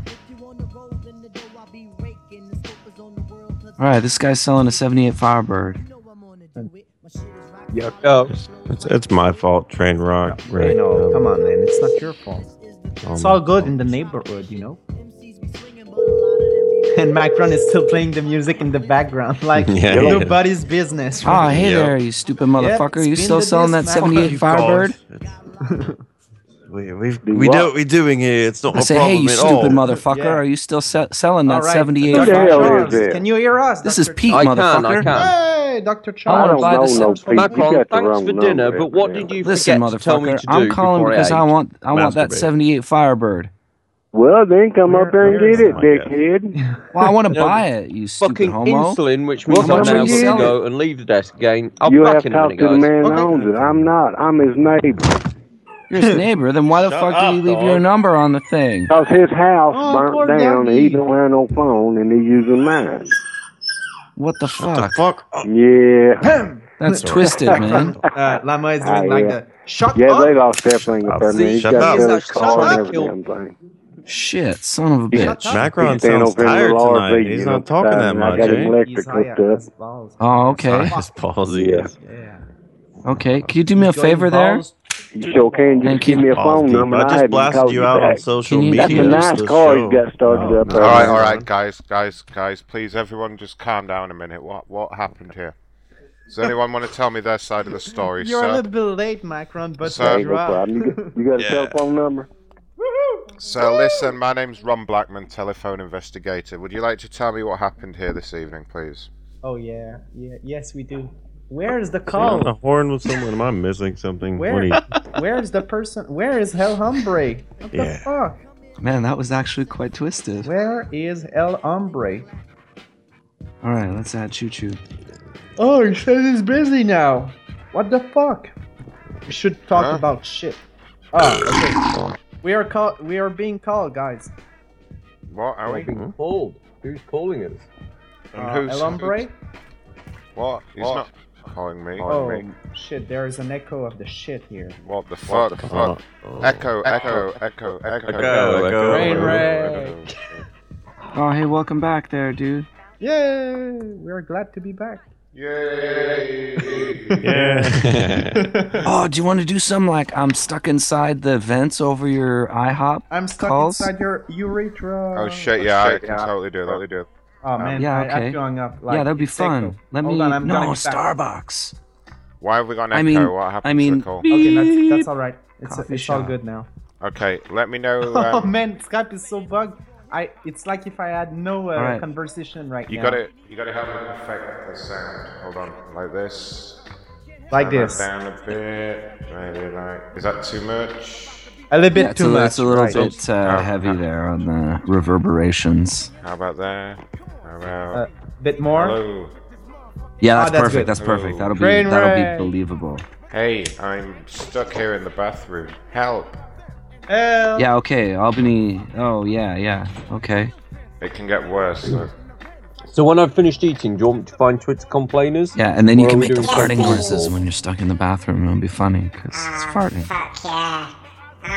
All right, this guy's selling a 78 Firebird. Yuck It's, it's my fault, train rock. you know come on man it's not your fault it's all good in the neighborhood you know and macron is still playing the music in the background like Yeah, he is. nobody's business Oh, right? hey there, you stupid motherfucker. it's you been still the selling that disc, man. 78 You Firebird? We, we've, we do what we're doing here. It's not I a say, hey, problem you at stupid all. motherfucker. Are you still se- selling that All right, 78 Dr. Firebird? Charles, can you hear us This is Dr. Pete, Charles? motherfucker. hey dr I charles don't buy the know, Pete. Macron, You got the thanks wrong for number dinner, but what evidently. did you Listen, forget to tell me motherfucker, to do I'm calling before because I ate? want I want that Masturbate. 78 Firebird. Well, then come up there and get it, dickhead. Well, I want to No, buy it, you stupid Fucking homo. insulin, which means Well, I'm how now much is going it? to go and leave the desk again. I'll you be have back in a talked minute, to the guys. man that owns it. I'm not. I'm his neighbor. You're his neighbor, then why the fuck do you leave your number on the thing? Because his house Oh, poor burnt down and he doggy. don't have no phone and he's using mine. What the fuck? Yeah. That's twisted, man. Uh, Lama is doing Ah, like yeah. the shut yeah, up. they lost everything with that See, man. He's shut got up. to get his Shut car up, and every you- damn thing. Shit, son of a bitch. Macron He's standing sounds over in the tired tonight. lobby, He's you not know, talking that and I much, got eh? him electric He's hooked high up. as balls. Oh, okay. High as yeah. Okay, can you do me a He's got favor his there? balls. You sure can. Just Thank give you. me a Balls phone deep. number. I and just hadn't blasted called you out on back. social That's media. a nice This car show. he's got started Oh, up. no. there. All right, all right, guys, guys, guys. Please, everyone, just calm down a minute. What what happened here? Does anyone want to tell me their side of the story, You're a sir? little bit late, Macron, but Sir? you're up. You got a Yeah. cell phone number? So listen, my name's Ron Blackman, telephone investigator. Would you like to tell me what happened here this evening, please? Oh yeah, yeah, yes we do. Where is the I'm on call? the horn with someone. Am I missing something? What Where? do you- where is the person? Where is El Hombre? What Yeah. the fuck? Man, that was actually quite twisted. Where is El Hombre? All right, let's add Choo Choo. Oh, he says he's busy now. What the fuck? We should talk about shit. Oh, okay. We are call- We are being called, guys. What are we? Hmm? Being called. Who's calling us? And Uh, who's El Hombre? What? He's What? not calling me. Oh Calling me. shit! There is an echo of the shit here. What the fuck? fuck? Echo, echo, echo, echo, Echo, echo. Trainwreck. Oh, hey, welcome back there, dude. Yay! We are glad to be back. Yay! Yeah. oh, do you want to do some like I'm stuck inside the vents over your IHOP? I'm stuck calls? inside your urethra. Oh shit! Yeah, I can totally do that. Totally do. Oh man, yeah, I, okay. I've hung up. Like, yeah, that'd be it's echo. fun. Let Hold me. on, I'm no, gonna be back. Starbucks. Why have we got an echo? I mean, what happened I mean, to the call? Okay, that's, that's all right. It's, Coffee it's all shop. good now. Okay, let me know. oh Um, man, Skype is so bugged. I it's like if I had no uh, All right. conversation right you now. got to You got to help me affect the sound. Hold on, like this. Like Turn that this. Down a bit. Maybe like. Is that too much? A little bit Yeah, it's too a, li- much. It's a little right. Oh, bit uh, heavy there on the reverberations. How about there? How about? Uh, bit more. Hello. Yeah, Ah, that's, that's perfect. good. That's perfect. That'll be Train that'll wreck. be believable. Hey, I'm stuck here in the bathroom. Help! Hell. Yeah. Okay. Albany. Oh yeah. Yeah. Okay. It can get worse. Though. So when I've finished eating, do you want me to find Twitter complainers? Yeah, and then you Or are can we make the doing farting something noises normal? when you're stuck in the bathroom. It'll be funny because it's farting. Ah, Fuck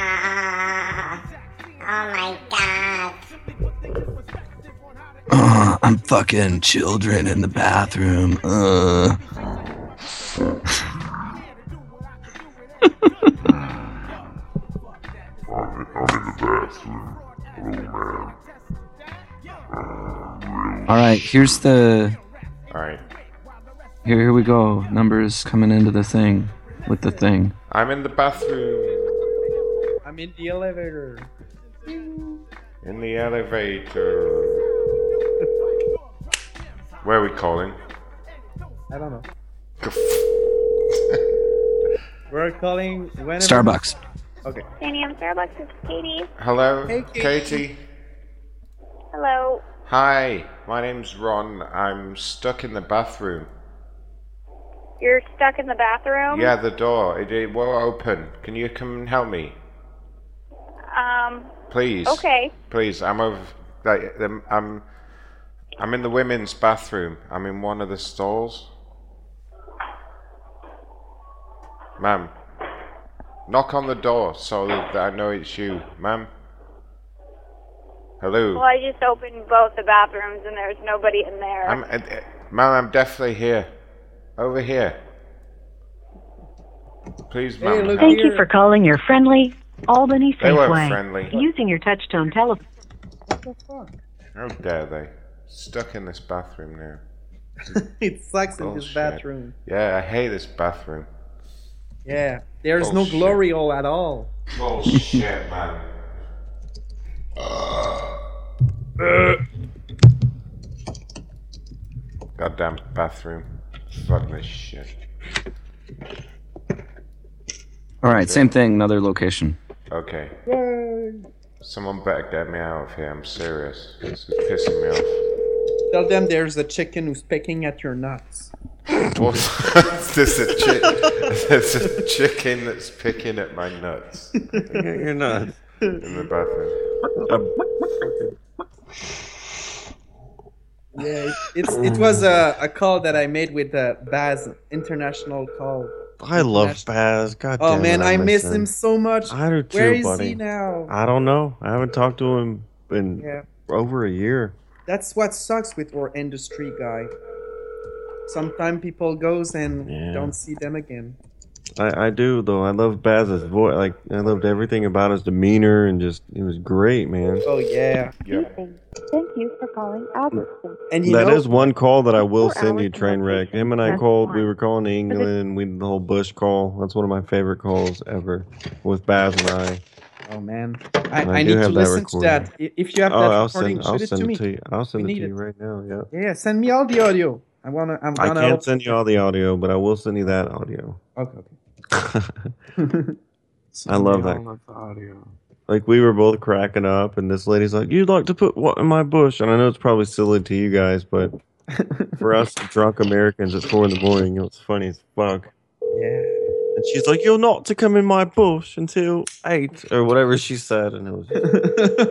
yeah. Oh my god. Uh, I'm fucking children in the bathroom. Uh. All right, here's the. All right. Here, here we go. Numbers coming into the thing, with the thing. I'm in the bathroom. I'm in the elevator. In the elevator. Where are we calling? I don't know. We're calling when Starbucks. Okay. Danny, I'm Starbucks. It's Katie. Hello, Hey, Katie. Katie. Hello. Hi, my name's Ron. I'm stuck in the bathroom. You're stuck in the Um, bathroom? Yeah, the door. It, it won't open. Can you come and help me? Um, Please. okay. Please, I'm over. Like, um, I'm. I'm in the women's bathroom. I'm in one of the stalls. Ma'am, knock on the door so that I know it's you, ma'am. Hello. Well, I just opened both the bathrooms and there's nobody in there. I'm, uh, uh, ma'am, I'm definitely here. Over here. Please, ma'am. Thank you for calling your friendly Albany They weren't Safeway. friendly. Using your touchtone telephone. How dare they? Stuck in this bathroom now. it sucks in this Bullshit. bathroom. Yeah, I hate this bathroom. Yeah, Oh, there's Bullshit. no glory all at all. Bullshit, man. Goddamn bathroom. Fuck this shit. All right, same thing, another location. Okay. Someone better get me out of here. I'm serious. This is pissing me off. Tell them there's a chicken who's pecking at your nuts. What's there's a chick? There's a chicken that's picking at my nuts. You're not. In the bathroom. Yeah, it, it's it was a, a call that I made with uh, Baz international call. I love Baz. God Oh damn it, man, I miss him so so much. I do too, Where is buddy. he now? I don't know. I haven't talked to him in Yeah. over a year. That's what sucks with our industry, guy. Sometimes people goes and don't see them again. I, I do though. I love Baz's voice. Like I loved everything about his demeanor and just it was great, man. Oh yeah. Thank you for calling Albertson. That And is you know- one call that I will send you, Trainwreck. Him and I called. We were calling to England. We did the whole Bush call. That's one of my favorite calls ever with Baz and I. Oh man, I, And I, do need to have that listen to recording. that. I- If you have Oh, that I'll recording, send, I'll shoot it send to me. you. I'll send We it to need you right now. Yeah. Yeah, send me all the audio. I wanna. I'm I gonna. can't send you all the audio, but I will send you that audio. Okay. I love that. Like we were both cracking up, and this lady's like, "You'd like to put what in my bush?" And I know it's probably silly to you guys, but for us drunk Americans at four in the morning, it was funny as fuck. Yeah. And she's like, "You're not to come in my bush until eight or whatever she said," and it was.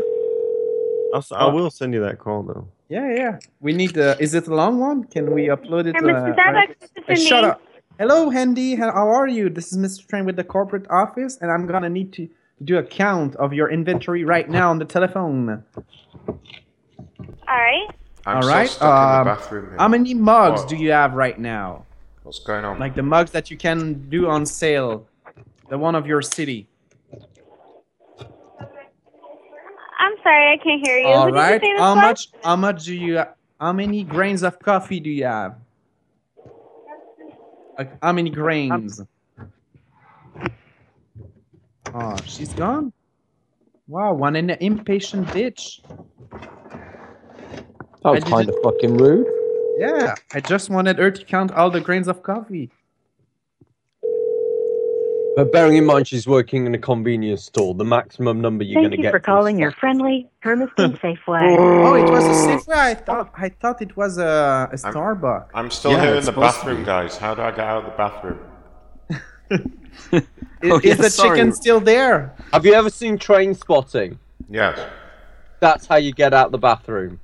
I'll, s- I will send you that call though. Yeah, yeah. We need. Uh, is it a long one? Can we upload it? Hey, Mr. uh, Zadok, right- this is Hey, shut me. up. Hello, Hendy. How how are you? This is Mr. Train with the corporate office, and I'm gonna need to do a count of your inventory right now on the telephone. All right. I'm All still right. stuck in the um, bathroom here. how many mugs Whoa. do you have right now? What's going on? Like the mugs that you can do on sale, the one of your city. I'm sorry, I can't hear you. All Who did you right. say this How was? much? How much do you? How many grains of coffee do you have? Like, how many grains? Oh, she's gone. Wow, one an impatient bitch. That was I kind of fucking rude. Yeah, I just wanted her to count all the grains of coffee. But bearing in mind she's working in a convenience store, the maximum number you're Thank going to you get. for calling your friendly Hermiston Safeway. Oh, it was a Safeway. I thought I thought it was a, a Starbucks. I'm still here in the bathroom, guys. How do I get out of the bathroom? Oh, Is, is the chicken still there? Have you ever seen train spotting? Yes. That's how you get out the bathroom.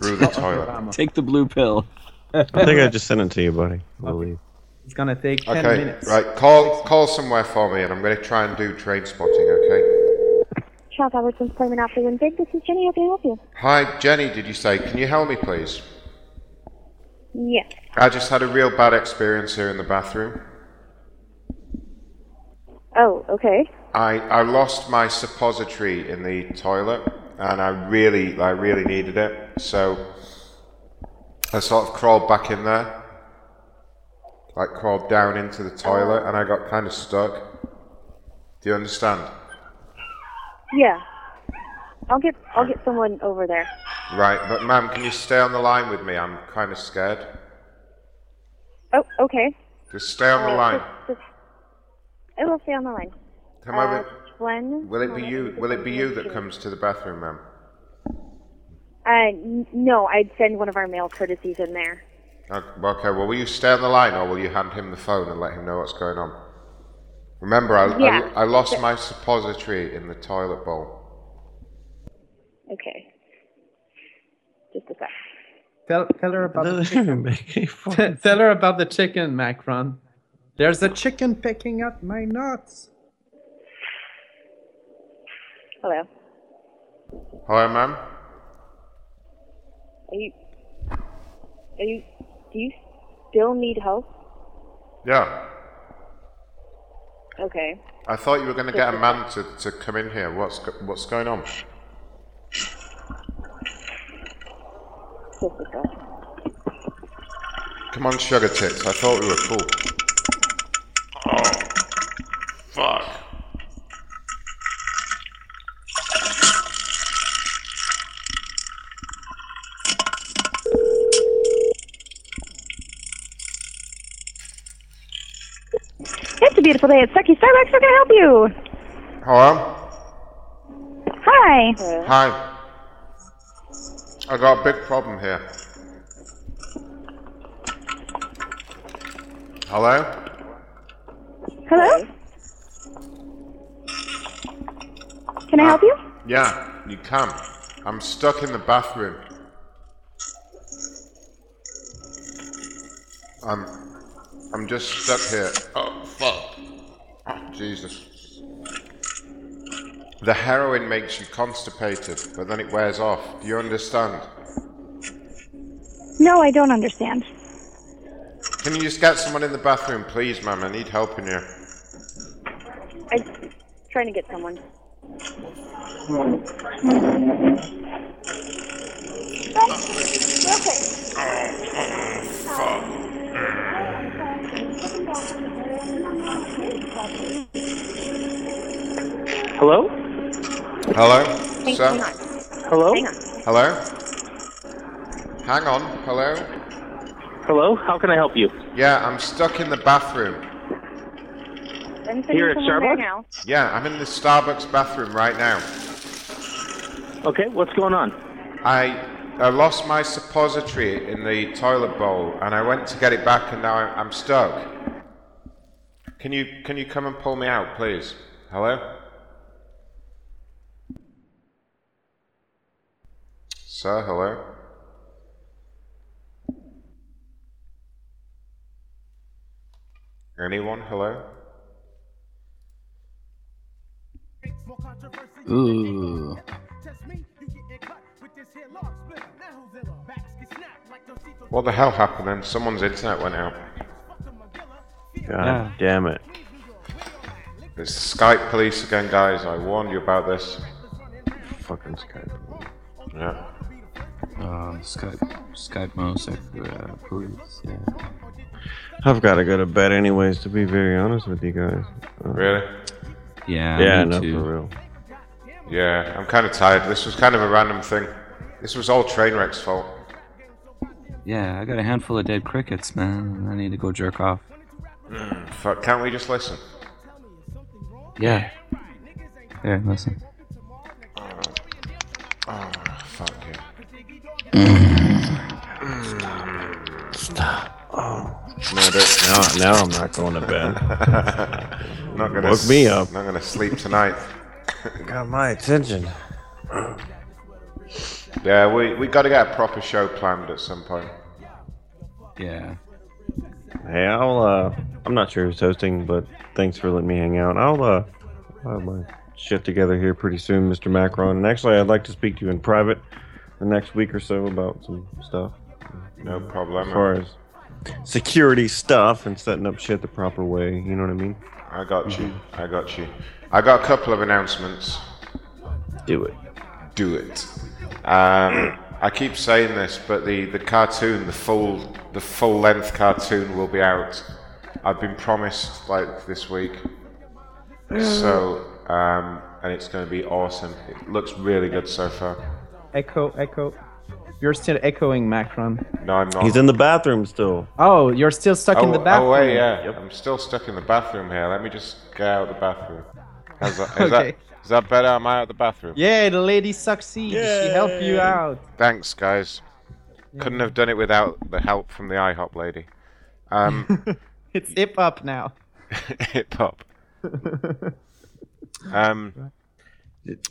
Through the toilet. Take the blue pill. I think I just sent it to you, buddy. I believe. It's gonna take ten Okay, minutes. right. Call call somewhere for me, and I'm going to try and do train spotting. Okay. Charles Albertson's Employment Office in Big. This is Jenny. How can I help you? Hi, Jenny. Did you say? Can you help me, please? Yes. I just had a real bad experience here in the bathroom. Oh, okay. I, I lost my suppository in the toilet, and I really I really needed it. So I sort of crawled back in there, like crawled down into the toilet, and I got kind of stuck. Do you understand? Yeah. I'll get I'll get someone over there. Right, but ma'am, can you stay on the line with me? I'm kind of scared. Oh, okay. Just stay on the Uh, line. Just, just, I will stay on the line. Come uh, over. One. Will it be moment. you? Will it be you that comes to the bathroom, ma'am? Uh, n- no, I'd send one of our male courtesies in there. Okay, okay, Uh, well, will you stay on the line or will you hand him the phone and let him know what's going on? Remember, I, I- Yeah. I, lost my suppository in the toilet bowl. Okay. Just a sec. Tell, tell her about the chicken. tell her about the chicken, Macron. There's a chicken picking up my nuts. Hello. Hello, ma'am? Are you? Are you? Do you still need help? Yeah. Okay. I thought you were going to get a man to, to come in here. What's, go- what's going on? Just a sec. Come on, sugar tits. I thought we were cool. Oh, fuck. It's a beautiful day at Sucky Starbucks. How can I help you? Hello? Hi. Hi. I got a big problem here. Hello? Hello. Can I help you? Yeah, you can. I'm stuck in the bathroom. I'm, I'm just stuck here. Oh fuck! Oh, Jesus. The heroin makes you constipated, but then it wears off. Do you understand? No, I don't understand. Can you just get someone in the bathroom, please, ma'am? I need help in here. I'm trying to get someone. Hello? Hello, Thank sir. you. Hello? Hang on. Hello. Hang on. Hello. Hello, how can I help you? Yeah, I'm stuck in the bathroom. I'm sending Here at someone there Starbucks? now. Yeah, I'm in the Starbucks bathroom right now. Okay, what's going on? I I lost my suppository in the toilet bowl, and I went to get it back, and now I'm, I'm stuck. Can you can you come and pull me out, please? Hello. Sir, hello. Anyone? Hello. Ooh. What the hell happened then? Someone's internet went out. God damn it. It's the Skype police again, guys. I warned you about this. Fucking Skype. Yeah. Uh, Skype, Skype mouse uh, police. Yeah. I've got to go to bed anyways. To be very honest with you guys. Uh, Really? Yeah. Yeah, me no, too. for real. Yeah, I'm kind of tired. This was kind of a random thing. This was all Trainwreck's fault. Yeah, I got a handful of dead crickets, man. I need to go jerk off. Mm, fuck, can't we just listen? Yeah. Here, listen. Oh, fuck you. Stop. Oh. No, don't- Now, now I'm not going to bed. Not gonna Woke s- me up. Not gonna sleep tonight. Got my attention. yeah, we we got to get a proper show planned at some point. Yeah. Hey, I'll. uh I'm not sure who's hosting, but thanks for letting me hang out. I'll. uh I'll have my shit together here pretty soon, Mr. Macron. And actually, I'd like to speak to you in private the next week or so about some stuff. No problem. As far as security stuff and setting up shit the proper way. You know what I mean? Mm-hmm. I got you. I got you. I got a couple of announcements. Do it. Do it. Um, I keep saying this, but the, the cartoon, the full the full length cartoon, will be out. I've been promised like this week. So um, and it's going to be awesome. It looks really good so far. Echo, echo. You're still echoing, Macron. No, I'm not. He's in the bathroom still. Oh, you're still stuck in the bathroom. Oh wait, yeah. I'm still stuck in the bathroom here. Let me just get out of the bathroom. How's that, is Okay. that, is that better? Am I out of the bathroom? Yeah, the lady succeeds. She helped you out. Thanks, guys. Couldn't have done it without the help from the IHOP lady. Um, It's hip up now. hip hop. Um,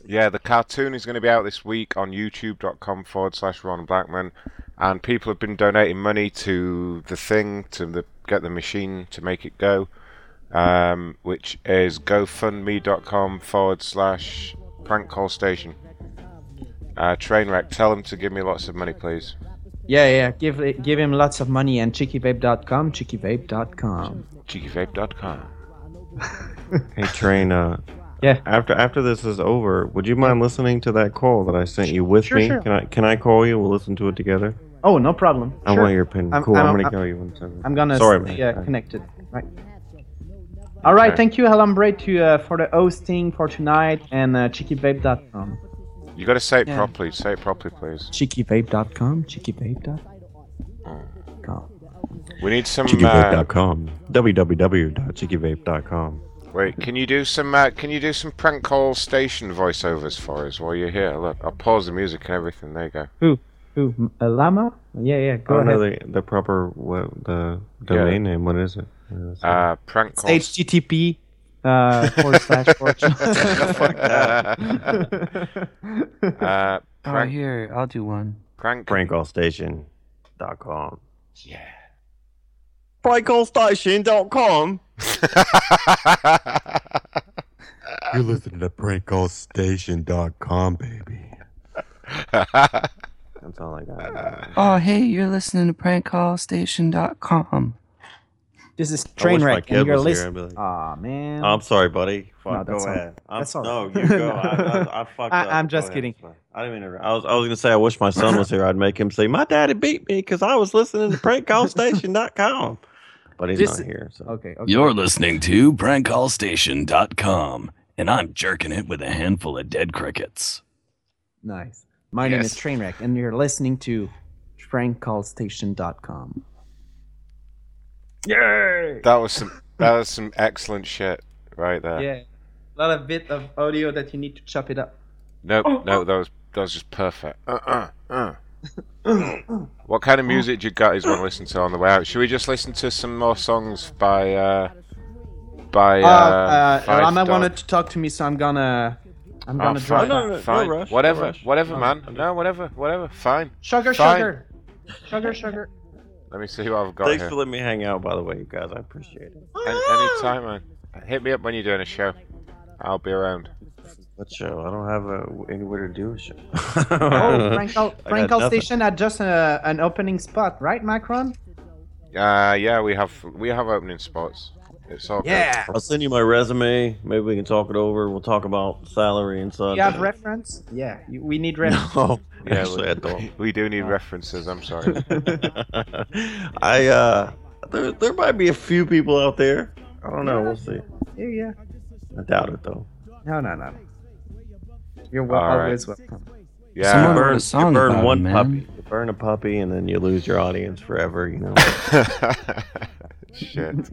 yeah, the cartoon is going to be out this week on youtube.com forward slash Ron Blackman. And people have been donating money to the thing, to the get the machine to make it go, um, which is gofundme.com forward slash prank call station. Uh, Trainwreck, tell them to give me lots of money, please. Yeah, yeah. Give it- give him lots of money and cheekyvape.com, cheekyvape.com. Cheekyvape.com. Hey train, uh Yeah. After after this is over, would you mind listening to that call that I sent you with Sure, me? sure. Can I can I call you? We'll listen to it together. Oh, no problem. I Sure. want your opinion. I'm- cool. I'm, I'm- gonna I'm- call you in a second. I'm gonna Sorry, stay man. uh, connected. Right. All right. Okay. Thank you, Alambre, to uh, for the hosting for tonight and uh, cheekyvape.com. You got to say it Yeah. properly. Say it properly, please. Cheekyvape.com, cheekyvape.com. We need some. Uh, Chickyvape.com. www.chickyvape.com. Wait, can you do some? Uh, can you do some prank call station voiceovers for us while you're here? Look, I'll pause the music and everything. There you go. Who? Who? M- A llama? Yeah, yeah. Go oh ahead. no, the the proper what the domain name. What is it? Uh, prank It's call. s- HTTP uh, forward slash forward slash. uh, Oh, here, I'll do one. prank Prank call station. Dot com. prankcallstation.com. You're listening to prankcallstation.com, baby. That's all I got. Oh, hey, you're listening to prankcallstation.com. This is I wish train my wreck, kid and you're was here. I'd listening. be like, Aw man. I'm sorry, buddy. No, Fuck, that's go all- ahead. I'm, that's all no, right. you go. I, I, I fucked I- up. I'm just Oh, Go ahead. kidding. I didn't mean to. I was. I was gonna say I wish my son was here. I'd make him say, "My daddy beat me because I was listening to prankcallstation.com," but he's This- not here. So okay, You're listening to prankcallstation.com, and I'm jerking it with a handful of dead crickets. Nice. My name is Trainwreck, and you're listening to prankcallstation.com. Yay! That was some. That was some excellent shit right there. Yeah. A lot of bit of audio that you need to chop it up. Nope, Oh, no, that was that was just perfect. Uh-uh. Uh uh uh. what kind of Oh. music do you guys want to listen to on the way out? Should we just listen to some more songs by uh by uh, uh, uh, Five Rama Dog? wanted to talk to me, so I'm gonna, I'm Oh, gonna fine, drive. fine. whatever, whatever, man. No, whatever, whatever. Fine. Oh. Sugar, Fine. sugar, sugar, sugar. Let me see who I've got Thanks here. for letting me hang out, by the way, you guys. I appreciate it. Any, anytime, man. Hit me up when you're doing a show. I'll be around. What show? I don't have a, anywhere to do a show. Oh, Frankel, I got Frankel nothing. Station had just uh an opening spot, right, Macron? Uh, yeah, we have we have opening spots. It's all Yeah. I'll send you my resume. Maybe we can talk it over. We'll talk about salary and such. You have reference? Yeah, you, we need reference. Oh, Yeah, actually, we- I don't. We do need references. I'm sorry. I uh, there, there might be a few people out there. I don't know. We'll see. Yeah, yeah. I doubt it though. No, no, no. You're wel- All right. always welcome. Yeah, Someone you wrote burn, a song you burn about one him, man. puppy. You burn a puppy, and then you lose your audience forever. You know. Shit.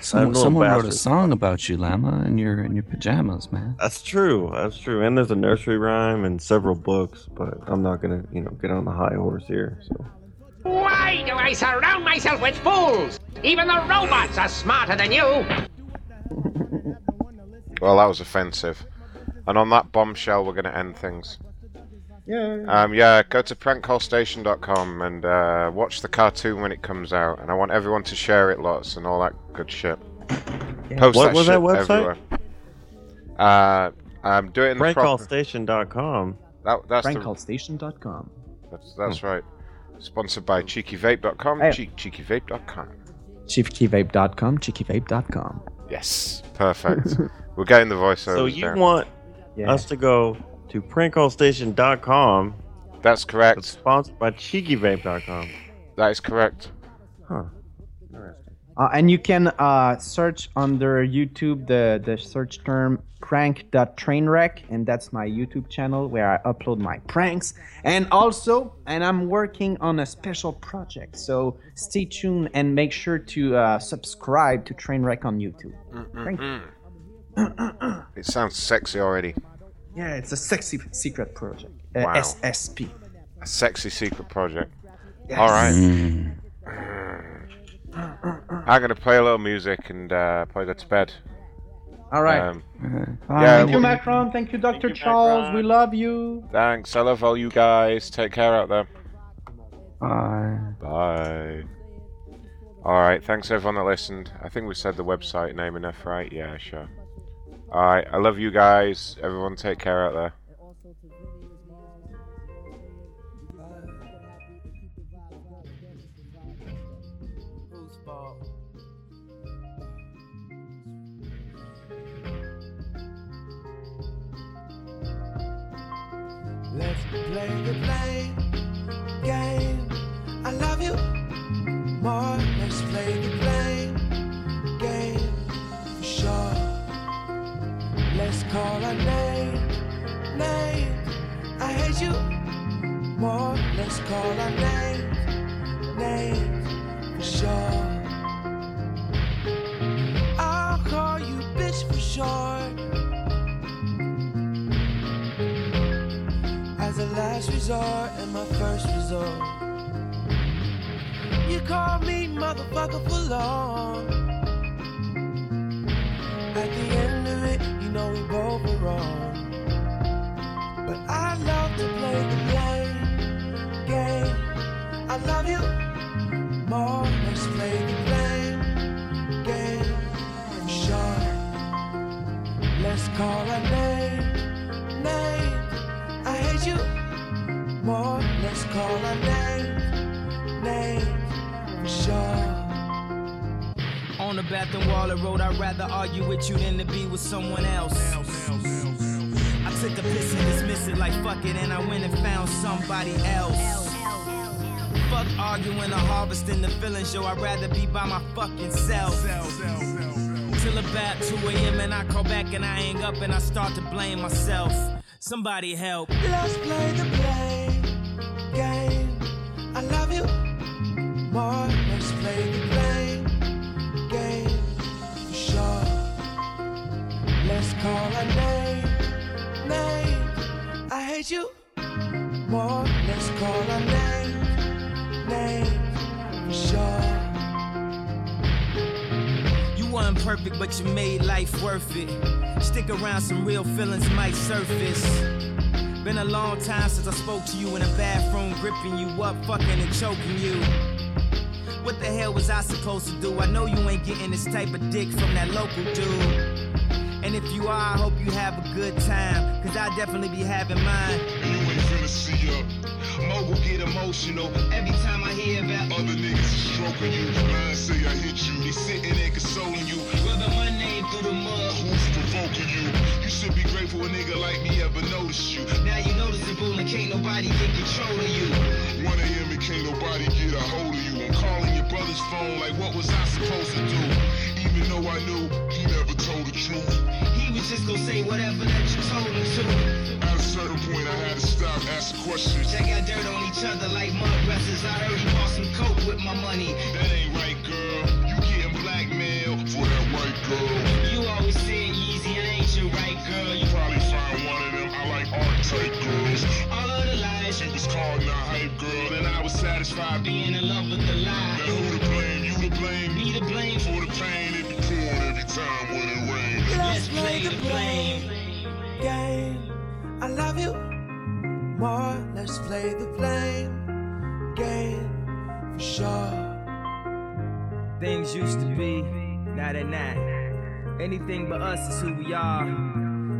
Some, someone wrote a song about you, Lama, in your in your pajamas, man. That's true. That's true. And there's a nursery rhyme and several books, but I'm not gonna, you know, get on the high horse here. So. Why do I surround myself with fools? Even the robots are smarter than you. Well, that was offensive. And on that bombshell, we're going to end things. Yeah. Um, yeah, go to prankcallstation.com and uh, watch the cartoon when it comes out. And I want everyone to share it lots and all that good shit. Post that What shit was that website? everywhere. Uh, um, do it in the proper. Prankcallstation.com. That, that's the, Frankcallstation.com. that's, that's right. Sponsored by cheekyvape.com, cheek, cheekyvape.com. CheefKeyVape.com, CheekyVape.com. Yes, perfect. we're getting the voiceover. So you want us to go to prankcallstation.com. That's correct. sponsored by cheekyvape.com. That is correct. Huh. Uh, and you can uh, search under YouTube the, the search term prank.trainwreck, and that's my YouTube channel where I upload my pranks. And also, and I'm working on a special project, so stay tuned and make sure to uh, subscribe to Trainwreck on YouTube. Thank you. It sounds sexy already. Yeah, it's a sexy secret project. Uh, Wow. SSP. A sexy secret project. Yes. All right. I'm gonna play a little music and uh, probably go to bed. All right. Um, Uh, yeah. thank you, w- Macron. Thank you, Dr. Charles. We love you. Thanks. I love all you guys. Take care out there. Bye. Bye. All right. Thanks everyone that listened. I think we said the website name enough, right? Yeah, sure. All right. I love you guys. Everyone, take care out there. Whose fault? Let's play the blame game. I love you more. Let's play the blame game for sure. Let's call our name, name. I hate you more. Let's call our name, name for sure. I'll call you bitch for sure. as a last resort and my first resort. You call me motherfucker for long. At the end of it, you know we both were wrong. But I love to play the blame game. I love you more. Let's play the blame just call her name, name. I hate you more. Let's call her name, name. For sure. On the bathroom wall, I wrote, I'd rather argue with you than to be with someone else. I took a piss and dismissed it like fuck it, and I went and found somebody else. Fuck arguing or harvesting the feelings, yo, I'd rather be by my fucking self. Till about 2 a.m., and I call back and I hang up and I start to blame myself. Somebody help. Let's play the blame game. I love you more. Let's play the blame game for sure. Let's call her name, name. I hate you more. Let's call her name, name for sure. You weren't perfect, but you made life worth it. Stick around, some real feelings might surface. Been a long time since I spoke to you in a bathroom, gripping you up, fucking and choking you. What the hell was I supposed to do? I know you ain't getting this type of dick from that local dude. And if you are, I hope you have a good time, cause I definitely be having mine. You ain't finna see up. Mogul get emotional every time I hear about other niggas stroking you. Mine say I hit you, they sitting there consoling you. Rubbing my name through the mud, who's provoking you? You should be grateful a nigga like me ever noticed you. Now you noticeable and can't nobody get control of you. 1 a.m. and can't nobody get a hold of you. I'm calling your brother's phone like what was I supposed to do? Even though I knew he never told the truth. He was just gonna say whatever that you told him to. At a certain point, I had to stop, ask questions. They got dirt on each other like mud wrestlers. I heard he bought some coke with my money. That ain't right, girl. You getting blackmail for that white girl. You always said easy, it ain't your right, girl. You probably find one of them. I like archetype girls. All of the lies. She was calling a hype girl, and I was satisfied being in love with the lie. Now who to blame? You to blame? Me to blame for the pain it be pouring every time when it rains. Let's play the blame game. I love you more. Let's play the blame game for sure. Things used to be, now they're not. Anything but us is who we are.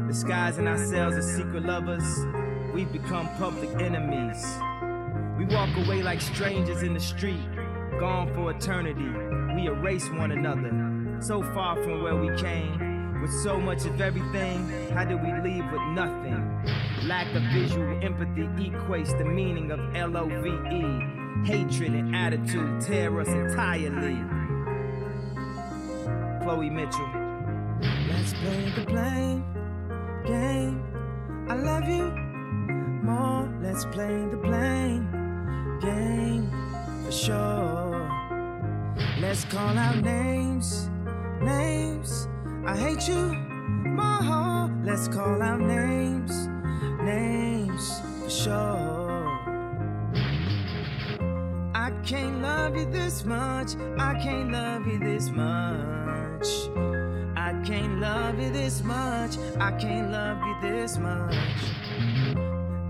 Disguising ourselves as secret lovers, we've become public enemies. We walk away like strangers in the street, gone for eternity. We erase one another, so far from where we came. With so much of everything, how did we leave with nothing? Lack of visual empathy equates the meaning of L O V E. Hatred and attitude tear us entirely. Chloe Mitchell. Let's play the blame game. I love you more. Let's play the blame game for sure. Let's call out names, names. I hate you more. Let's call out names, names for sure. I can't love you this much. I can't love you this much. I can't love you this much. I can't love you this much.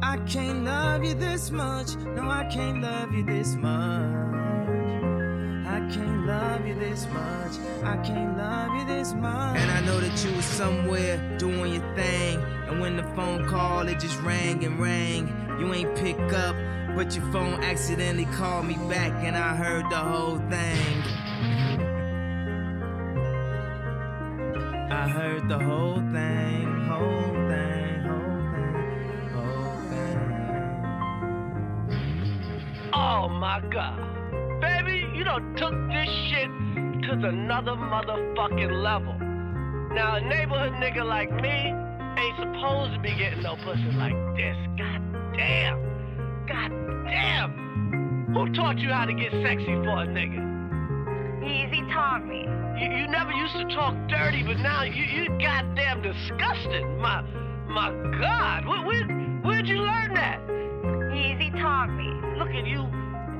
I can't love you this much. No, I can't love you this much. I can't love you this much. I can't love you this much. And I know that you were somewhere doing your thing. And when the phone call, it just rang and rang. You ain't pick up, but your phone accidentally called me back, and I heard the whole thing. I heard the whole thing, whole thing, whole thing, whole thing. Oh my god. Baby, you done took this shit to another motherfucking level. Now, a neighborhood nigga like me ain't supposed to be getting no pussy like this. God damn. God damn. Who taught you how to get sexy for a nigga? Easy taught me. You, you never used to talk dirty, but now you, you goddamn disgusting. My, my God. Where, where, where'd you learn that? Easy taught me. Look at you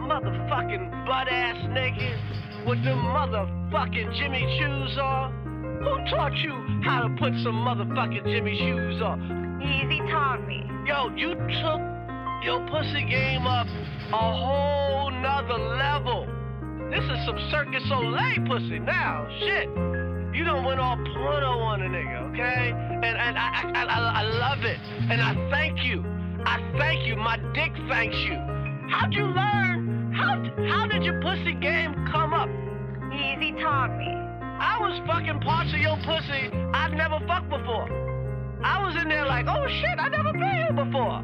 motherfucking butt ass niggas with them motherfucking Jimmy shoes on. Who taught you how to put some motherfucking Jimmy shoes on? Easy taught me. Yo, you took your pussy game up a whole nother level. This is some Circus Soleil pussy now. Shit. You done went all porno on a nigga, okay? And, and I, I, I, I love it. And I thank you. I thank you. My dick thanks you. How'd you learn? How, how did your pussy game come up? Easy taught me. I was fucking parts of your pussy I'd never fucked before. I was in there like, oh shit, I never been here before.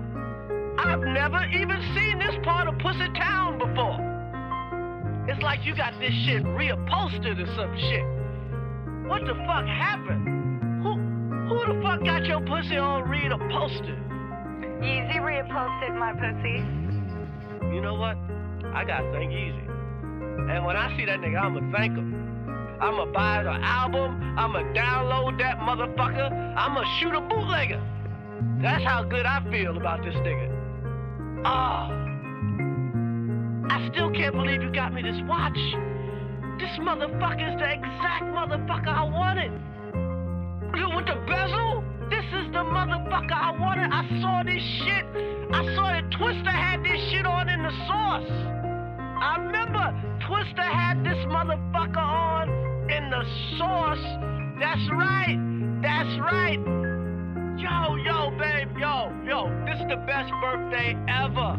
I've never even seen this part of Pussy Town before. It's like you got this shit reupholstered or some shit. What the fuck happened? Who who the fuck got your pussy on reupholstered? Easy reupholstered my pussy. You know what? I gotta thank Easy. And when I see that nigga, I'ma thank him. I'ma buy the album. I'ma download that motherfucker. I'ma shoot a bootlegger. That's how good I feel about this nigga. Ah. I still can't believe you got me this watch. This motherfucker's the exact motherfucker I wanted. Look, With the bezel? This is the motherfucker I wanted. I saw this shit. I saw that Twister had this shit on in the sauce. I remember Twister had this motherfucker on in the sauce. That's right. That's right. Yo, yo, babe, yo, yo, this is the best birthday ever.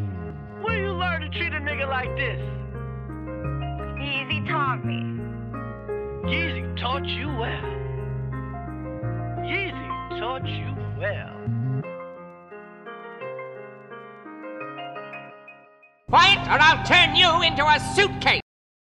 Where you learn to treat a nigga like this? Yeezy taught me. Yeezy taught you well. Yeezy taught you well. Quiet, or I'll turn you into a suitcase.